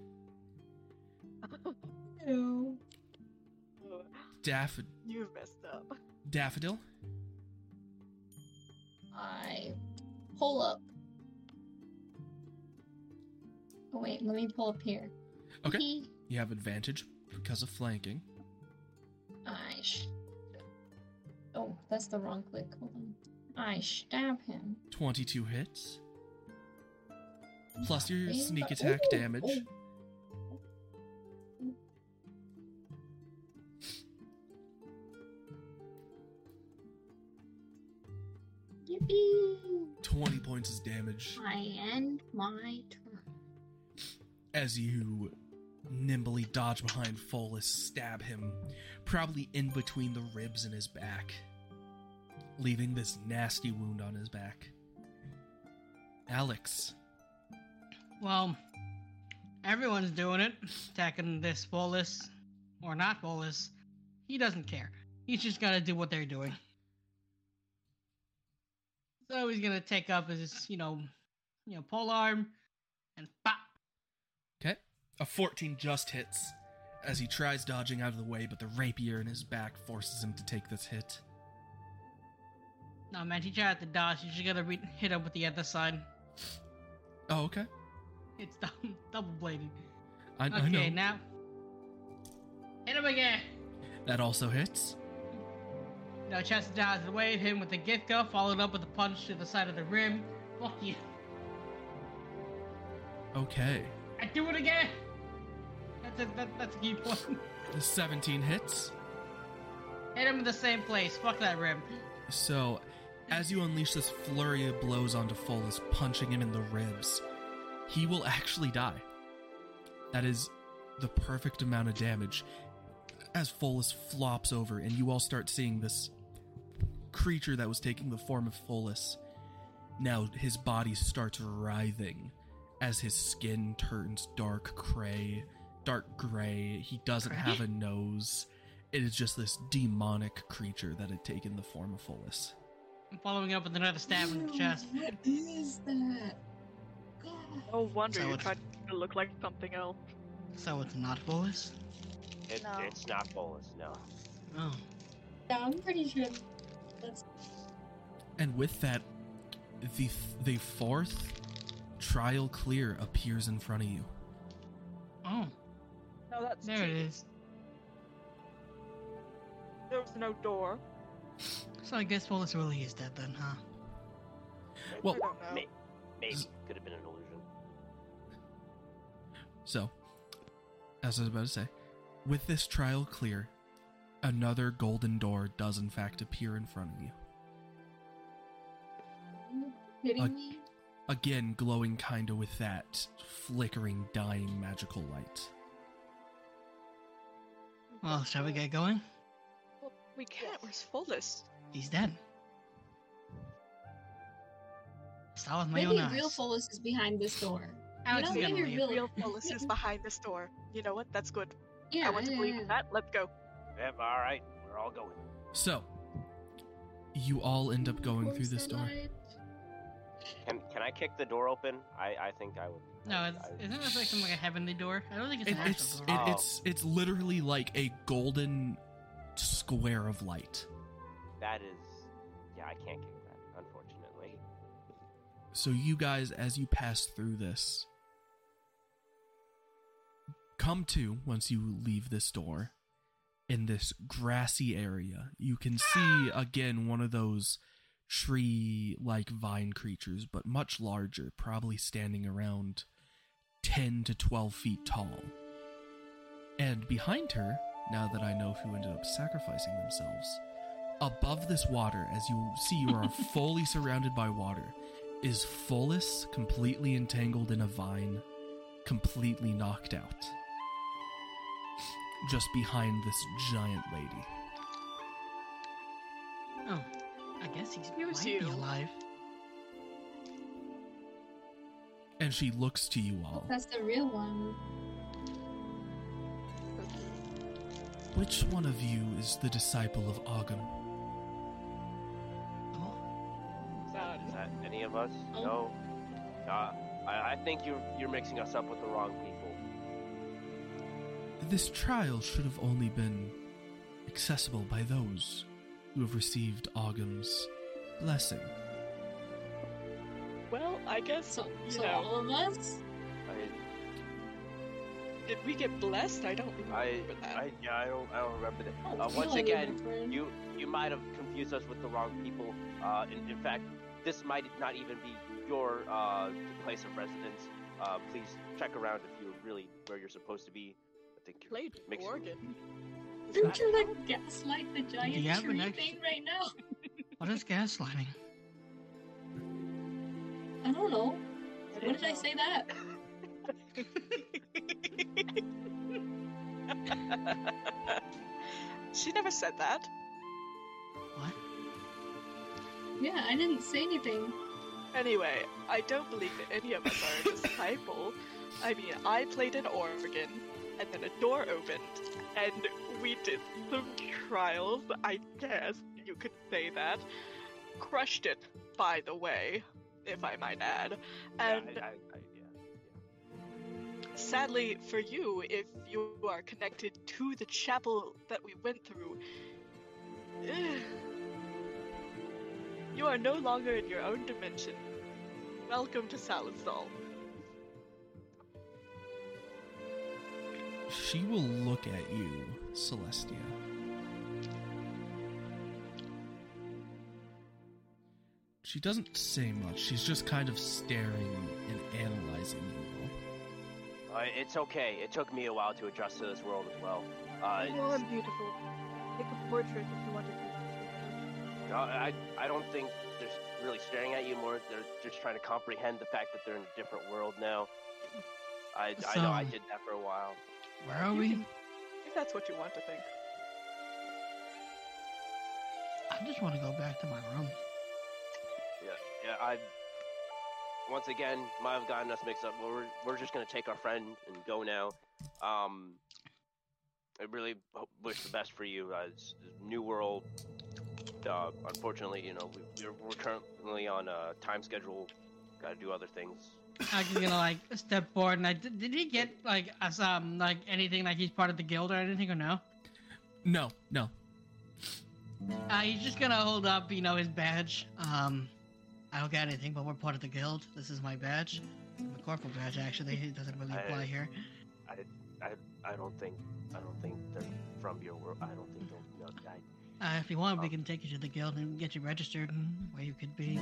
[SPEAKER 8] god.
[SPEAKER 1] Daff-
[SPEAKER 8] You've messed up.
[SPEAKER 1] Daffodil?
[SPEAKER 6] I pull up. Oh, wait, let me pull up here.
[SPEAKER 1] Okay.
[SPEAKER 6] He-
[SPEAKER 1] You have advantage because of flanking.
[SPEAKER 6] I sh- Oh, that's the wrong click. Hold on. I stab him.
[SPEAKER 1] 22 hits. Plus your
[SPEAKER 6] Wait,
[SPEAKER 1] sneak
[SPEAKER 6] but-
[SPEAKER 1] attack
[SPEAKER 6] ooh,
[SPEAKER 1] damage.
[SPEAKER 6] ooh. Yippee!
[SPEAKER 1] 20 points is damage
[SPEAKER 6] I end my turn.
[SPEAKER 1] as you nimbly dodge behind Follis, stab him, probably in between the ribs in his back, leaving this nasty wound on his back. Alex,
[SPEAKER 4] Well, everyone's doing it. Attacking this bolus or not bolus. He doesn't care. He's just gonna do what they're doing. So he's gonna take up his, you know, you know, pole arm and pop.
[SPEAKER 1] okay? A 14 just hits as he tries dodging out of the way, but the rapier in his back forces him to take this hit.
[SPEAKER 4] No man, he tried to dodge. He's just gonna re- hit him with the other side.
[SPEAKER 1] Oh, okay.
[SPEAKER 4] It's double, double bladed.
[SPEAKER 1] I,
[SPEAKER 4] Okay,
[SPEAKER 1] I know.
[SPEAKER 4] now hit him again.
[SPEAKER 1] That also hits.
[SPEAKER 4] Now Chester dives and wave him with the gift go, followed up with a punch to the side of the rim. Fuck you.
[SPEAKER 1] Okay.
[SPEAKER 4] I do it again. That's a, that, that's a key point.
[SPEAKER 1] The 17 hits.
[SPEAKER 4] Hit him in the same place. Fuck that rim.
[SPEAKER 1] So, as you unleash this flurry of blows onto Follis, punching him in the ribs, he will actually die. That is the perfect amount of damage. As Follis flops over, and you all start seeing this creature that was taking the form of Follis, now his body starts writhing as his skin turns dark gray, dark gray. He doesn't
[SPEAKER 4] Gray?
[SPEAKER 1] have a nose. It is just this demonic creature that had taken the form of Follis.
[SPEAKER 4] I'm following up with another stab in the chest.
[SPEAKER 6] What is that? God.
[SPEAKER 8] No wonder
[SPEAKER 4] So
[SPEAKER 8] you
[SPEAKER 4] it's-
[SPEAKER 8] tried to look like something else.
[SPEAKER 4] So it's not bolus.
[SPEAKER 7] It,
[SPEAKER 5] No.
[SPEAKER 7] It's not bolus, no.
[SPEAKER 4] Oh.
[SPEAKER 6] Yeah, I'm pretty sure that's
[SPEAKER 1] And with that, the th- the fourth trial clear appears in front of you.
[SPEAKER 4] Oh.
[SPEAKER 8] No, that's
[SPEAKER 4] There it is.
[SPEAKER 8] There was no door.
[SPEAKER 4] So I guess bolus really is dead then, huh?
[SPEAKER 7] Maybe,
[SPEAKER 1] Well-
[SPEAKER 8] I don't know.
[SPEAKER 7] may- maybe
[SPEAKER 1] Z-
[SPEAKER 7] could have been an illusion.
[SPEAKER 1] So, as I was about to say, with this trial clear, another golden door does in fact appear in front of you.
[SPEAKER 6] kidding
[SPEAKER 1] Uh,
[SPEAKER 6] me.
[SPEAKER 1] Again, glowing kinda with that flickering, dying magical light.
[SPEAKER 4] Well, shall we get going?
[SPEAKER 8] Well, we can't. Where's Follis?
[SPEAKER 4] He's dead. Saw with my
[SPEAKER 6] Maybe
[SPEAKER 4] own eyes.
[SPEAKER 6] real Follis is behind this door.
[SPEAKER 4] Alex
[SPEAKER 6] you
[SPEAKER 4] is
[SPEAKER 6] know,
[SPEAKER 4] gonna
[SPEAKER 6] maybe
[SPEAKER 4] leave.
[SPEAKER 6] real.
[SPEAKER 8] Real Follis is behind this door. You know what? That's good.
[SPEAKER 6] Yeah,
[SPEAKER 8] I want to
[SPEAKER 6] yeah,
[SPEAKER 8] believe
[SPEAKER 6] yeah.
[SPEAKER 8] in that. Let's go.
[SPEAKER 7] Yep, all right, we're all going.
[SPEAKER 1] So, you all end up going through this door.
[SPEAKER 7] Can can I kick the door open? I I think I would.
[SPEAKER 4] No, it's, isn't this like some like a heavenly door? I don't think it's
[SPEAKER 1] It,
[SPEAKER 4] an actual
[SPEAKER 1] it's
[SPEAKER 4] door.
[SPEAKER 1] it, it's it's literally like a golden square of light.
[SPEAKER 7] That is, yeah, I can't kick that, unfortunately.
[SPEAKER 1] So you guys, as you pass through this, come to once you leave this door in this grassy area. You can see again one of those tree like vine creatures, but much larger, probably standing around 10 to 12 feet tall. And behind her, now that I know who ended up sacrificing themselves, above this water, as you see, you are fully surrounded by water, is Follis completely entangled in a vine, completely knocked out. Just behind this giant lady.
[SPEAKER 4] Oh, I guess he's
[SPEAKER 8] Excuse
[SPEAKER 4] might be
[SPEAKER 8] you.
[SPEAKER 4] alive.
[SPEAKER 1] And she looks to you all.
[SPEAKER 6] That's the real one.
[SPEAKER 1] Which one of you is the disciple of Agam?
[SPEAKER 4] Oh,
[SPEAKER 7] Is that any of us? No. Uh, I, I think you're you're mixing us up with the wrong people.
[SPEAKER 1] This trial should have only been accessible by those who have received Agham's blessing.
[SPEAKER 8] Well, I guess you
[SPEAKER 6] So
[SPEAKER 8] know.
[SPEAKER 6] all of us?
[SPEAKER 7] I
[SPEAKER 8] Did we get blessed? I don't remember
[SPEAKER 7] I
[SPEAKER 8] that.
[SPEAKER 7] I yeah, I don't I don't remember that.
[SPEAKER 6] Oh,
[SPEAKER 7] Uh,
[SPEAKER 6] you
[SPEAKER 7] once
[SPEAKER 6] don't
[SPEAKER 7] again,
[SPEAKER 6] remember.
[SPEAKER 7] you you might have confused us with the wrong people. Uh, in, in fact, this might not even be your uh place of residence. Uh, please check around if you're really where you're supposed to be. I think you're
[SPEAKER 8] played
[SPEAKER 7] mixing.
[SPEAKER 8] Oregon.
[SPEAKER 6] Didn't you like gaslight the
[SPEAKER 4] Do
[SPEAKER 6] giant
[SPEAKER 4] you have an
[SPEAKER 6] tree
[SPEAKER 4] extra-
[SPEAKER 6] thing right now?
[SPEAKER 4] What is gaslighting?
[SPEAKER 6] I don't know. When did I say that?
[SPEAKER 8] she never said that.
[SPEAKER 4] What?
[SPEAKER 6] Yeah, I didn't say anything.
[SPEAKER 8] Anyway, I don't believe that any of us are a disciple. I mean, I played an organ, and then a door opened, and we did some trials, I guess you could say that. Crushed it, by the way, if I might add.
[SPEAKER 7] Yeah,
[SPEAKER 8] And
[SPEAKER 7] I, I, I, yeah.
[SPEAKER 8] Sadly for you, if you are connected to the chapel that we went through, you are no longer in your own dimension. Welcome to Salazar.
[SPEAKER 1] She will look at you, Celestia. She doesn't say much. She's just kind of staring and analyzing you. all.
[SPEAKER 7] Uh, it's okay. It took me a while to adjust to this world as well. Uh,
[SPEAKER 12] You all are beautiful. Take a portrait if you want to.
[SPEAKER 7] Uh, I, I don't think they're really staring at you more. They're just trying to comprehend the fact that they're in a different world now. I, I know I
[SPEAKER 4] So-
[SPEAKER 7] did that for a while.
[SPEAKER 4] Where are we?
[SPEAKER 8] If that's what you want to think.
[SPEAKER 9] I just want to go back to my room.
[SPEAKER 7] Yeah, yeah. I once again might have gotten us mixed up. But we're we're just gonna take our friend and go now. Um, I really ho- wish the best for you. Uh, it's, it's new world. Uh, unfortunately, you know we, we're, we're currently on a time schedule. Got to do other things.
[SPEAKER 4] I can get like a step forward and I did, did he get like us um like anything like he's part of the guild or anything or no?
[SPEAKER 1] No, no.
[SPEAKER 4] Uh, he's just gonna hold up, you know, his badge. Um, I don't got anything, but we're part of the guild. This is my badge, my corporal badge actually. It doesn't really
[SPEAKER 7] I-
[SPEAKER 4] apply here.
[SPEAKER 7] I, I don't think I don't think they're from your world. I don't think they'll know that.
[SPEAKER 4] Uh, if you want, we can take you to the guild and get you registered and where you could be.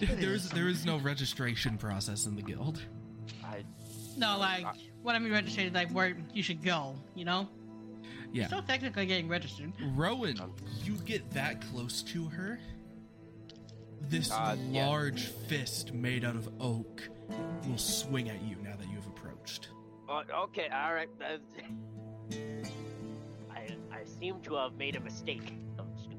[SPEAKER 1] There's there is no registration process in the guild.
[SPEAKER 7] I
[SPEAKER 4] No, like what I mean registered, like where you should go. You know,
[SPEAKER 1] Yeah.
[SPEAKER 4] still technically getting registered.
[SPEAKER 1] Rowan, you get that close to her. This
[SPEAKER 7] Uh, yeah.
[SPEAKER 1] large fist made out of oak will swing at you now that you've approached.
[SPEAKER 7] But okay, all right. uh, I I seem to have made a mistake. I'm just gonna-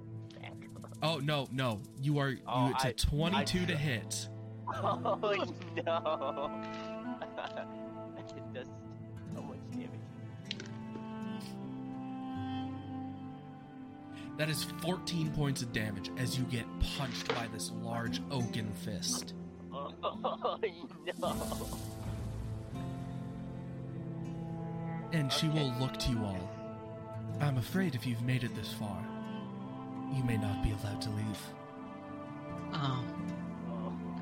[SPEAKER 1] Oh no, no. You are
[SPEAKER 7] Oh,
[SPEAKER 1] you it's a
[SPEAKER 7] I-
[SPEAKER 1] twenty two
[SPEAKER 7] I-
[SPEAKER 1] to hit.
[SPEAKER 7] Oh no! it does so much damage.
[SPEAKER 1] That is 14 points of damage as you get punched by this large oaken fist.
[SPEAKER 7] Oh, no.
[SPEAKER 1] And she will look to you all. I'm afraid if you've made it this far, you may not be allowed to leave.
[SPEAKER 4] Um.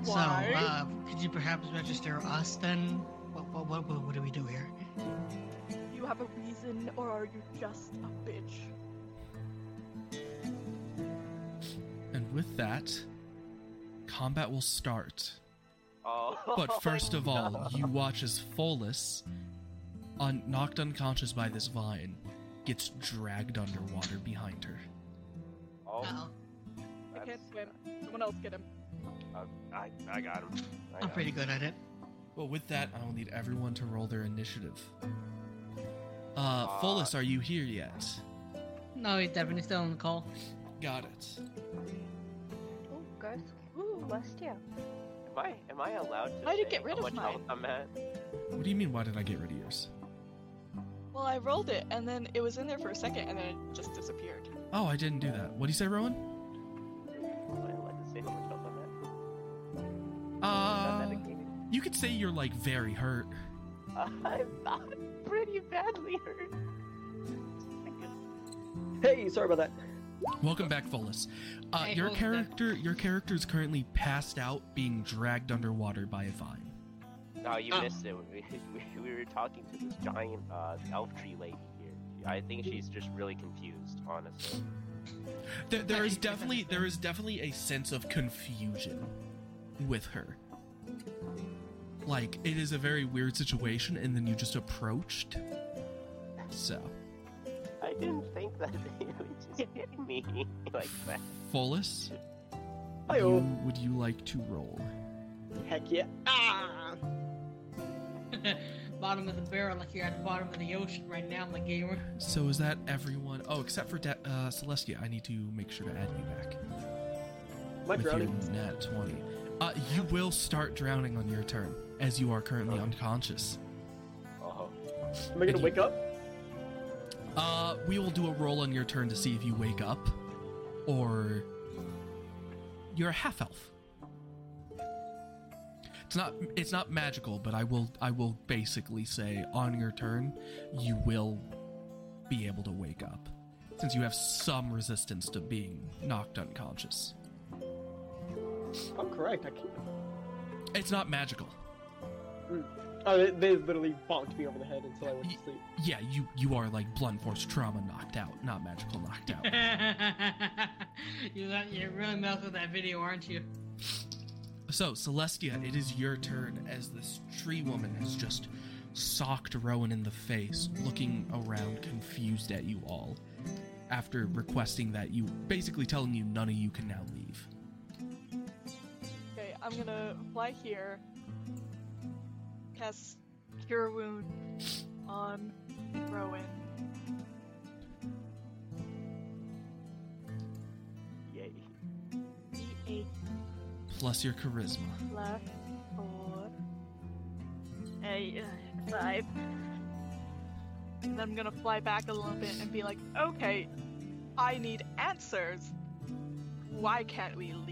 [SPEAKER 4] So,
[SPEAKER 8] Why?
[SPEAKER 4] uh, could you perhaps register us then? What, what, what, what, what do we do here?
[SPEAKER 8] Do you have a reason, or are you just a bitch?
[SPEAKER 1] And with that, combat will start.
[SPEAKER 7] Oh.
[SPEAKER 1] But first of all,
[SPEAKER 7] no.
[SPEAKER 1] you watch as Pholus, un- knocked unconscious by this vine, gets dragged underwater behind her.
[SPEAKER 7] Oh,
[SPEAKER 8] I can't
[SPEAKER 7] that's-
[SPEAKER 8] swim. Someone else get him.
[SPEAKER 7] uh, I, I got him. I
[SPEAKER 4] I'm
[SPEAKER 7] got
[SPEAKER 4] pretty
[SPEAKER 7] him.
[SPEAKER 4] good at it.
[SPEAKER 1] Well, with that, I will need everyone to roll their initiative. Uh, Pholus, are you here yet?
[SPEAKER 4] No, he's definitely still on the call.
[SPEAKER 1] Got it.
[SPEAKER 5] Ooh, gross. Blessed you.
[SPEAKER 7] Am I, am I allowed to
[SPEAKER 8] Why'd you
[SPEAKER 7] say
[SPEAKER 8] get rid
[SPEAKER 7] how
[SPEAKER 8] of
[SPEAKER 7] much
[SPEAKER 8] mine?
[SPEAKER 7] health I'm at?
[SPEAKER 1] What do you mean, why did I get rid of yours?
[SPEAKER 8] Well, I rolled it, and then it was in there for a second, and then it just disappeared.
[SPEAKER 1] Oh, I didn't do that. What do you say, Rowan?
[SPEAKER 7] Am I allowed to say how much health I'm at?
[SPEAKER 1] Uh,
[SPEAKER 7] Not medicated.
[SPEAKER 1] you could say you're like very hurt.
[SPEAKER 7] I'm not pretty badly hurt.
[SPEAKER 11] Hey, sorry about that.
[SPEAKER 1] Welcome back, Volus. Uh,
[SPEAKER 4] Hey,
[SPEAKER 1] your
[SPEAKER 4] hold on.
[SPEAKER 1] character, your character is currently passed out, being dragged underwater by a vine.
[SPEAKER 7] No, you
[SPEAKER 4] Oh.
[SPEAKER 7] missed it. We, we, we were talking to this giant uh, elf tree lady here. I think she's just really confused, honestly.
[SPEAKER 1] There, there is definitely, there is definitely a sense of confusion with her. Like it is a very weird situation, and then you just approached. So,
[SPEAKER 7] I didn't think that they would just hit me like that.
[SPEAKER 1] Volus,
[SPEAKER 11] Hi-oh.
[SPEAKER 1] you, would you like to roll?
[SPEAKER 11] oh, Heck yeah. Ah!
[SPEAKER 4] bottom of the barrel, like you're at the bottom of the ocean right now, my gamer.
[SPEAKER 1] So is that everyone? Oh, except for De- uh, Celestia, I need to make sure to add you back.
[SPEAKER 11] Am I
[SPEAKER 1] with your
[SPEAKER 11] drowning?
[SPEAKER 1] nat 20. Uh, you will start drowning on your turn, as you are currently unconscious.
[SPEAKER 7] Oh.
[SPEAKER 11] Am I gonna wake up?
[SPEAKER 1] Uh, we will do a roll on your turn to see if you wake up, or you're a half elf. It's not it's not magical, but I will I will basically say on your turn you will be able to wake up, since you have some resistance to being knocked unconscious.
[SPEAKER 11] I'm correct. I can't.
[SPEAKER 1] It's not magical.
[SPEAKER 11] Oh, they, they literally bonked me over the head until I went
[SPEAKER 1] Ye-
[SPEAKER 11] to sleep.
[SPEAKER 1] Yeah, you you are like blunt force trauma knocked out, not magical knocked out.
[SPEAKER 4] you got, you're really messing with that video, aren't you?
[SPEAKER 1] So, Celestia, it is your turn as this tree woman has just socked Rowan in the face, looking around confused at you all, after requesting that you basically telling you none of you can now leave.
[SPEAKER 8] Okay, I'm gonna fly here. Cast Cure Wound on Rowan.
[SPEAKER 7] Yay.
[SPEAKER 8] D8
[SPEAKER 1] Plus your charisma.
[SPEAKER 8] plus 4. A uh, 5. And then I'm gonna fly back a little bit and be like, okay, I need answers. Why can't we leave?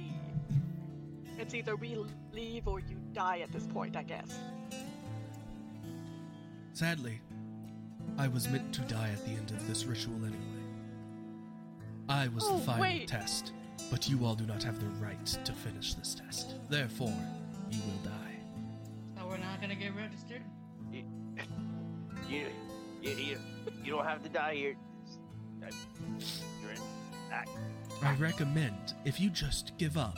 [SPEAKER 8] It's either we leave or you die at this point, I guess.
[SPEAKER 1] Sadly, I was meant to die at the end of this ritual anyway. I was
[SPEAKER 8] Oh,
[SPEAKER 1] the final
[SPEAKER 8] wait.
[SPEAKER 1] test, but you all do not have the right to finish this test. Therefore, you will die.
[SPEAKER 4] So we're not gonna get registered.
[SPEAKER 7] You, you, you, you don't have to die here. It's- I- You're in. I,
[SPEAKER 1] I recommend if you just give up,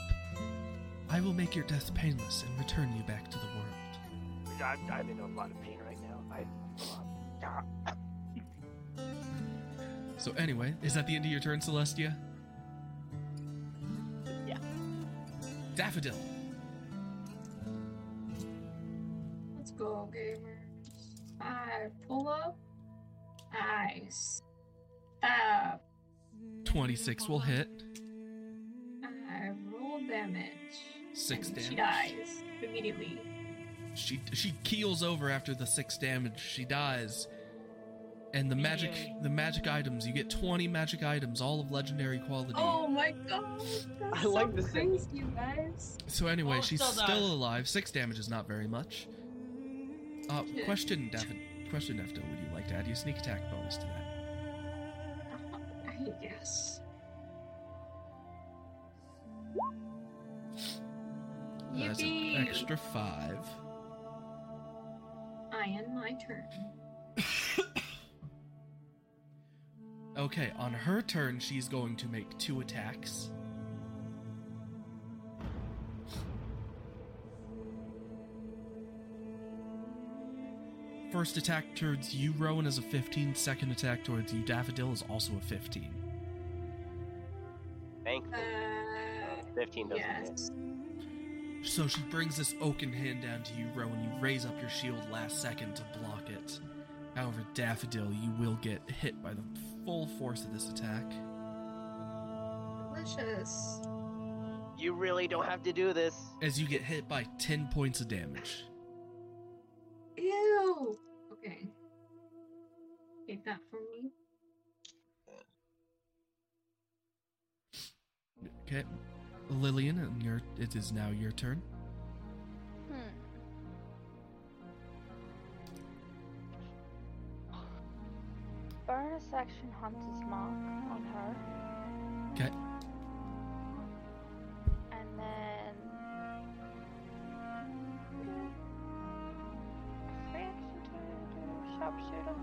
[SPEAKER 1] I will make your death painless and return you back to the world.
[SPEAKER 7] I, I'm in a lot of pain right now. I, Ah,
[SPEAKER 1] So, anyway, is that the end of your turn, Celestia?
[SPEAKER 8] Yeah.
[SPEAKER 1] Daffodil.
[SPEAKER 6] Let's go, gamers. I pull up. I stab.
[SPEAKER 1] 26 will hit.
[SPEAKER 6] I roll damage.
[SPEAKER 1] 6
[SPEAKER 6] and
[SPEAKER 1] damage.
[SPEAKER 6] She dies immediately.
[SPEAKER 1] She, she keels over after the 6 damage. She dies. And the magic, the magic items. You get 20 magic items, all of legendary quality.
[SPEAKER 6] Oh my god! That's
[SPEAKER 11] I
[SPEAKER 6] so
[SPEAKER 11] like this thing.
[SPEAKER 6] crazy, you guys.
[SPEAKER 1] So anyway,
[SPEAKER 4] Oh,
[SPEAKER 1] she's
[SPEAKER 4] still
[SPEAKER 1] still,
[SPEAKER 4] does.
[SPEAKER 1] alive. Six damage is not very much. Uh,
[SPEAKER 6] Okay.
[SPEAKER 1] question, Devin. Question, Nefta. Would you like to add your sneak attack bonus to that?
[SPEAKER 6] I guess.
[SPEAKER 1] That's an
[SPEAKER 6] Yippee!
[SPEAKER 1] extra five.
[SPEAKER 6] I am my turn.
[SPEAKER 1] Okay, on her turn, she's going to make two attacks. First attack towards you, Rowan, is a 15. Second attack towards you, Daffodil, is also a 15.
[SPEAKER 7] Thank
[SPEAKER 6] Uh,
[SPEAKER 7] 15 doesn't hit.
[SPEAKER 6] yes.
[SPEAKER 1] So she brings this oaken hand down to you, Rowan. You raise up your shield last second to block it. However, Daffodil, you will get hit by the full force of this attack.
[SPEAKER 6] Delicious.
[SPEAKER 7] You really don't have to do this.
[SPEAKER 1] As you get hit by 10 points of damage.
[SPEAKER 6] Ew. Okay. Take that from me.
[SPEAKER 1] Okay. Lillian, and your, it is now your turn.
[SPEAKER 5] Hmm. Bonus action Hunter's Mark on her.
[SPEAKER 1] Okay.
[SPEAKER 5] And then. Free action to do sharpshooter.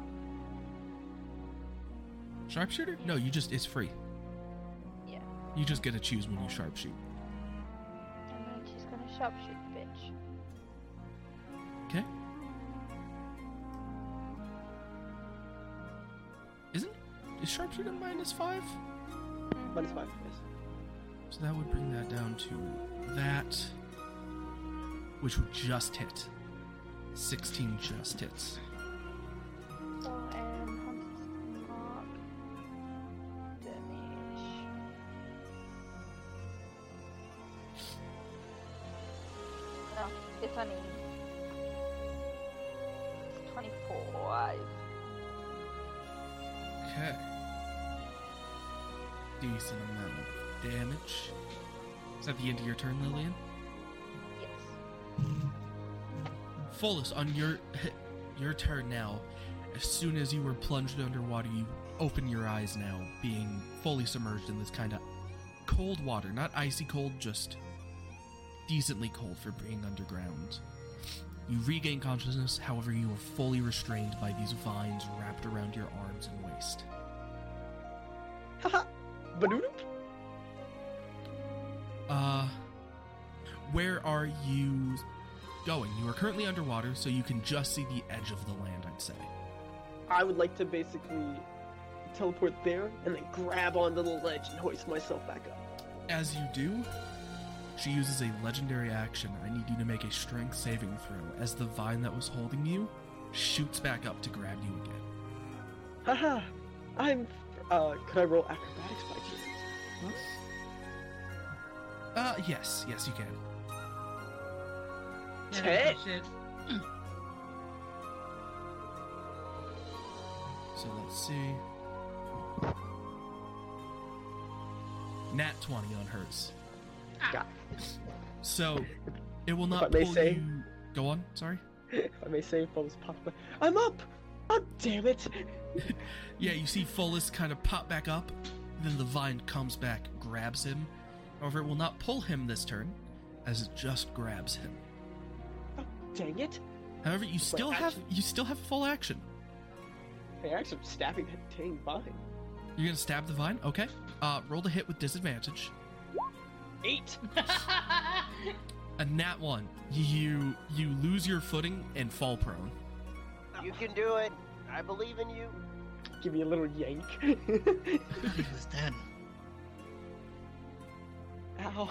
[SPEAKER 1] Sharpshooter? No, you just, it's free.
[SPEAKER 5] Yeah.
[SPEAKER 1] You just get to choose when you sharpshoot.
[SPEAKER 5] And then she's gonna sharpshoot the bitch.
[SPEAKER 1] Okay. Isn't, is sharpshooter minus five?
[SPEAKER 11] But it's fine. Yes.
[SPEAKER 1] So that would bring that down to that, which would just hit. 16 just hits.
[SPEAKER 5] So, and Hunter's Mark. Damage. No, it's only. It's 24.
[SPEAKER 1] Okay. Decent amount of damage. Is that the end of your turn, Lillian?
[SPEAKER 5] Yes.
[SPEAKER 1] Fullest on your your turn now. As soon as you were plunged underwater, you open your eyes now, being fully submerged in this kind of cold water, not icy cold, just decently cold for being underground. You regain consciousness, however, you are fully restrained by these vines wrapped around your arms and waist.
[SPEAKER 11] Badoodoo.
[SPEAKER 1] Uh, where are you going? You are currently underwater, so you can just see the edge of the land. I'd say.
[SPEAKER 11] I would like to basically teleport there and then grab onto the ledge and hoist myself back up.
[SPEAKER 1] As you do, she uses a legendary action. I need you to make a strength saving throw as the vine that was holding you shoots back up to grab you again.
[SPEAKER 11] Haha! I'm. Uh, could I roll acrobatics by chance?
[SPEAKER 1] Uh, yes, yes, you can.
[SPEAKER 4] Yeah,
[SPEAKER 11] Tit.
[SPEAKER 4] shit.
[SPEAKER 1] So let's see. Nat 20 on hers.
[SPEAKER 11] God.
[SPEAKER 1] So it will not
[SPEAKER 11] I may
[SPEAKER 1] pull
[SPEAKER 11] say-
[SPEAKER 1] you. Go on, sorry.
[SPEAKER 11] I may say bubbles pop up. I'm up! God damn it!
[SPEAKER 1] Yeah, you see Fullis kind of pop back up, then the vine comes back, grabs him. However, it will not pull him this turn, as it just grabs him.
[SPEAKER 11] Dang it!
[SPEAKER 1] However, you still have
[SPEAKER 11] action.
[SPEAKER 1] you still have full action.
[SPEAKER 11] Hey, I'm actually stabbing that dang vine.
[SPEAKER 1] You're gonna stab the vine, okay? Uh, roll the hit with disadvantage.
[SPEAKER 11] Eight!
[SPEAKER 1] And that one, you you lose your footing and fall prone.
[SPEAKER 7] You can do it. I believe in you.
[SPEAKER 11] Give me a little yank.
[SPEAKER 9] he was dead.
[SPEAKER 11] Ow.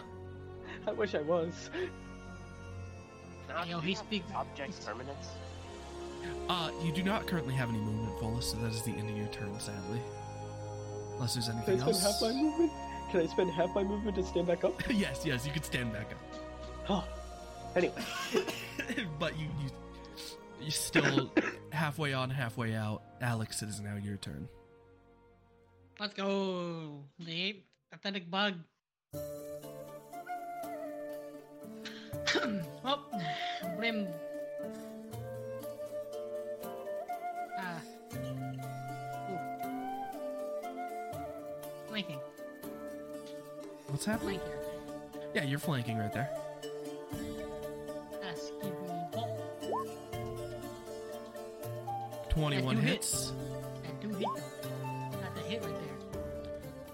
[SPEAKER 11] I wish I was.
[SPEAKER 7] Not
[SPEAKER 4] Yo, he speaks-
[SPEAKER 7] object permanence.
[SPEAKER 1] Uh, you do not currently have any movement, Fullis, so that is the end of your turn, sadly. Unless there's anything
[SPEAKER 11] Can I spend half
[SPEAKER 1] else.
[SPEAKER 11] my movement? Can I spend half my movement to stand back up?
[SPEAKER 1] yes, yes, you could stand back up.
[SPEAKER 11] Oh. Anyway.
[SPEAKER 1] but you you you still halfway on, halfway out. Alex, it is now your turn.
[SPEAKER 4] Let's go. The pathetic bug. oh, blim. Ah. Ooh. Blinking.
[SPEAKER 1] What's happening? Yeah, you're flanking right there.
[SPEAKER 4] Ah, skip me. Oh,
[SPEAKER 1] 21
[SPEAKER 4] do hit.
[SPEAKER 1] hits.
[SPEAKER 4] that do hit though. Got that hit right there.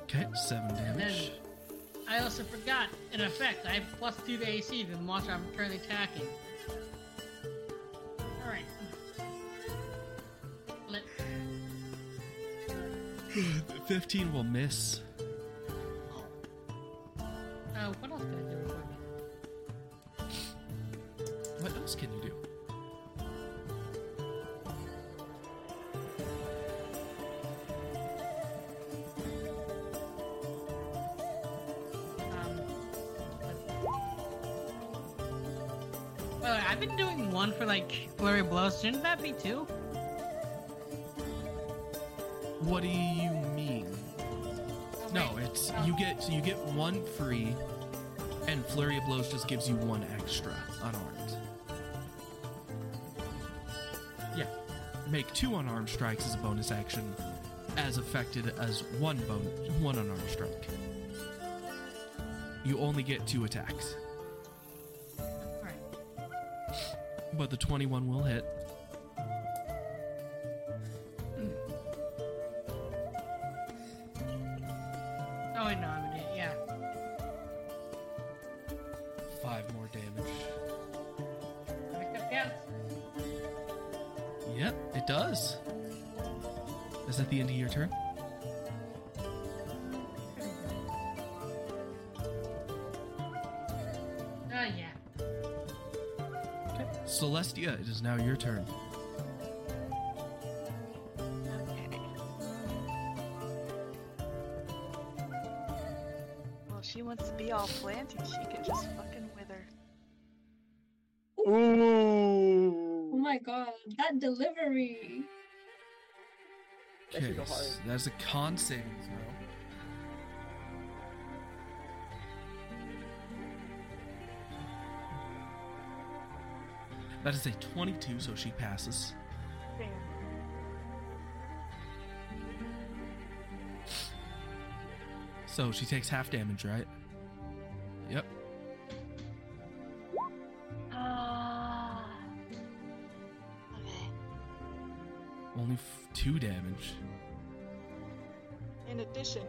[SPEAKER 1] Okay, 7
[SPEAKER 4] And then
[SPEAKER 1] damage.
[SPEAKER 4] I also forgot, in effect, I have plus two to AC the monster I'm currently attacking. Alright. Let
[SPEAKER 1] 15 will miss.
[SPEAKER 4] uh, what else can I do for me?
[SPEAKER 1] What else can you do?
[SPEAKER 4] um, Well, Oh, I've been doing one for like flurry blows. Shouldn't that be two?
[SPEAKER 1] What do you mean? No, it's you get so you get one free, and flurry of blows just gives you one extra unarmed. Yeah, make two unarmed strikes as a bonus action, as affected as one bonus one unarmed strike. You only get two attacks,
[SPEAKER 4] Alright.
[SPEAKER 1] but the twenty-one will hit.
[SPEAKER 4] Oh wait, no, I'm an idiot. Yeah.
[SPEAKER 1] Five more damage.
[SPEAKER 4] I think that counts.
[SPEAKER 1] Yep, it does. Is that the end of your turn?
[SPEAKER 4] Oh yeah.
[SPEAKER 1] Celestia, it is now your turn.
[SPEAKER 12] Well, she wants to be all planty. She can just fucking wither.
[SPEAKER 6] Oh my god, that delivery.
[SPEAKER 11] That should go
[SPEAKER 1] Okay,
[SPEAKER 11] hard.
[SPEAKER 1] s- that's a con saving throw. That is a 22, so she passes.
[SPEAKER 12] Damn.
[SPEAKER 1] So she takes half damage, right? Yep.
[SPEAKER 6] Ah.
[SPEAKER 1] Only f- two damage.
[SPEAKER 8] In addition,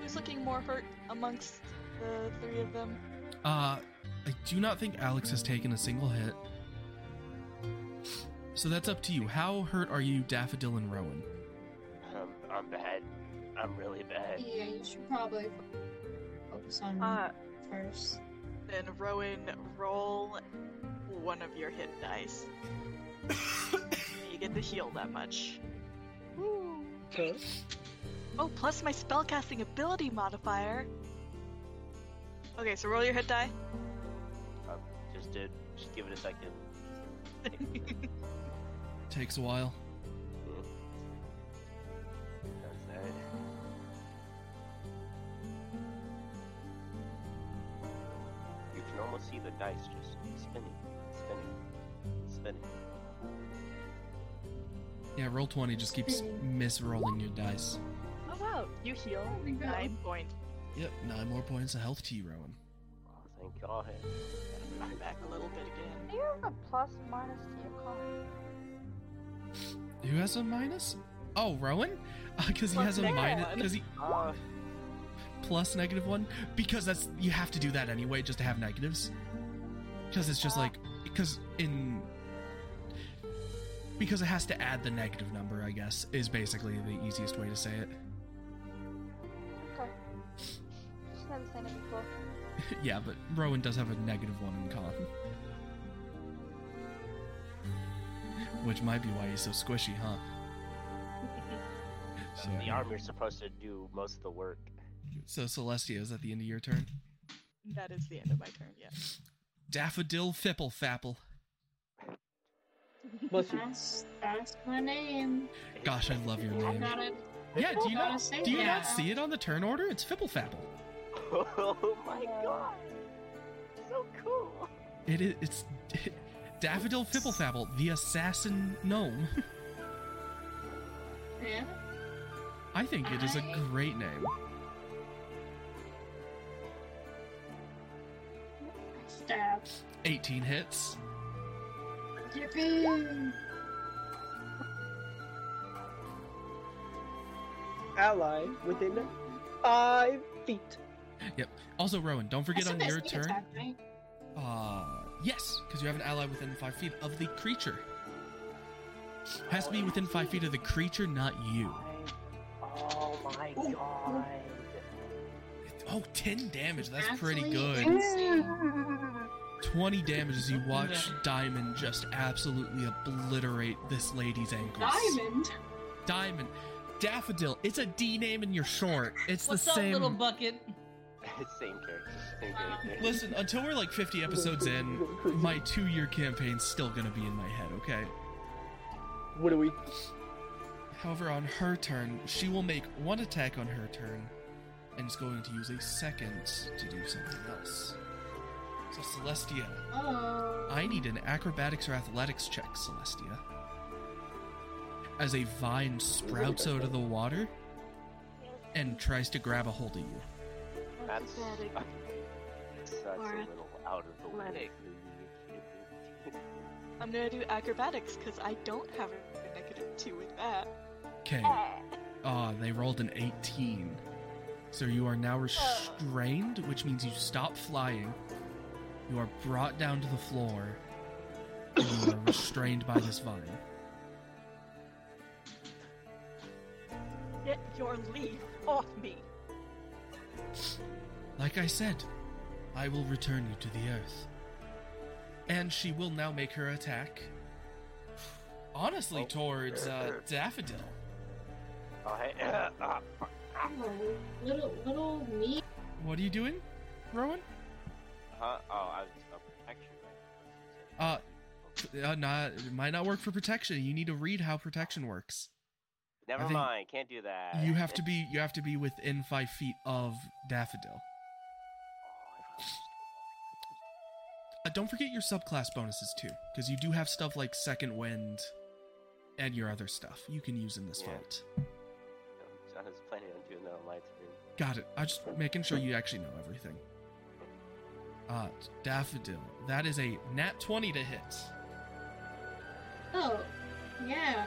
[SPEAKER 8] who's looking more hurt amongst the three of them?
[SPEAKER 1] Uh, I do not think Alex has taken a single hit. So that's up to you. How hurt are you, Daffodil and Rowan?
[SPEAKER 7] Um, I'm bad. I'm really bad.
[SPEAKER 6] Yeah, you should probably focus on
[SPEAKER 8] Uh,
[SPEAKER 6] first.
[SPEAKER 8] Then Rowan, roll one of your hit dice. you get to heal that much.
[SPEAKER 11] Okay.
[SPEAKER 8] Oh, plus my spellcasting ability modifier. Okay, so roll your hit die.
[SPEAKER 7] Um, just did. Just give it a second.
[SPEAKER 1] Takes a while.
[SPEAKER 7] That's that. You can almost see the dice just spinning, spinning, spinning.
[SPEAKER 1] Yeah, roll 20 just keeps
[SPEAKER 5] Hmm.
[SPEAKER 1] misrolling your dice.
[SPEAKER 8] Oh wow, you heal nine points.
[SPEAKER 1] Yep, nine more points of health to you, Rowan.
[SPEAKER 7] Oh, thank God. I'm back a little bit again.
[SPEAKER 5] Do you have a plus minus to your con?
[SPEAKER 1] Who has a minus? Oh, Rowan? Because he
[SPEAKER 5] Plus
[SPEAKER 1] has a
[SPEAKER 5] negative
[SPEAKER 1] minus.
[SPEAKER 5] one.
[SPEAKER 1] Because he
[SPEAKER 7] Uh,
[SPEAKER 1] plus negative one. Because that's you have to do that anyway, just to have negatives. Because it's just
[SPEAKER 5] Uh.
[SPEAKER 1] like because in because it has to add the negative number. I guess is basically the easiest way to say it.
[SPEAKER 5] Okay. Just never seen it before.
[SPEAKER 1] yeah, but Rowan does have a negative one in con, which might be why he's so squishy, huh? So,
[SPEAKER 7] the arm you're supposed to do most of the work.
[SPEAKER 1] so Celestia is at the end of your turn.
[SPEAKER 8] That is the end of my turn. Yeah.
[SPEAKER 1] Daffodil Fipple Fapple.
[SPEAKER 11] Bless you.
[SPEAKER 6] That's that's my name.
[SPEAKER 1] Gosh, I love your
[SPEAKER 6] I
[SPEAKER 1] name.
[SPEAKER 6] gotta.
[SPEAKER 1] Yeah, do
[SPEAKER 6] I
[SPEAKER 1] you
[SPEAKER 6] gotta
[SPEAKER 1] not
[SPEAKER 6] say
[SPEAKER 1] do you
[SPEAKER 6] that.
[SPEAKER 1] not see it on the turn order? It's Fipple Fapple.
[SPEAKER 7] oh my god! So cool!
[SPEAKER 1] It is. It's Daffodil Fipple Fapple, the assassin gnome.
[SPEAKER 6] Yeah.
[SPEAKER 1] I think it is a great name.
[SPEAKER 6] Stab.
[SPEAKER 1] 18 hits.
[SPEAKER 6] Yippee!
[SPEAKER 11] Ally within five feet.
[SPEAKER 1] Yep. Also, Rowan, don't forget
[SPEAKER 6] That's
[SPEAKER 1] on
[SPEAKER 6] a
[SPEAKER 1] your
[SPEAKER 6] sneak
[SPEAKER 1] turn.
[SPEAKER 6] attack, right?
[SPEAKER 1] Uh, yes, because you have an ally within five feet of the creature. Has to be within five feet of the creature, not you.
[SPEAKER 7] Oh my god!
[SPEAKER 1] Oh, 10 damage. That's pretty
[SPEAKER 6] Actually,
[SPEAKER 1] good.
[SPEAKER 6] insane.
[SPEAKER 1] 20 damage as you watch
[SPEAKER 4] Yeah.
[SPEAKER 1] Diamond just absolutely obliterate this lady's ankles.
[SPEAKER 6] Diamond.
[SPEAKER 1] Diamond. Daffodil. It's a D name and you're short. It's
[SPEAKER 4] What's
[SPEAKER 1] the
[SPEAKER 4] up,
[SPEAKER 1] same.
[SPEAKER 4] little bucket?
[SPEAKER 7] same character. Same character.
[SPEAKER 1] Listen, until we're like 50 episodes in, my two year campaign's still gonna be in my head, okay?
[SPEAKER 11] What do we?
[SPEAKER 1] However, on her turn, she will make one attack on her turn and is going to use a second to do something else. So, Celestia,
[SPEAKER 6] Oh.
[SPEAKER 1] I need an acrobatics or athletics check, Celestia. As a vine sprouts out of the water and tries to grab a hold of you.
[SPEAKER 7] That's
[SPEAKER 6] Athletic.
[SPEAKER 7] that's a
[SPEAKER 6] Or
[SPEAKER 7] little out of the way.
[SPEAKER 8] athletic. I'm gonna do acrobatics because I don't have a negative two with that.
[SPEAKER 1] Okay. Ah, they rolled an 18. So you are now restrained, which means you stop flying. You are brought down to the floor. And you are restrained by this vine.
[SPEAKER 8] Get your leaf off me.
[SPEAKER 1] Like I said, I will return you to the earth. And she will now make her attack. Honestly, towards uh, Daffodil.
[SPEAKER 7] Oh, hey, uh, uh,
[SPEAKER 6] Oh, Little little me.
[SPEAKER 1] What are you doing, Rowan?
[SPEAKER 7] huh? Oh, I was up protection.
[SPEAKER 1] Uh, t- uh not, it might not work for protection. You need to read how protection works. I
[SPEAKER 7] Never
[SPEAKER 1] think
[SPEAKER 7] mind. Can't do that.
[SPEAKER 1] You have to be you have to be within five feet of Daffodil. Uh, don't forget your subclass bonuses too, because you do have stuff like Second Wind and your other stuff you can use in this
[SPEAKER 7] Yeah.
[SPEAKER 1] fight.
[SPEAKER 7] I was planning on doing that on my turn.
[SPEAKER 1] Got it. I'm just making sure you actually know everything. Uh, Daffodil. That is a nat 20 to hit.
[SPEAKER 6] Oh, yeah.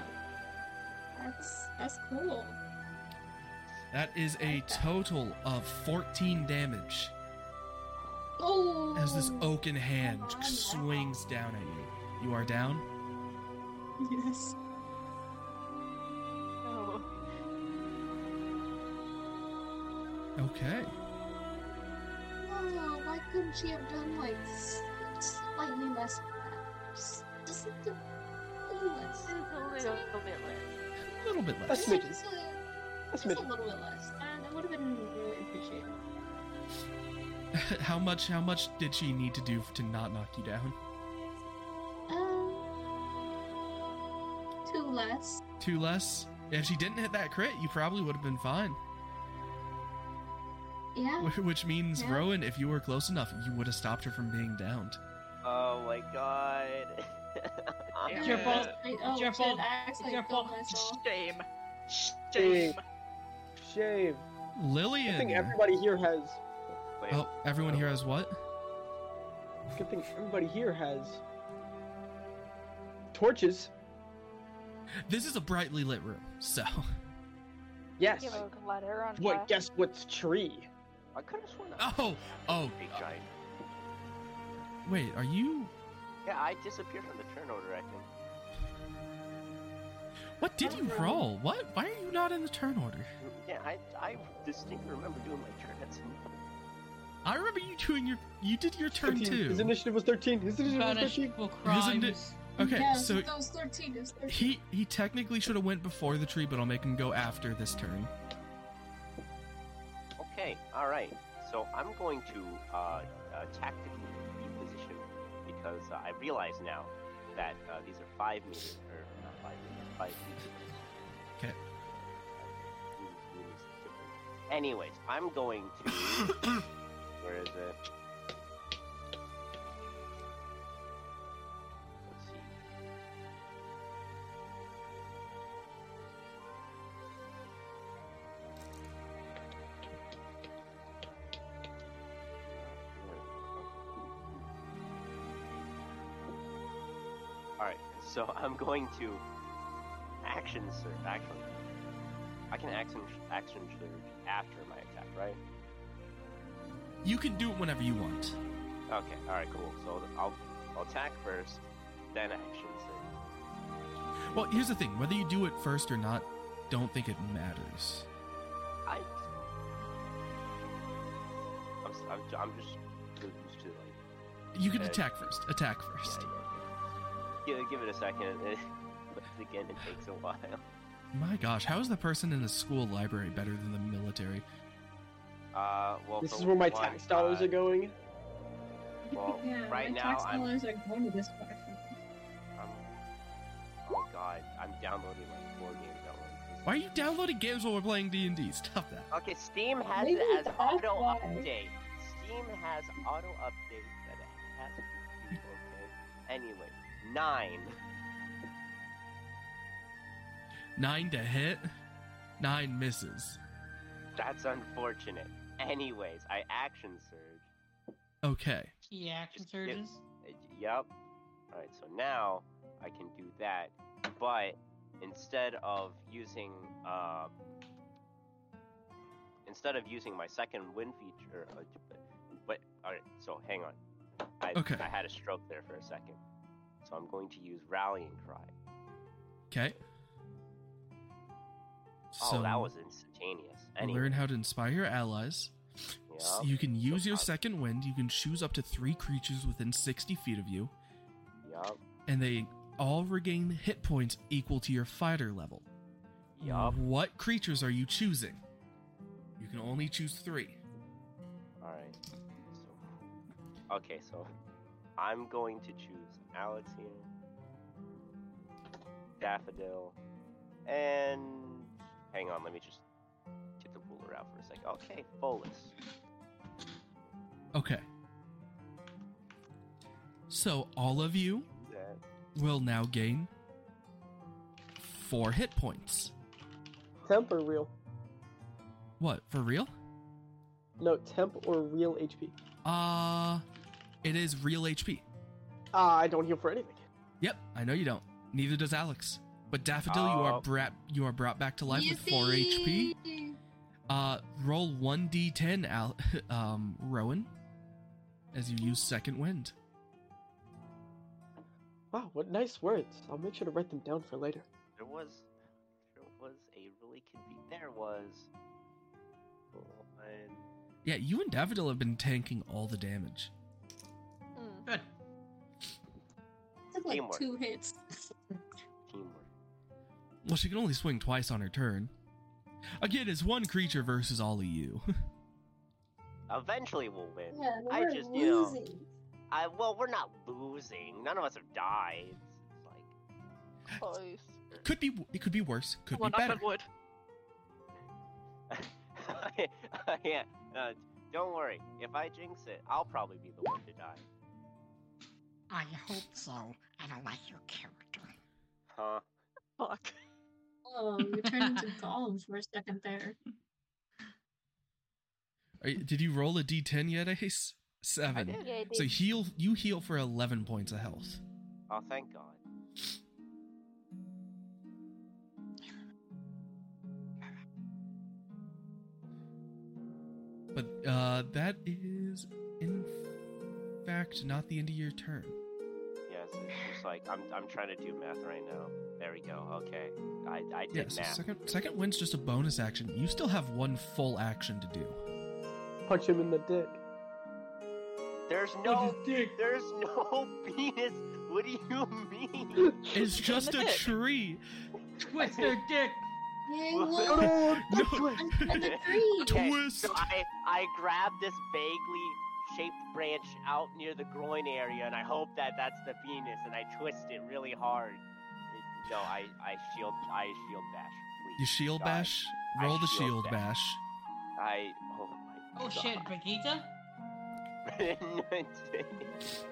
[SPEAKER 6] That's that's cool.
[SPEAKER 1] That is a total of 14 damage
[SPEAKER 6] Oh.
[SPEAKER 1] as this oaken hand
[SPEAKER 6] come on
[SPEAKER 1] swings down at you. You are down.
[SPEAKER 6] Yes.
[SPEAKER 8] No.
[SPEAKER 1] Okay.
[SPEAKER 6] Oh, why couldn't she have done like s- slightly less? Just, just a little less.
[SPEAKER 1] A little bit
[SPEAKER 11] A
[SPEAKER 1] less.
[SPEAKER 11] smidgen.
[SPEAKER 6] Just a-
[SPEAKER 11] A
[SPEAKER 6] just a
[SPEAKER 11] smidgen.
[SPEAKER 6] little bit less. Uh, that would have been really appreciated.
[SPEAKER 1] how much how much did she need to do to not knock you down?
[SPEAKER 6] Um, two less.
[SPEAKER 1] Two less? If she didn't hit that crit, you probably would have been fine.
[SPEAKER 6] Yeah.
[SPEAKER 1] Wh- Which means,
[SPEAKER 6] Yeah.
[SPEAKER 1] Rowan, if you were close enough, you would have stopped her from being downed.
[SPEAKER 7] Oh my god.
[SPEAKER 4] It's your fault.
[SPEAKER 6] Wait,
[SPEAKER 4] It's your
[SPEAKER 6] Oh, shit,
[SPEAKER 4] fault.
[SPEAKER 6] I
[SPEAKER 4] It's
[SPEAKER 6] actually
[SPEAKER 4] your
[SPEAKER 6] killed
[SPEAKER 4] fault.
[SPEAKER 6] myself.
[SPEAKER 8] Shame.
[SPEAKER 11] Shame.
[SPEAKER 8] Shame.
[SPEAKER 11] Shame.
[SPEAKER 1] Lillian.
[SPEAKER 11] Good thing everybody here has.
[SPEAKER 7] Wait,
[SPEAKER 1] oh, everyone here has what?
[SPEAKER 11] Good thing everybody here has. Torches.
[SPEAKER 1] This is a brightly lit room, so
[SPEAKER 11] Yes.
[SPEAKER 5] Give a letter on
[SPEAKER 11] What?
[SPEAKER 5] fire.
[SPEAKER 11] Guess what's tree?
[SPEAKER 7] I could have sworn I
[SPEAKER 1] oh oh
[SPEAKER 7] a giant.
[SPEAKER 1] wait, are you?
[SPEAKER 7] Yeah, I disappeared from the turn order, I think.
[SPEAKER 1] What did you roll? What? Why are you not in the turn order?
[SPEAKER 7] Yeah, I, I distinctly remember doing my turn at some point.
[SPEAKER 1] I remember you doing your you did your turn
[SPEAKER 11] 13. His
[SPEAKER 1] too.
[SPEAKER 11] initiative was thirteen. His initiative was thirteen.
[SPEAKER 4] Punishable
[SPEAKER 1] Isn't it-
[SPEAKER 4] crimes.
[SPEAKER 1] Okay,
[SPEAKER 6] yeah,
[SPEAKER 1] so
[SPEAKER 6] that was thirteen. It was thirteen.
[SPEAKER 1] he he technically should have went before the tree, but I'll make him go after this turn.
[SPEAKER 7] Okay, alright. So I'm going to uh, uh, tactically reposition because uh, I realize now that uh, these are five meters, or not five meters, Uh, five
[SPEAKER 1] Okay.
[SPEAKER 7] feet. Anyways, I'm going to. where is it? Let's see. Alright, so I'm going to action surge. Action. I can action action surge after my attack, right?
[SPEAKER 1] You can do it whenever you want.
[SPEAKER 7] Okay. All right. Cool. So I'll, I'll attack first, then action surge.
[SPEAKER 1] Well, here's the thing whether you do it first or not, don't think it matters.
[SPEAKER 7] I. I'm, s- I'm, j- I'm just used to like uh,
[SPEAKER 1] You can
[SPEAKER 7] Okay.
[SPEAKER 1] attack first. Attack first.
[SPEAKER 7] give, give it a second. but again, it takes a while.
[SPEAKER 1] My gosh, how is the person in the school library better than the military?
[SPEAKER 7] Uh,
[SPEAKER 1] Oh,
[SPEAKER 7] well,
[SPEAKER 11] This
[SPEAKER 7] for
[SPEAKER 11] is where my
[SPEAKER 7] one,
[SPEAKER 11] tax dollars
[SPEAKER 7] uh,
[SPEAKER 11] are going.
[SPEAKER 7] Well,
[SPEAKER 6] Yeah,
[SPEAKER 7] right
[SPEAKER 6] my
[SPEAKER 7] now
[SPEAKER 6] tax
[SPEAKER 7] I'm,
[SPEAKER 6] dollars are going to this part.
[SPEAKER 7] I'm. Oh God, I'm downloading like four games at once.
[SPEAKER 1] Why are you downloading games while we're playing D&D? Stop that.
[SPEAKER 7] Okay, Steam has
[SPEAKER 6] Maybe
[SPEAKER 7] it as
[SPEAKER 6] that's
[SPEAKER 7] auto
[SPEAKER 6] why.
[SPEAKER 7] update. Steam has auto update that it has to do, okay. Anyway, nine.
[SPEAKER 1] Nine to hit, nine misses.
[SPEAKER 7] That's unfortunate. Anyways, I action surge.
[SPEAKER 1] Okay.
[SPEAKER 4] Key action
[SPEAKER 7] Just give-
[SPEAKER 4] surges.
[SPEAKER 7] Uh, Yep. Alright, so now I can do that, but instead of using uh instead of using my second win feature uh, but alright, so hang on. I,
[SPEAKER 1] Okay.
[SPEAKER 7] I had a stroke there for a second. So I'm going to use rallying cry.
[SPEAKER 1] Okay.
[SPEAKER 7] oh, that was instantaneous. Anyway,
[SPEAKER 1] learn how to inspire your allies. S-
[SPEAKER 7] yeah,
[SPEAKER 1] You can use your
[SPEAKER 7] positive.
[SPEAKER 1] second wind. You can choose up to three creatures within 60 feet of you,
[SPEAKER 7] Yup.
[SPEAKER 1] and they all regain hit points equal to your fighter level.
[SPEAKER 7] Yup.
[SPEAKER 1] What creatures are you choosing? You can only choose three.
[SPEAKER 7] Alright. So, okay, so I'm going to choose Alex here, Daffodil, and. Hang on, let me just get the ruler out for a second. Okay, Bolus.
[SPEAKER 1] Okay. So all of you
[SPEAKER 7] That-
[SPEAKER 1] will now gain four hit points.
[SPEAKER 11] Temp or real?
[SPEAKER 1] What, for real?
[SPEAKER 11] No, temp or real HP.
[SPEAKER 1] Uh, it is real HP.
[SPEAKER 11] Ah, I don't heal for anything.
[SPEAKER 1] Yep, I know you don't. Neither does Alex. But Daffodil, you are
[SPEAKER 7] Oh.
[SPEAKER 1] brat, you are brought back to life with four HP.
[SPEAKER 6] Yippee!
[SPEAKER 1] Uh, roll one d10, Al- um, Rowan, as you use second wind.
[SPEAKER 11] Wow, what nice words. I'll make sure to write them down for later.
[SPEAKER 7] There was. There was a really convenient. There was. One.
[SPEAKER 1] Yeah, you and Daffodil have been tanking all the damage.
[SPEAKER 5] Hmm,
[SPEAKER 12] Mm.
[SPEAKER 4] Good.
[SPEAKER 6] Took like
[SPEAKER 7] Teamwork.
[SPEAKER 6] two hits.
[SPEAKER 7] Teamwork.
[SPEAKER 1] Well, she can only swing twice on her turn. Again, it's one creature versus all of you.
[SPEAKER 7] Eventually we'll win.
[SPEAKER 6] Yeah,
[SPEAKER 7] I
[SPEAKER 6] we're
[SPEAKER 7] just, you know,
[SPEAKER 6] losing.
[SPEAKER 7] I, well, we're not losing. None of us have died. It's like.
[SPEAKER 5] Close.
[SPEAKER 1] could be, it could be worse. Could be
[SPEAKER 8] One up
[SPEAKER 1] better.
[SPEAKER 8] and wood.
[SPEAKER 7] yeah, uh, don't worry. If I jinx it, I'll probably be the one to die.
[SPEAKER 4] I hope so. I don't like your character.
[SPEAKER 7] Huh?
[SPEAKER 8] Fuck.
[SPEAKER 6] Oh, you turned into Gollum for a second there.
[SPEAKER 1] Are you- did you roll a d10 yet, Ace? Seven.
[SPEAKER 7] did.
[SPEAKER 5] Yay,
[SPEAKER 1] So
[SPEAKER 5] dude.
[SPEAKER 1] heal. You heal for eleven points of health.
[SPEAKER 7] Oh, thank God.
[SPEAKER 1] But uh, that is, in fact, not the end of your turn.
[SPEAKER 7] Yes, it's just like I'm. I'm trying to do math right now. There we go. Okay, I, I
[SPEAKER 1] Yeah,
[SPEAKER 7] did
[SPEAKER 1] so
[SPEAKER 7] math.
[SPEAKER 1] second second win's just a bonus action. You still have one full action to do.
[SPEAKER 11] Punch him in the dick.
[SPEAKER 7] There's
[SPEAKER 4] Punch
[SPEAKER 7] no.
[SPEAKER 4] his dick.
[SPEAKER 7] There's no penis. What do you mean?
[SPEAKER 1] It's just a
[SPEAKER 8] dick.
[SPEAKER 1] tree.
[SPEAKER 4] Twist their dick.
[SPEAKER 6] Yay,
[SPEAKER 7] Well,
[SPEAKER 6] look!
[SPEAKER 11] No,
[SPEAKER 1] No.
[SPEAKER 6] I'm the three!
[SPEAKER 7] Okay,
[SPEAKER 1] Twist.
[SPEAKER 7] So I I grabbed this vaguely shaped branch out near the groin area, and I hope that that's the penis, and I twist it really hard. It- no, I, I shield, I shield bash. Please.
[SPEAKER 1] You shield
[SPEAKER 7] God.
[SPEAKER 1] bash.
[SPEAKER 7] I
[SPEAKER 1] Roll the
[SPEAKER 7] shield
[SPEAKER 1] shield
[SPEAKER 7] bash.
[SPEAKER 1] bash.
[SPEAKER 7] I, oh my
[SPEAKER 4] Oh shit, Brigitte?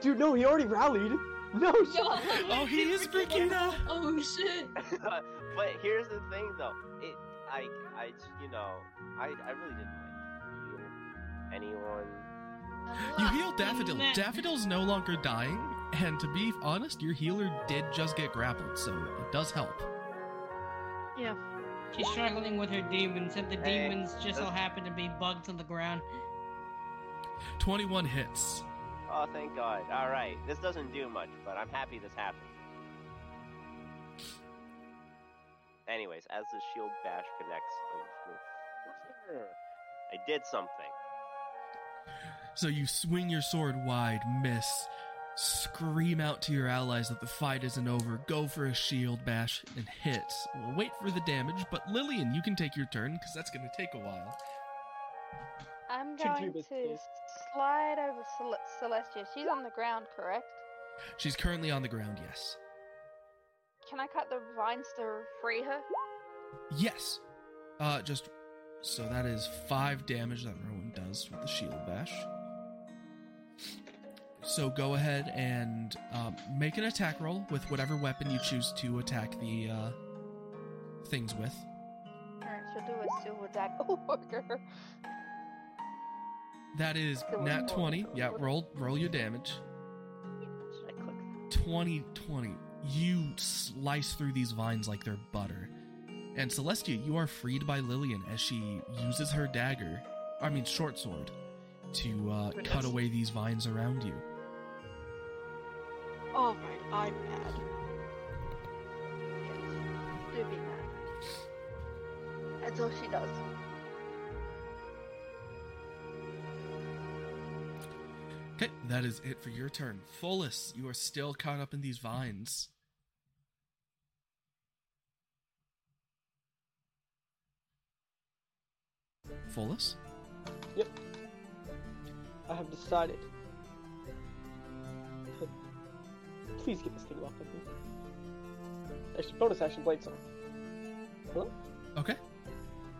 [SPEAKER 2] Dude, no, he already rallied. No, shot.
[SPEAKER 1] Oh, he is Brigida.
[SPEAKER 6] Oh shit.
[SPEAKER 7] but here's the thing, though. It, I, I, you know, I, I really didn't like heal anyone.
[SPEAKER 1] You heal Daffodil. Daffodil's no longer dying, and to be honest, your healer did just get grappled, so it does help.
[SPEAKER 8] Yeah.
[SPEAKER 4] She's struggling with her demons, and the
[SPEAKER 7] Hey,
[SPEAKER 4] demons just so
[SPEAKER 7] let's-
[SPEAKER 4] happen to be bugs on the ground.
[SPEAKER 1] 21 hits.
[SPEAKER 7] Oh, thank God. All right, this doesn't do much, but I'm happy this happened. Anyways, as the shield bash connects, I'm just gonna- I did something.
[SPEAKER 1] So you swing your sword wide, miss, scream out to your allies that the fight isn't over, go for a shield bash, and hit. We'll wait for the damage, but Lillian, you can take your turn, because that's going to take a while.
[SPEAKER 5] I'm
[SPEAKER 1] Can do
[SPEAKER 5] going
[SPEAKER 1] this,
[SPEAKER 5] to slide over Cel- Celestia. She's on the ground, correct?
[SPEAKER 1] She's currently on the ground, yes.
[SPEAKER 5] Can I cut the vines to free her?
[SPEAKER 1] Yes. Uh, just so that is five damage that Merwin does with the shield bash. So go ahead and um, make an attack roll with whatever weapon you choose to attack the uh, things with.
[SPEAKER 5] Alright, she'll do a silver dagger. Oh,
[SPEAKER 1] That is
[SPEAKER 5] So
[SPEAKER 1] nat
[SPEAKER 5] roll-
[SPEAKER 1] 20. Yeah, roll roll your damage.
[SPEAKER 7] Should I click?
[SPEAKER 1] 20 20. You slice through these vines like they're butter. And Celestia, you are freed by Lillian as she uses her dagger, I mean, short sword, to uh, cut
[SPEAKER 8] Goodness.
[SPEAKER 1] away these vines around you.
[SPEAKER 8] All right, I'm mad.
[SPEAKER 5] Do be mad. That's all she does.
[SPEAKER 1] Okay, that is it for your turn. Pholus, you are still caught up in these vines. Pholus?
[SPEAKER 2] Yep. I have decided. Please get this thing off of me. Actually, bonus action blade song. Hello?
[SPEAKER 1] Okay.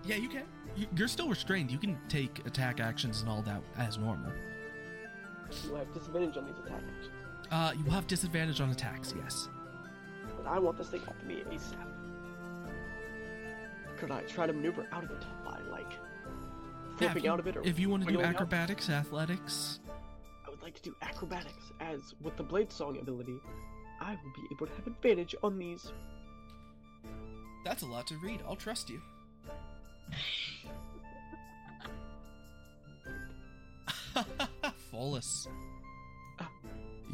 [SPEAKER 1] Yeah, you can. You- You're still restrained. You can take attack actions and all that as normal.
[SPEAKER 2] You have disadvantage on these attack actions.
[SPEAKER 1] Uh, you will have disadvantage on attacks, yes.
[SPEAKER 2] But I want this thing off me ASAP. Could I try to maneuver out of it by like
[SPEAKER 1] Yeah,
[SPEAKER 2] flipping
[SPEAKER 1] if you,
[SPEAKER 2] out of it or
[SPEAKER 1] if you want to do
[SPEAKER 2] wiggling out?
[SPEAKER 1] acrobatics, athletics.
[SPEAKER 2] I would like to do acrobatics, as with the Blade Song ability, I will be able to have advantage on these.
[SPEAKER 1] That's a lot to read. I'll trust you. Follis.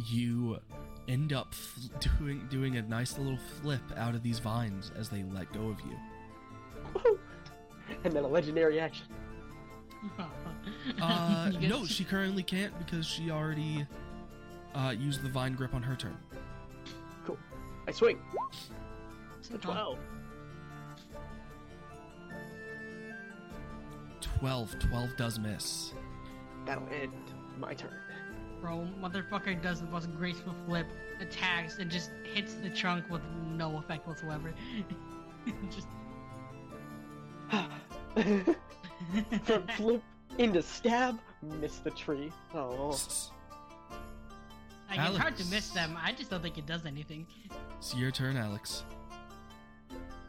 [SPEAKER 1] You end up fl- doing doing a nice little flip out of these vines as they let go of you.
[SPEAKER 2] And then a legendary action.
[SPEAKER 1] Uh,
[SPEAKER 4] You
[SPEAKER 1] no,
[SPEAKER 4] guys-
[SPEAKER 1] she currently can't because she already uh, used the vine grip on her turn.
[SPEAKER 2] Cool. I swing. It's a
[SPEAKER 4] Huh.
[SPEAKER 2] 12.
[SPEAKER 1] 12. 12 does miss.
[SPEAKER 2] That'll end my turn.
[SPEAKER 4] Bro, motherfucker does the most graceful flip, attacks, and just hits the trunk with no effect whatsoever. just
[SPEAKER 2] From flip into stab, miss the tree. Oh.
[SPEAKER 4] like, it's hard to
[SPEAKER 1] Alex.
[SPEAKER 4] miss them. I just don't think it does anything.
[SPEAKER 1] It's your turn, Alex.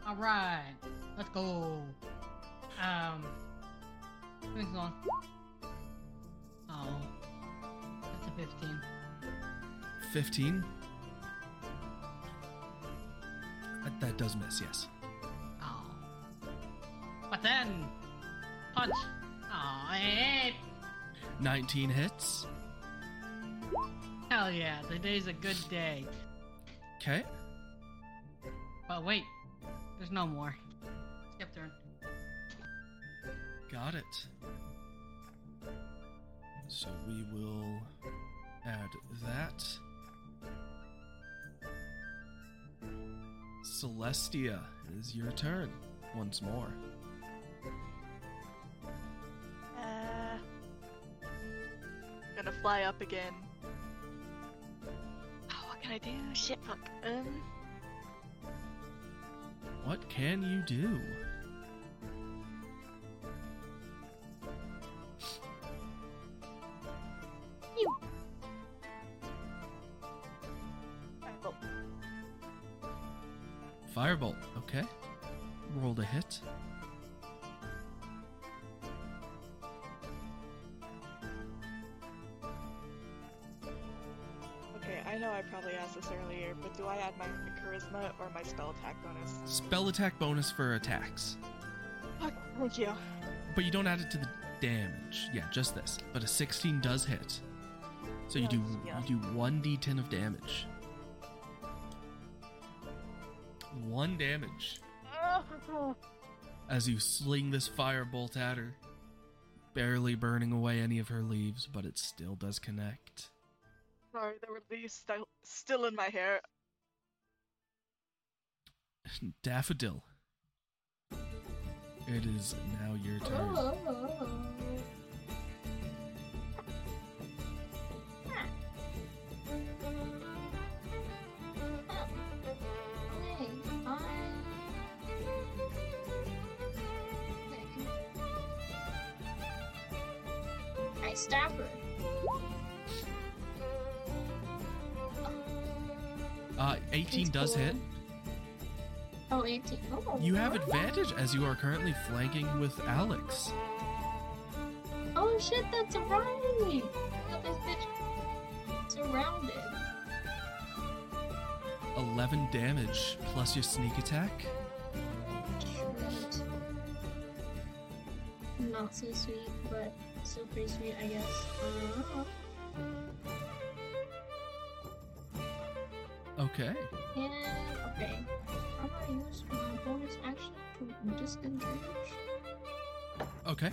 [SPEAKER 4] All right, let's go. Um, moving on. Oh, that's a fifteen.
[SPEAKER 1] 15. That- That does miss, yes.
[SPEAKER 4] Oh, but then punch. Oh, hey, hey,
[SPEAKER 1] 19 hits.
[SPEAKER 4] hell yeah! Today's a good day.
[SPEAKER 1] Okay.
[SPEAKER 4] But wait, there's no more. Skip turn.
[SPEAKER 1] Got it. So we will add that. Celestia, it is your turn once more.
[SPEAKER 12] Uh,
[SPEAKER 8] Uh, gonna fly up again. Oh, what can I do? Shit, fuck. Um,
[SPEAKER 1] What can you do? Firebolt, okay. Rolled a hit.
[SPEAKER 8] okay, I know I probably asked this earlier, but do I add my charisma or my spell attack bonus?
[SPEAKER 1] Spell attack bonus for attacks.
[SPEAKER 8] Fuck, thank you.
[SPEAKER 1] But you don't add it to the damage. Yeah, just this. But a 16 does hit. So you do
[SPEAKER 8] Yeah.
[SPEAKER 1] you do 1d10 of damage. 1 damage as you sling this firebolt at her, barely burning away any of her leaves, but it still does connect.
[SPEAKER 8] Sorry, there were leaves still still in my hair.
[SPEAKER 1] Daffodil. It is now your turn.
[SPEAKER 6] I stab her.
[SPEAKER 1] Uh, 18 does hit.
[SPEAKER 6] Oh, 18. Oh,
[SPEAKER 1] You have
[SPEAKER 6] alright.
[SPEAKER 1] advantage as you are currently flanking with Alex.
[SPEAKER 6] Oh shit, that's surrounding me! I got this bitch surrounded.
[SPEAKER 1] 11 damage plus your sneak attack.
[SPEAKER 6] Shit. Not so sweet, but still pretty sweet, I guess. Uh,
[SPEAKER 1] Okay.
[SPEAKER 6] and okay, I'm gonna use my bonus action to disengage.
[SPEAKER 1] Okay.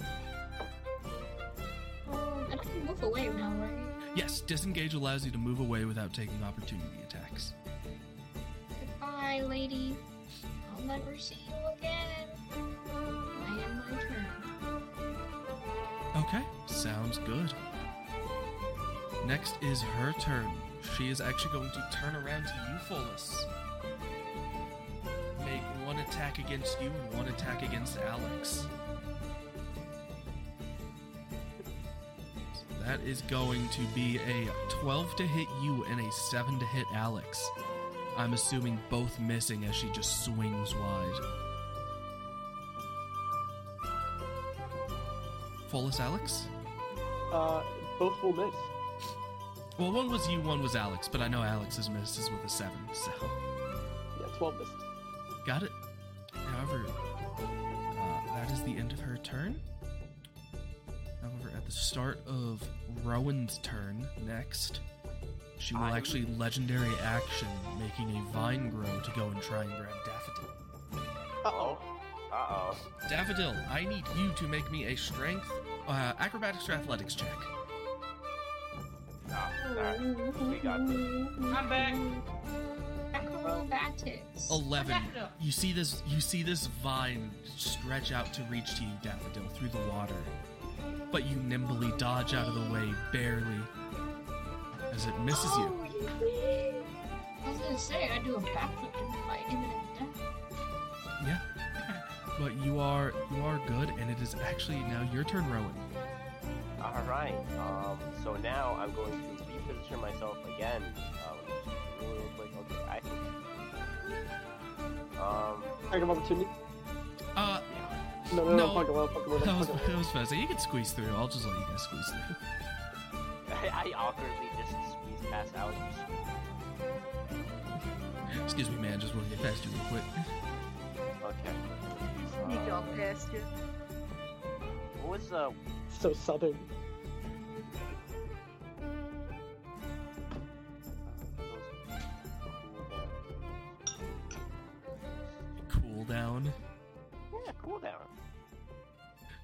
[SPEAKER 6] Um, and I can move away now, right?
[SPEAKER 1] Yes, disengage allows you to move away without taking opportunity attacks.
[SPEAKER 6] Goodbye, lady. I'll never see you again. I am my turn.
[SPEAKER 1] Okay, sounds good. Next is her turn. She is actually going to turn around to you, Folus. Make one attack against you and one attack against Alex. So that is going to be a 12 to hit you and a 7 to hit Alex. I'm assuming both missing as she just swings wide. Folus, Alex?
[SPEAKER 11] Uh, both will miss.
[SPEAKER 1] Well, one was you, one was Alex, but I know Alex's miss is with a 7, so.
[SPEAKER 11] Yeah, 12 missed.
[SPEAKER 1] Got it. However, uh, that is the end of her turn. However, at the start of Rowan's turn next, she will
[SPEAKER 7] I'm-
[SPEAKER 1] actually legendary action, making a vine grow to go and try and grab Daffodil.
[SPEAKER 11] Uh oh.
[SPEAKER 7] Uh oh.
[SPEAKER 1] Daffodil, I need you to make me a strength, uh, acrobatics or athletics check.
[SPEAKER 7] Ah, We got this.
[SPEAKER 4] I'm back.
[SPEAKER 6] Acrobatics.
[SPEAKER 1] 11
[SPEAKER 4] Daffodil.
[SPEAKER 1] you see this you see this vine stretch out to reach to you daffodil through the water but you nimbly dodge out of the way barely as it misses you
[SPEAKER 6] Oh, you did. I was gonna say I do a backflip and my imminent death.
[SPEAKER 1] yeah but you are you are good and it is actually now your turn rowan
[SPEAKER 7] All right. Um, so now I'm going to reposition myself again. Um, really real quick. Okay, I think. Um,
[SPEAKER 11] Attack of opportunity?
[SPEAKER 1] uh
[SPEAKER 11] No, no, no, fuck it, well, fuck it, well,
[SPEAKER 1] that was,
[SPEAKER 11] fuck it.
[SPEAKER 1] that was fast you can squeeze through i'll just let you guys squeeze through
[SPEAKER 7] I, I awkwardly just squeezed past Alex.
[SPEAKER 1] excuse me man just want to get past you real quick
[SPEAKER 7] Okay. Um,
[SPEAKER 12] Sneak on past you.
[SPEAKER 7] What was uh?
[SPEAKER 11] So southern.
[SPEAKER 1] cool down
[SPEAKER 7] Yeah, cool down.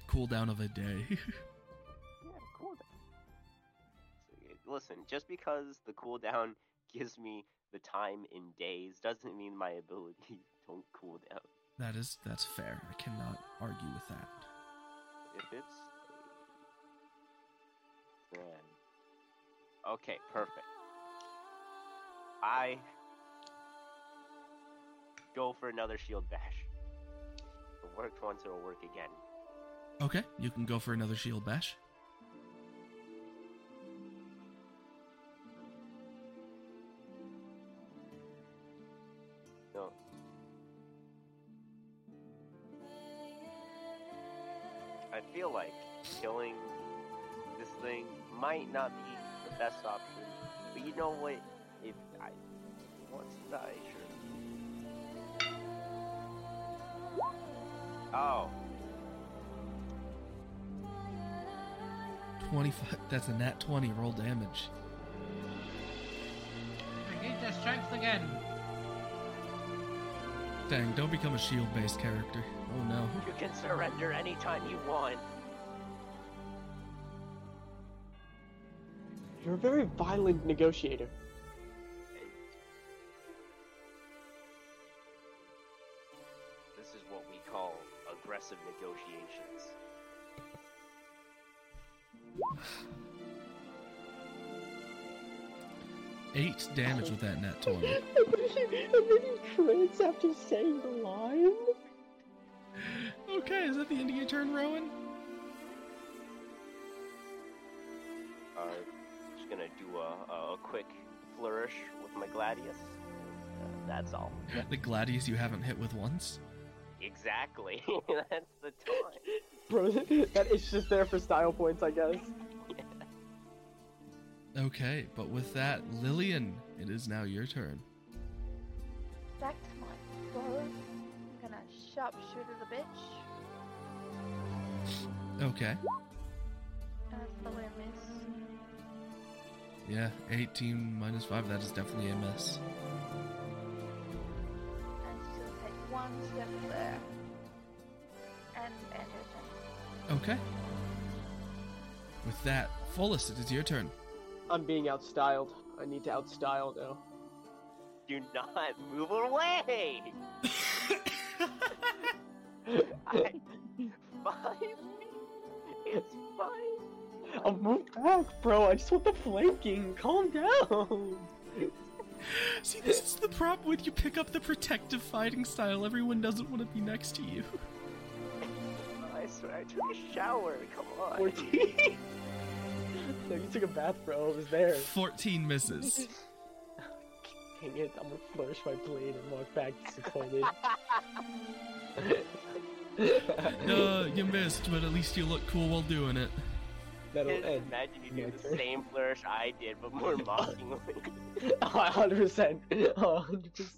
[SPEAKER 1] cool down of a day
[SPEAKER 7] Yeah, cool down. Listen, just because the cooldown gives me the time in days doesn't mean my ability don't cool down.
[SPEAKER 1] that is that's fair i cannot argue with that
[SPEAKER 7] If it's. Man. Okay, perfect. I go for another shield bash. If It worked once, it'll work again.
[SPEAKER 1] Okay, you can go for another shield bash.
[SPEAKER 7] No. I feel like killing this thing might not be the best option, but you know what? If I once die, sure. Oh,
[SPEAKER 1] 25. That's a nat 20 roll damage.
[SPEAKER 4] Negate their strength again.
[SPEAKER 1] Dang, don't become a shield based character. Oh no.
[SPEAKER 7] you can surrender anytime you want.
[SPEAKER 2] You're a very violent negotiator.
[SPEAKER 7] This is what we call aggressive negotiations.
[SPEAKER 1] Eight damage with that nat 20.
[SPEAKER 2] and then he, and then he crits after saying the line.
[SPEAKER 1] okay, is that the end of your turn, Rowan?
[SPEAKER 7] Uh, just gonna do a, a, a quick flourish with my gladius. Uh, that's all.
[SPEAKER 1] The gladius you haven't hit with once?
[SPEAKER 7] Exactly. that's the time.
[SPEAKER 2] Bro, that is just there for style points, I guess.
[SPEAKER 1] Okay, but with that, Lillian, it is now your turn.
[SPEAKER 5] Back to my bow. I'm gonna sharpshooter the bitch.
[SPEAKER 1] Okay.
[SPEAKER 5] And that's probably a miss.
[SPEAKER 1] Yeah, 18 minus 5, that is definitely a miss.
[SPEAKER 5] And she's gonna take one step there. And end her turn.
[SPEAKER 1] Okay. With that, Fullest, it is your turn.
[SPEAKER 2] I'm being outstyled. I need to outstyle now.
[SPEAKER 7] Do not move away. I, five. feet. It's fine.
[SPEAKER 2] I'll move back, bro. I just want the flanking. Calm down.
[SPEAKER 1] See, this is the problem when you pick up the protective fighting style, everyone doesn't want to be next to you.
[SPEAKER 7] I swear, I took a shower. Come on.
[SPEAKER 2] 14. no, you took a bath, bro. It was there.
[SPEAKER 1] 14 misses.
[SPEAKER 2] Dang it, I'm gonna flourish my blade and walk back disappointed.
[SPEAKER 1] No, you missed, but at least you look cool while doing it.
[SPEAKER 2] That'll
[SPEAKER 7] Just
[SPEAKER 2] end.
[SPEAKER 7] imagine you do
[SPEAKER 2] my
[SPEAKER 7] the
[SPEAKER 2] turn.
[SPEAKER 7] same flourish I did, but more mockingly.
[SPEAKER 2] 100%. 100%.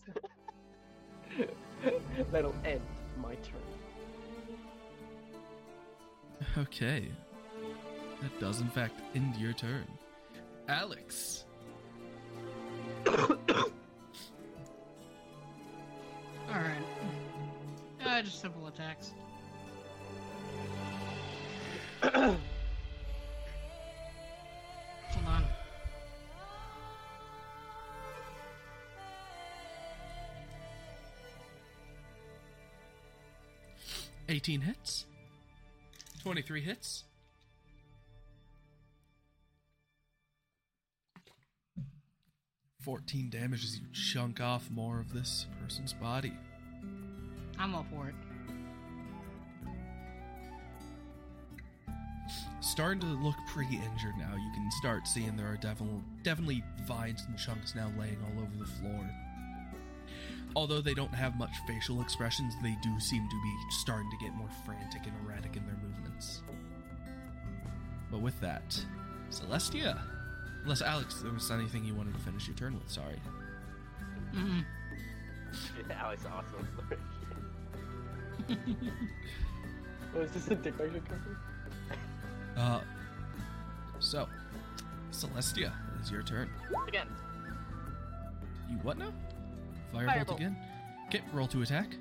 [SPEAKER 2] That'll end my turn.
[SPEAKER 1] Okay. That does, in fact, end your turn. Alex.
[SPEAKER 4] Alright. Uh, just simple attacks. Hold on.
[SPEAKER 1] Eighteen hits. Twenty-three hits. Fourteen damage as you chunk off more of this person's body.
[SPEAKER 4] I'm all for it.
[SPEAKER 1] Starting to look pretty injured now. You can start seeing there are definitely definitely vines and chunks now laying all over the floor. Although they don't have much facial expressions, they do seem to be starting to get more frantic and erratic in their movements. But with that, Celestia. Unless Alex, there was anything you wanted to finish your turn with. Sorry.
[SPEAKER 4] Mm-mm.
[SPEAKER 7] that was awesome flourish.
[SPEAKER 2] Oh, is this a dick measure cover?
[SPEAKER 1] Uh. So, Celestia, it is your turn.
[SPEAKER 8] Again.
[SPEAKER 1] You what now? Firebolt,
[SPEAKER 8] Firebolt.
[SPEAKER 1] again. Okay, roll to attack.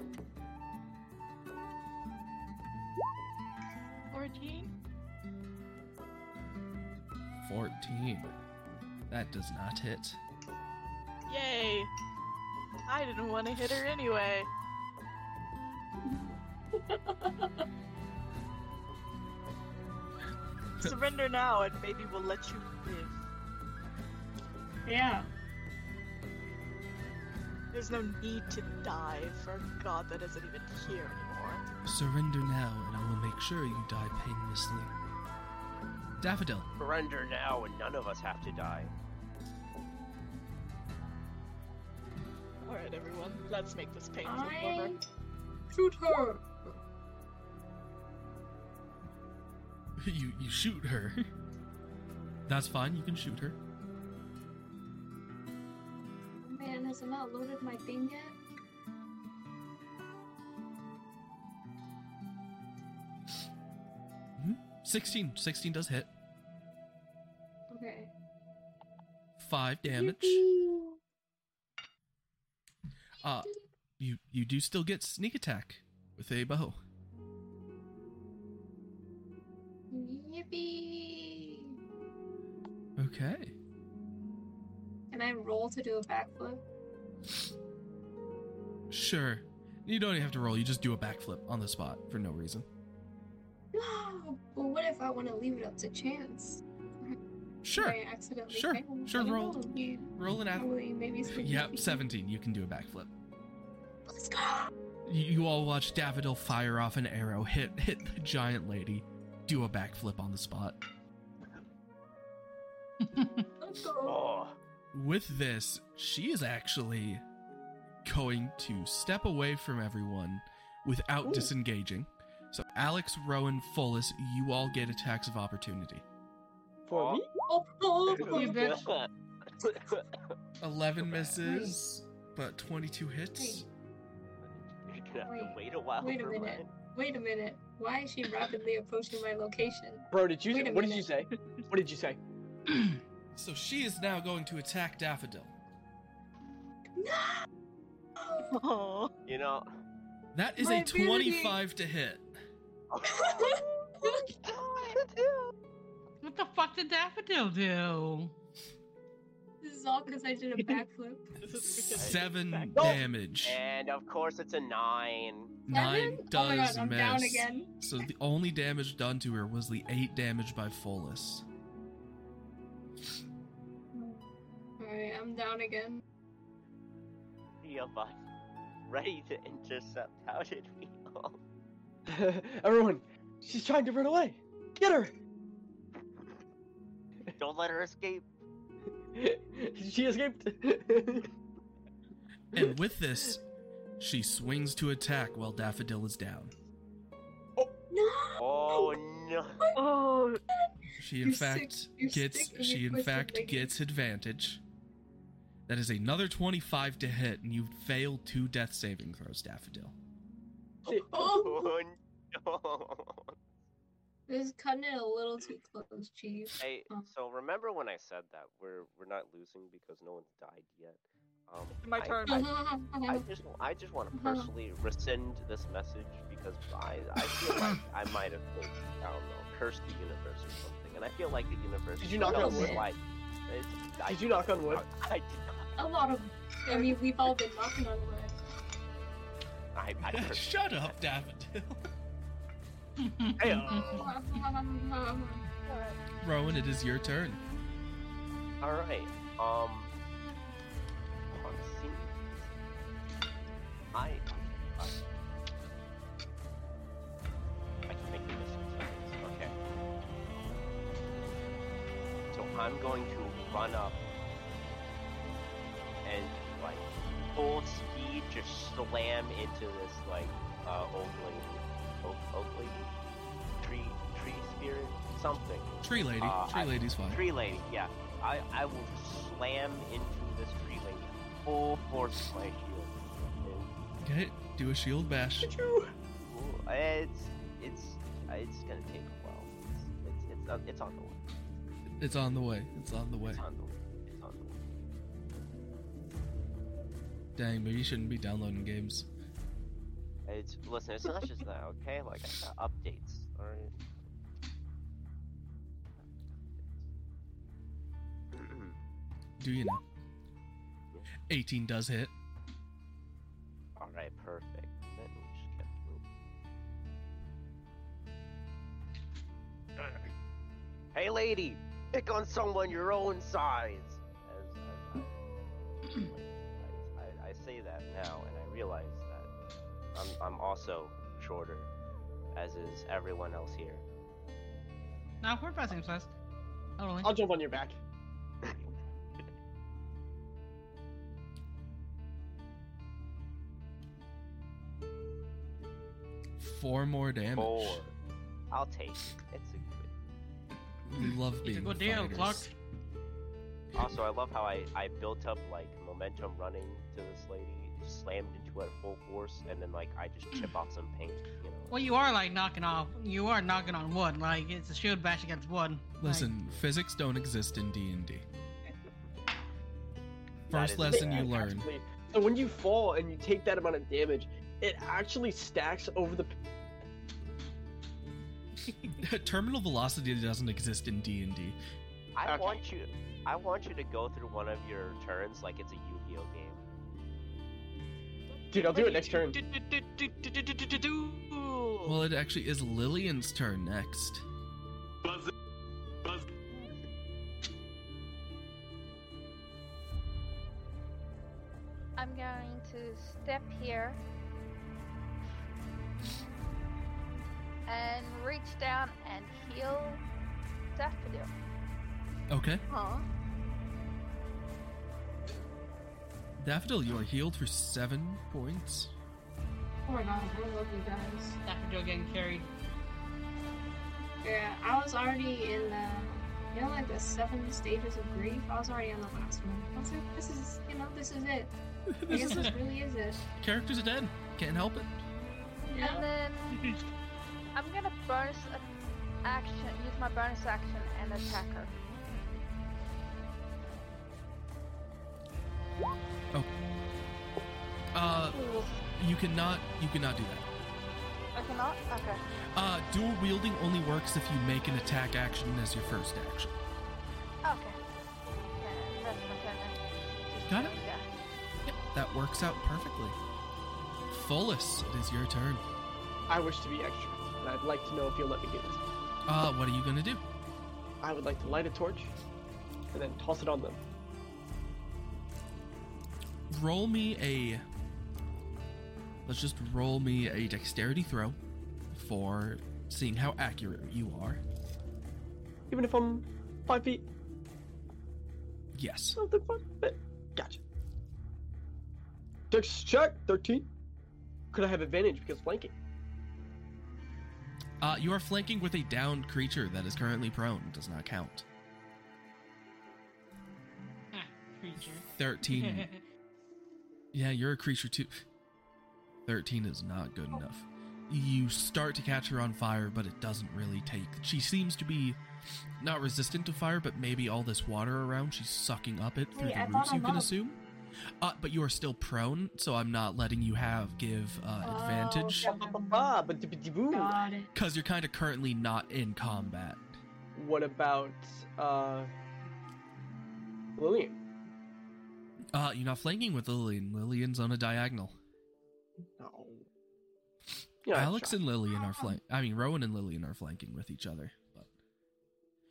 [SPEAKER 8] 14?
[SPEAKER 1] 14. That does not hit.
[SPEAKER 8] Yay! I didn't want to hit her anyway. Surrender now and maybe we'll let you live.
[SPEAKER 6] Yeah.
[SPEAKER 8] There's no need to die for a god that isn't even here anymore.
[SPEAKER 1] Surrender now, and I will make sure you die painlessly. Daffodil.
[SPEAKER 7] Surrender now, and none of us have to die.
[SPEAKER 8] Alright, everyone, let's make this painful for her.
[SPEAKER 6] I shoot her.
[SPEAKER 1] you you shoot her. That's fine. You can shoot her.
[SPEAKER 6] Man, has it not loaded my thing yet?
[SPEAKER 1] hmm 16. 16 does hit.
[SPEAKER 6] Okay.
[SPEAKER 1] Five damage. Uh, you you do still get sneak attack with a bow.
[SPEAKER 6] Yippee!
[SPEAKER 1] Okay.
[SPEAKER 6] Can I roll to do a backflip?
[SPEAKER 1] Sure. You don't even have to roll. You just do a backflip on the spot for no reason.
[SPEAKER 6] No. But what if I want to leave it up to chance?
[SPEAKER 1] Sure.
[SPEAKER 6] I accidentally
[SPEAKER 1] Sure.
[SPEAKER 6] failed.
[SPEAKER 1] Sure,
[SPEAKER 6] I
[SPEAKER 1] roll.
[SPEAKER 6] rolled.
[SPEAKER 1] Roll an ath-
[SPEAKER 6] Probably, maybe sneaky
[SPEAKER 1] Yep,
[SPEAKER 6] peeky.
[SPEAKER 1] 17. You can do a backflip.
[SPEAKER 6] Let's go.
[SPEAKER 1] You, you all watch Daffodil fire off an arrow, hit hit the giant lady, do a backflip on the spot.
[SPEAKER 6] Let's go.
[SPEAKER 7] Oh,
[SPEAKER 1] With this, she is actually going to step away from everyone without
[SPEAKER 11] Ooh.
[SPEAKER 1] disengaging. So, Alex, Rowan, Fullis, you all get attacks of opportunity.
[SPEAKER 11] For me?
[SPEAKER 6] Oh, oh,
[SPEAKER 4] you bitch.
[SPEAKER 1] 11
[SPEAKER 6] oh,
[SPEAKER 1] misses, but 22 hits.
[SPEAKER 7] You're gonna have to
[SPEAKER 6] Wait,
[SPEAKER 7] wait a while
[SPEAKER 6] Wait a
[SPEAKER 7] for
[SPEAKER 6] minute.
[SPEAKER 7] mine.
[SPEAKER 6] Wait a minute. Why is she rapidly approaching my location?
[SPEAKER 11] Bro, did you?
[SPEAKER 6] Wait a
[SPEAKER 11] What did you say? What did you say?
[SPEAKER 1] So, she is now going to attack Daffodil.
[SPEAKER 8] Oh,
[SPEAKER 7] You know,
[SPEAKER 1] That is
[SPEAKER 6] My
[SPEAKER 1] a
[SPEAKER 6] ability.
[SPEAKER 1] 25 to hit.
[SPEAKER 4] What the fuck did Daffodil do?
[SPEAKER 6] this is all because I did a backflip.
[SPEAKER 8] this is because
[SPEAKER 1] Seven
[SPEAKER 11] Oh.
[SPEAKER 1] damage.
[SPEAKER 7] and of course it's a nine.
[SPEAKER 1] Nine
[SPEAKER 6] Seven? Oh my
[SPEAKER 1] does
[SPEAKER 6] god, I'm
[SPEAKER 1] miss.
[SPEAKER 6] down again.
[SPEAKER 1] So the only damage done to her was the eight damage by Folus.
[SPEAKER 6] Alright, I'm down again.
[SPEAKER 7] Three of us ready to intercept. How did we all?
[SPEAKER 11] Everyone, she's trying to run away. Get her.
[SPEAKER 7] Don't let her escape.
[SPEAKER 11] she escaped.
[SPEAKER 1] And with this, she swings to attack while Daffodil is down.
[SPEAKER 6] No!
[SPEAKER 7] Oh no!
[SPEAKER 8] Oh,
[SPEAKER 1] She in
[SPEAKER 6] You're
[SPEAKER 1] fact
[SPEAKER 6] sick. You're
[SPEAKER 1] gets
[SPEAKER 6] sick and
[SPEAKER 1] she
[SPEAKER 6] you're
[SPEAKER 1] in
[SPEAKER 6] twisted,
[SPEAKER 1] fact
[SPEAKER 6] lady.
[SPEAKER 1] gets advantage. That is another 25 to hit, and you fail two death saving throws, Daffodil.
[SPEAKER 6] Oh,
[SPEAKER 7] Oh no!
[SPEAKER 6] this is cutting it a little too close, Chief.
[SPEAKER 7] Hey,
[SPEAKER 6] Um,
[SPEAKER 7] so remember when I said that we're we're not losing because no one's died yet. Um,
[SPEAKER 3] My
[SPEAKER 7] I-
[SPEAKER 3] turn.
[SPEAKER 7] I, I just I just want to personally rescind this message because I I feel like I might have like, I don't know cursed the universe or something, and I feel like the universe.
[SPEAKER 11] Did you knock
[SPEAKER 7] knows
[SPEAKER 6] on wood?
[SPEAKER 7] why- it's- I-
[SPEAKER 11] Did you knock on wood?
[SPEAKER 7] I, I did
[SPEAKER 6] a lot of. I mean, we've all been knocking on wood.
[SPEAKER 7] not. I, I cursed
[SPEAKER 1] Shut up, Daffodil.
[SPEAKER 6] Oh
[SPEAKER 1] Rowan, it is your turn.
[SPEAKER 7] All right. Um. On scene. I. I, I can make the decisions. Okay. So I'm going to run up and like full speed just slam into this like uh, old lady, old, old lady, tree, tree spirit, something.
[SPEAKER 1] Tree lady.
[SPEAKER 7] Uh,
[SPEAKER 1] Tree
[SPEAKER 7] I-
[SPEAKER 1] lady's fine.
[SPEAKER 7] Tree lady, yeah. I, I will slam into this tree lady full force with my shield.
[SPEAKER 1] Okay, do a shield bash.
[SPEAKER 7] And, ooh, it's it's uh, it's gonna take a while. It's it's it's, uh, it's on the way.
[SPEAKER 1] It's on the way. It's on the way.
[SPEAKER 7] It's on the way. It's on the way.
[SPEAKER 1] Dang, maybe you shouldn't be downloading games.
[SPEAKER 7] It's listen. It's not just that, okay? Like I got updates. All right.
[SPEAKER 1] Do you know? 18 does hit.
[SPEAKER 7] all right, perfect. Then we just kept moving. Hey, lady, pick on someone your own size. As, as now, and I realize that I'm, I'm also shorter, as is everyone else here.
[SPEAKER 4] No, we're about same size. Totally.
[SPEAKER 11] I'll jump on your back.
[SPEAKER 1] Four more damage.
[SPEAKER 7] Four. I'll take it. It's a good.
[SPEAKER 1] We love
[SPEAKER 4] It's a
[SPEAKER 1] being
[SPEAKER 4] good deal,
[SPEAKER 1] fighters.
[SPEAKER 4] Clark.
[SPEAKER 7] Also, I love how I, I built up like momentum running to this lady, slammed into her full force, and then like I just chip off some paint. You know.
[SPEAKER 4] Well, you are like knocking off. You are knocking on wood. Like it's a shield bash against wood. Like,
[SPEAKER 1] Listen, physics don't exist in D and D.
[SPEAKER 7] That
[SPEAKER 1] First
[SPEAKER 7] is
[SPEAKER 1] lesson you
[SPEAKER 7] bad.
[SPEAKER 1] learn.
[SPEAKER 11] Actually, So when you fall and you take that amount of damage, it actually stacks over the.
[SPEAKER 1] Terminal velocity doesn't exist in D and D.
[SPEAKER 7] I
[SPEAKER 11] Okay.
[SPEAKER 7] want you, I want you to go through one of your turns like it's a Yu-Gi-Oh game.
[SPEAKER 11] Dude, I'll do it next turn.
[SPEAKER 1] Well, it actually is Lillian's turn next.
[SPEAKER 13] Buzz it. Buzz it.
[SPEAKER 5] I'm going to step here and reach down and heal Daffodil.
[SPEAKER 1] Okay,
[SPEAKER 5] Huh?
[SPEAKER 1] Daffodil, you are healed for seven points.
[SPEAKER 6] Oh my god, I love you guys.
[SPEAKER 4] Daffodil getting carried.
[SPEAKER 6] Yeah, I was already in the, you know, like the seven stages of grief. I was already on the last one. I was like, this is, you know, this is it. I guess this really is it.
[SPEAKER 1] Characters are dead. Can't help it.
[SPEAKER 5] And then I'm gonna bonus a- action, use my bonus action and attack her.
[SPEAKER 1] Uh, you cannot. You cannot do that.
[SPEAKER 5] I cannot? Okay.
[SPEAKER 1] Uh, dual wielding only works if you make an attack action as your first action.
[SPEAKER 5] Okay. And that's my turn then. Just
[SPEAKER 1] Got it.
[SPEAKER 5] doing that.
[SPEAKER 1] That works out perfectly. Fullis, it is your turn.
[SPEAKER 11] I wish to be extra, and I'd like to know if you'll let me do this.
[SPEAKER 1] Uh, what are you gonna do?
[SPEAKER 11] I would like to light a torch, and then toss it on them.
[SPEAKER 1] Roll me a. Let's just roll me a dexterity throw for seeing how accurate you are.
[SPEAKER 11] Even if I'm five feet,
[SPEAKER 1] Yes.
[SPEAKER 11] something fun. But gotcha. Dex check thirteen. Could I have advantage because flanking?
[SPEAKER 1] Uh, you are flanking with a downed creature that is currently prone. Does not count.
[SPEAKER 4] Ah, creature.
[SPEAKER 1] 13. yeah, you're a creature too. 13 is not good enough. You start to catch her on fire, but it doesn't really take. She seems to be not resistant to fire, but maybe all this water around, she's sucking up it through
[SPEAKER 6] Hey, I
[SPEAKER 1] the
[SPEAKER 6] thought
[SPEAKER 1] roots,
[SPEAKER 6] I'm
[SPEAKER 1] you can
[SPEAKER 6] up.
[SPEAKER 1] assume. Uh, but you are still prone, so I'm not letting you have give uh,
[SPEAKER 6] Oh,
[SPEAKER 1] advantage
[SPEAKER 11] Ba-ba-ba, ba-di-ba-di-boo.
[SPEAKER 6] Got it.
[SPEAKER 1] because you're kind of currently not in combat.
[SPEAKER 11] What about uh, Lillian?
[SPEAKER 1] Uh, you're not flanking with Lillian. Lillian's on a diagonal.
[SPEAKER 11] No. You know, I
[SPEAKER 1] Alex
[SPEAKER 11] tried.
[SPEAKER 1] and Lillian are flank. I mean, Rowan and Lillian are flanking with each other. But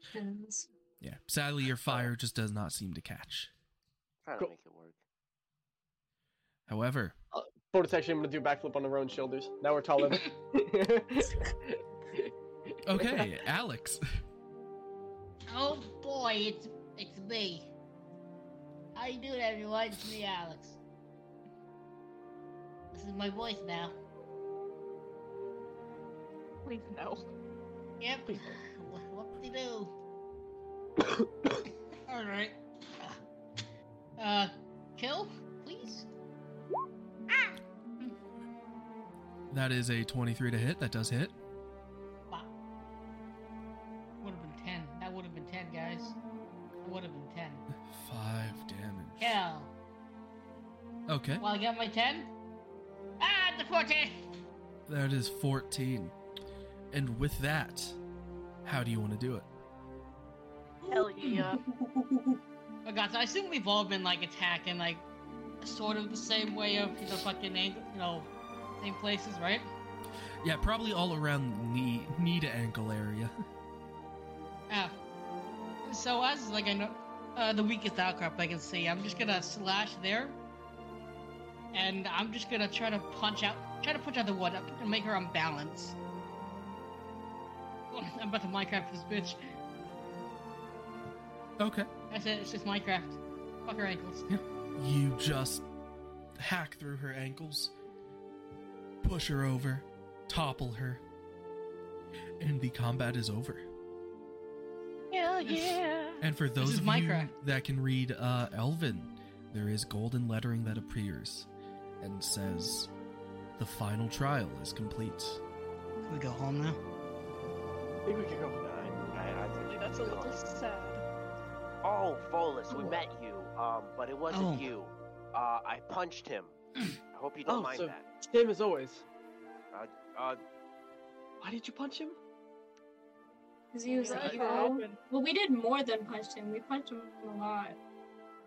[SPEAKER 6] Depends.
[SPEAKER 1] yeah, sadly, your fire just does not seem to catch.
[SPEAKER 7] Try to
[SPEAKER 11] Cool.
[SPEAKER 7] make it work.
[SPEAKER 1] However,
[SPEAKER 11] Bonus action, I'm gonna do a backflip on the own shoulders. Now we're taller.
[SPEAKER 1] okay, Alex.
[SPEAKER 4] Oh boy, it's it's me. How you doing, everyone? It's me, Alex. This is my voice now.
[SPEAKER 12] Please no.
[SPEAKER 4] Yep. What do you do? All right. Uh, kill, please.
[SPEAKER 1] That is a 23 to hit. That does hit.
[SPEAKER 4] Wow. Would have been ten. That would have been ten, guys. Would have been ten.
[SPEAKER 1] Five damage.
[SPEAKER 4] Kill.
[SPEAKER 1] Okay,
[SPEAKER 4] Well, I got my ten. Ah, the fourteen.
[SPEAKER 1] that is 14. And with that, how do you want to do it?
[SPEAKER 12] Hell yeah.
[SPEAKER 4] Oh god, so I assume we've all been like attacking like sort of the same way of you know fucking ang- you know same places, right?
[SPEAKER 1] Yeah, probably all around knee knee to ankle area.
[SPEAKER 4] Yeah. Ah. So as like I know uh, the weakest outcrop I can see, I'm just gonna slash there. and I'm just gonna try to punch out, try to punch out the wood. I'm gonna make her unbalanced. I'm about to Minecraft this bitch.
[SPEAKER 1] Okay.
[SPEAKER 4] That's it. It's just Minecraft. Fuck her ankles.
[SPEAKER 1] You just hack through her ankles, push her over, topple her, and the combat is over.
[SPEAKER 3] Hell yeah.
[SPEAKER 1] And for those
[SPEAKER 4] is
[SPEAKER 1] of
[SPEAKER 4] Minecraft.
[SPEAKER 1] you that can read uh, Elven, there is golden lettering that appears and says, "The final trial is complete."
[SPEAKER 9] Can we go home now?
[SPEAKER 11] I think we can go. I, I, I think
[SPEAKER 8] That's a little sad.
[SPEAKER 7] Oh, Volus, we met you, um, but it wasn't
[SPEAKER 11] Oh.
[SPEAKER 7] you. Uh, I punched him. I hope you don't
[SPEAKER 11] Oh,
[SPEAKER 7] mind
[SPEAKER 11] so
[SPEAKER 7] that.
[SPEAKER 11] same as always.
[SPEAKER 7] Uh, uh,
[SPEAKER 11] Why did you punch him?
[SPEAKER 6] Because he was
[SPEAKER 8] Right,
[SPEAKER 6] like,
[SPEAKER 8] it
[SPEAKER 6] oh.
[SPEAKER 8] happened.
[SPEAKER 6] Well, we did more than punched him. We punched him a lot.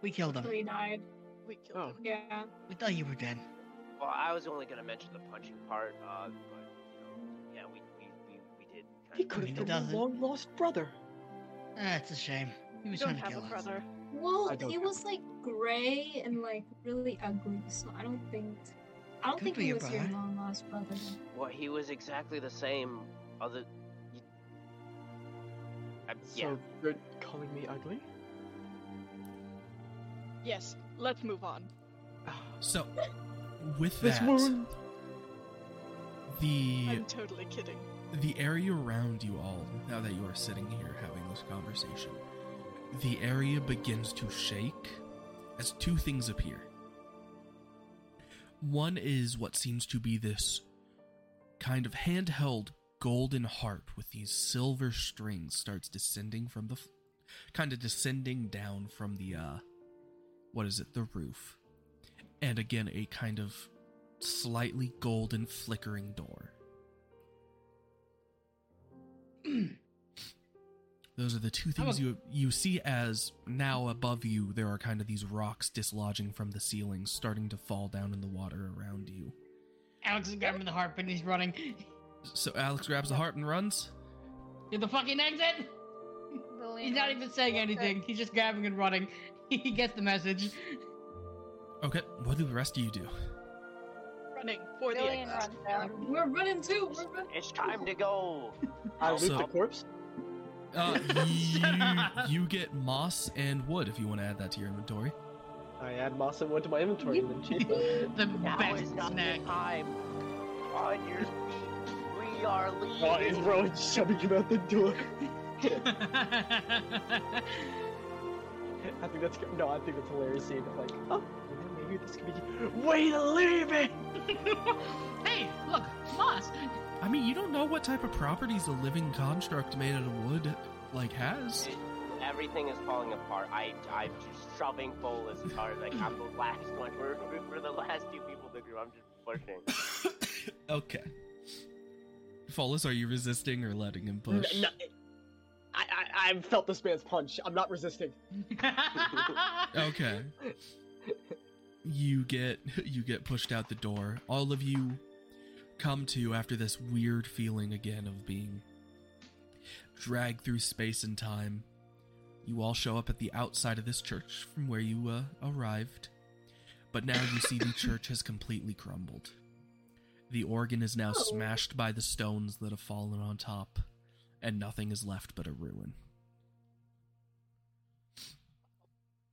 [SPEAKER 9] We killed him.
[SPEAKER 6] Till he died.
[SPEAKER 8] We killed
[SPEAKER 11] Oh.
[SPEAKER 8] him.
[SPEAKER 6] Yeah.
[SPEAKER 9] We thought you were dead.
[SPEAKER 7] well, I was only gonna mention the punching part, uh, but you know, yeah, we we we, we did. Kind
[SPEAKER 11] He
[SPEAKER 7] of
[SPEAKER 11] could
[SPEAKER 9] He
[SPEAKER 11] have been
[SPEAKER 9] doesn't.
[SPEAKER 11] your long lost brother.
[SPEAKER 9] That's a shame.
[SPEAKER 8] You
[SPEAKER 9] He was
[SPEAKER 8] don't
[SPEAKER 9] trying to
[SPEAKER 8] have a
[SPEAKER 9] kill us.
[SPEAKER 8] brother.
[SPEAKER 6] Well,
[SPEAKER 11] I don't
[SPEAKER 6] he
[SPEAKER 11] know.
[SPEAKER 6] was like gray and like really ugly, so I don't think I don't
[SPEAKER 9] Could
[SPEAKER 6] think
[SPEAKER 9] be
[SPEAKER 6] he
[SPEAKER 9] your
[SPEAKER 6] was your
[SPEAKER 9] brother.
[SPEAKER 6] long lost brother.
[SPEAKER 7] Well, he was exactly the same. Other, you... I, yeah.
[SPEAKER 11] So you're calling me ugly?
[SPEAKER 8] Yes, let's move on.
[SPEAKER 11] Ah.
[SPEAKER 1] So, with
[SPEAKER 11] This
[SPEAKER 1] that,
[SPEAKER 11] wound.
[SPEAKER 1] the
[SPEAKER 8] I'm totally kidding.
[SPEAKER 1] the area around you all, now that you are sitting here having this conversation, the area begins to shake as two things appear. One is what seems to be this kind of handheld golden harp with these silver strings starts descending from the f- kind of descending down from the uh what is it the roof and again a kind of slightly golden flickering door Those are the two
[SPEAKER 4] I'm
[SPEAKER 1] things
[SPEAKER 4] a-
[SPEAKER 1] you you see as now above you there are kind of these rocks dislodging from the ceiling starting to fall down in the water around you.
[SPEAKER 4] Alex is grabbing the harp and he's running.
[SPEAKER 1] So Alex grabs the harp and runs.
[SPEAKER 4] To the fucking exit.
[SPEAKER 5] The
[SPEAKER 4] He's not even saying anything. He's just grabbing and running. He gets the message.
[SPEAKER 1] Okay, what do the rest of you do?
[SPEAKER 8] Running for the
[SPEAKER 5] Lillian
[SPEAKER 8] exit.
[SPEAKER 5] runs out.
[SPEAKER 6] We're running too. We're running.
[SPEAKER 7] It's time to go.
[SPEAKER 11] I loot
[SPEAKER 1] So-
[SPEAKER 11] the corpse.
[SPEAKER 1] Uh, you, you get moss and wood if you want to add that to your inventory.
[SPEAKER 11] I add moss and wood to my inventory and then cheat.
[SPEAKER 4] The
[SPEAKER 7] Now
[SPEAKER 4] best
[SPEAKER 7] is not
[SPEAKER 4] snack.
[SPEAKER 7] the time. On your feet, we are leaving.
[SPEAKER 11] Oh, and Rowan shoving him out the door. I think that's good. no. I think that's a hilarious scene. Of like, oh, maybe this could be way to leave it.
[SPEAKER 4] hey, look, moss.
[SPEAKER 1] I mean, you don't know what type of properties a living construct made out of wood like has.
[SPEAKER 7] Everything is falling apart. I, I'm just shoving full as hard. Like I'm the last one. We're, we're the last two people in the group. I'm just pushing.
[SPEAKER 1] Okay. Follis, are you resisting or letting him
[SPEAKER 11] N-
[SPEAKER 1] push?
[SPEAKER 11] n- I, I, I've felt this man's punch. I'm not resisting.
[SPEAKER 1] okay you get you get pushed out the door all of you come to after this weird feeling again of being dragged through space and time you all show up at the outside of this church from where you uh, arrived but now you see the church has completely crumbled the organ is now smashed by the stones that have fallen on top and nothing is left but a ruin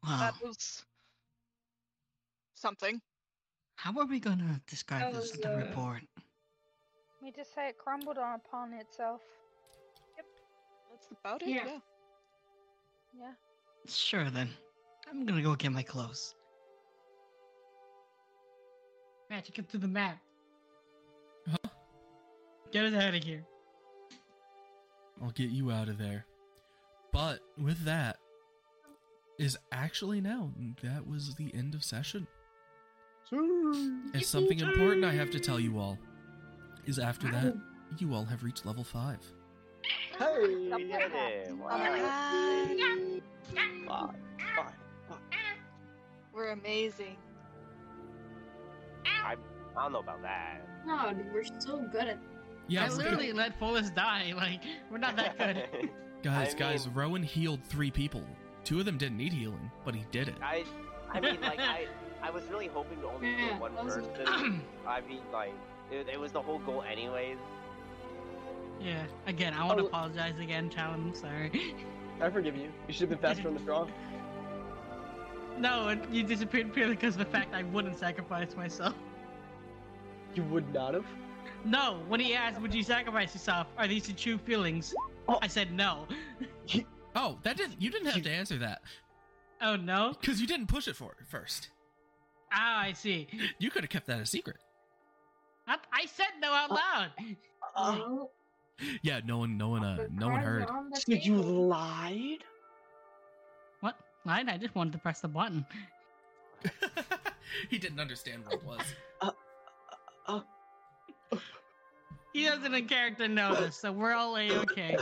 [SPEAKER 9] Wow. Ah.
[SPEAKER 8] That was something.
[SPEAKER 9] How are we gonna describe
[SPEAKER 6] That
[SPEAKER 9] this in
[SPEAKER 6] was,
[SPEAKER 9] the
[SPEAKER 6] uh,
[SPEAKER 9] report?
[SPEAKER 5] We just say it crumbled on upon itself.
[SPEAKER 8] That's about it.
[SPEAKER 6] Yeah.
[SPEAKER 8] yeah.
[SPEAKER 5] Yeah.
[SPEAKER 9] Sure then. I'm gonna go get my clothes.
[SPEAKER 4] Magic it to the map.
[SPEAKER 1] Huh?
[SPEAKER 4] Get us out of here.
[SPEAKER 1] I'll get you out of there. But with that is actually now that was the end of session. And something important I have to tell you all is after that you all have reached level 5.
[SPEAKER 11] Hey,
[SPEAKER 5] Something
[SPEAKER 11] yeah.
[SPEAKER 5] happened.
[SPEAKER 7] wow.
[SPEAKER 5] Something happened.
[SPEAKER 11] Fuck, fuck.
[SPEAKER 12] We're amazing.
[SPEAKER 7] I, I don't know about that.
[SPEAKER 6] No, dude, we're so good at.
[SPEAKER 1] Yeah,
[SPEAKER 4] I
[SPEAKER 1] we're
[SPEAKER 4] literally let Polis die. Like, we're not that good.
[SPEAKER 1] good. guys,
[SPEAKER 7] I
[SPEAKER 1] guys,
[SPEAKER 7] mean-
[SPEAKER 1] Rowan healed 3 people. Two of them didn't need healing, but he did it.
[SPEAKER 7] I, I mean, like I, I was really hoping to only
[SPEAKER 6] Yeah,
[SPEAKER 7] do one
[SPEAKER 6] that was-
[SPEAKER 7] person. I mean, like, it, it was the whole goal, anyways.
[SPEAKER 4] Yeah. Again, I want to apologize again, Chow. I'm sorry.
[SPEAKER 11] I forgive you. You should have been faster on the draw.
[SPEAKER 4] No, it- you disappeared purely because of the fact I wouldn't sacrifice myself.
[SPEAKER 11] You would not have?
[SPEAKER 4] No, when he asked, would you sacrifice yourself? Are these the true feelings? I said no.
[SPEAKER 1] Oh, that didn't. You didn't have to answer that
[SPEAKER 4] Oh no.
[SPEAKER 1] because you didn't push it for first.
[SPEAKER 4] Ah, I see.
[SPEAKER 1] You could have kept that a secret.
[SPEAKER 4] I, I said no out loud.
[SPEAKER 1] Yeah, no one, no one, uh, no one heard.
[SPEAKER 6] So
[SPEAKER 4] you
[SPEAKER 11] lied?
[SPEAKER 4] What? Lied? I just wanted to press the button.
[SPEAKER 1] He didn't understand what it was.
[SPEAKER 4] He doesn't in character know this, so we're all a okay.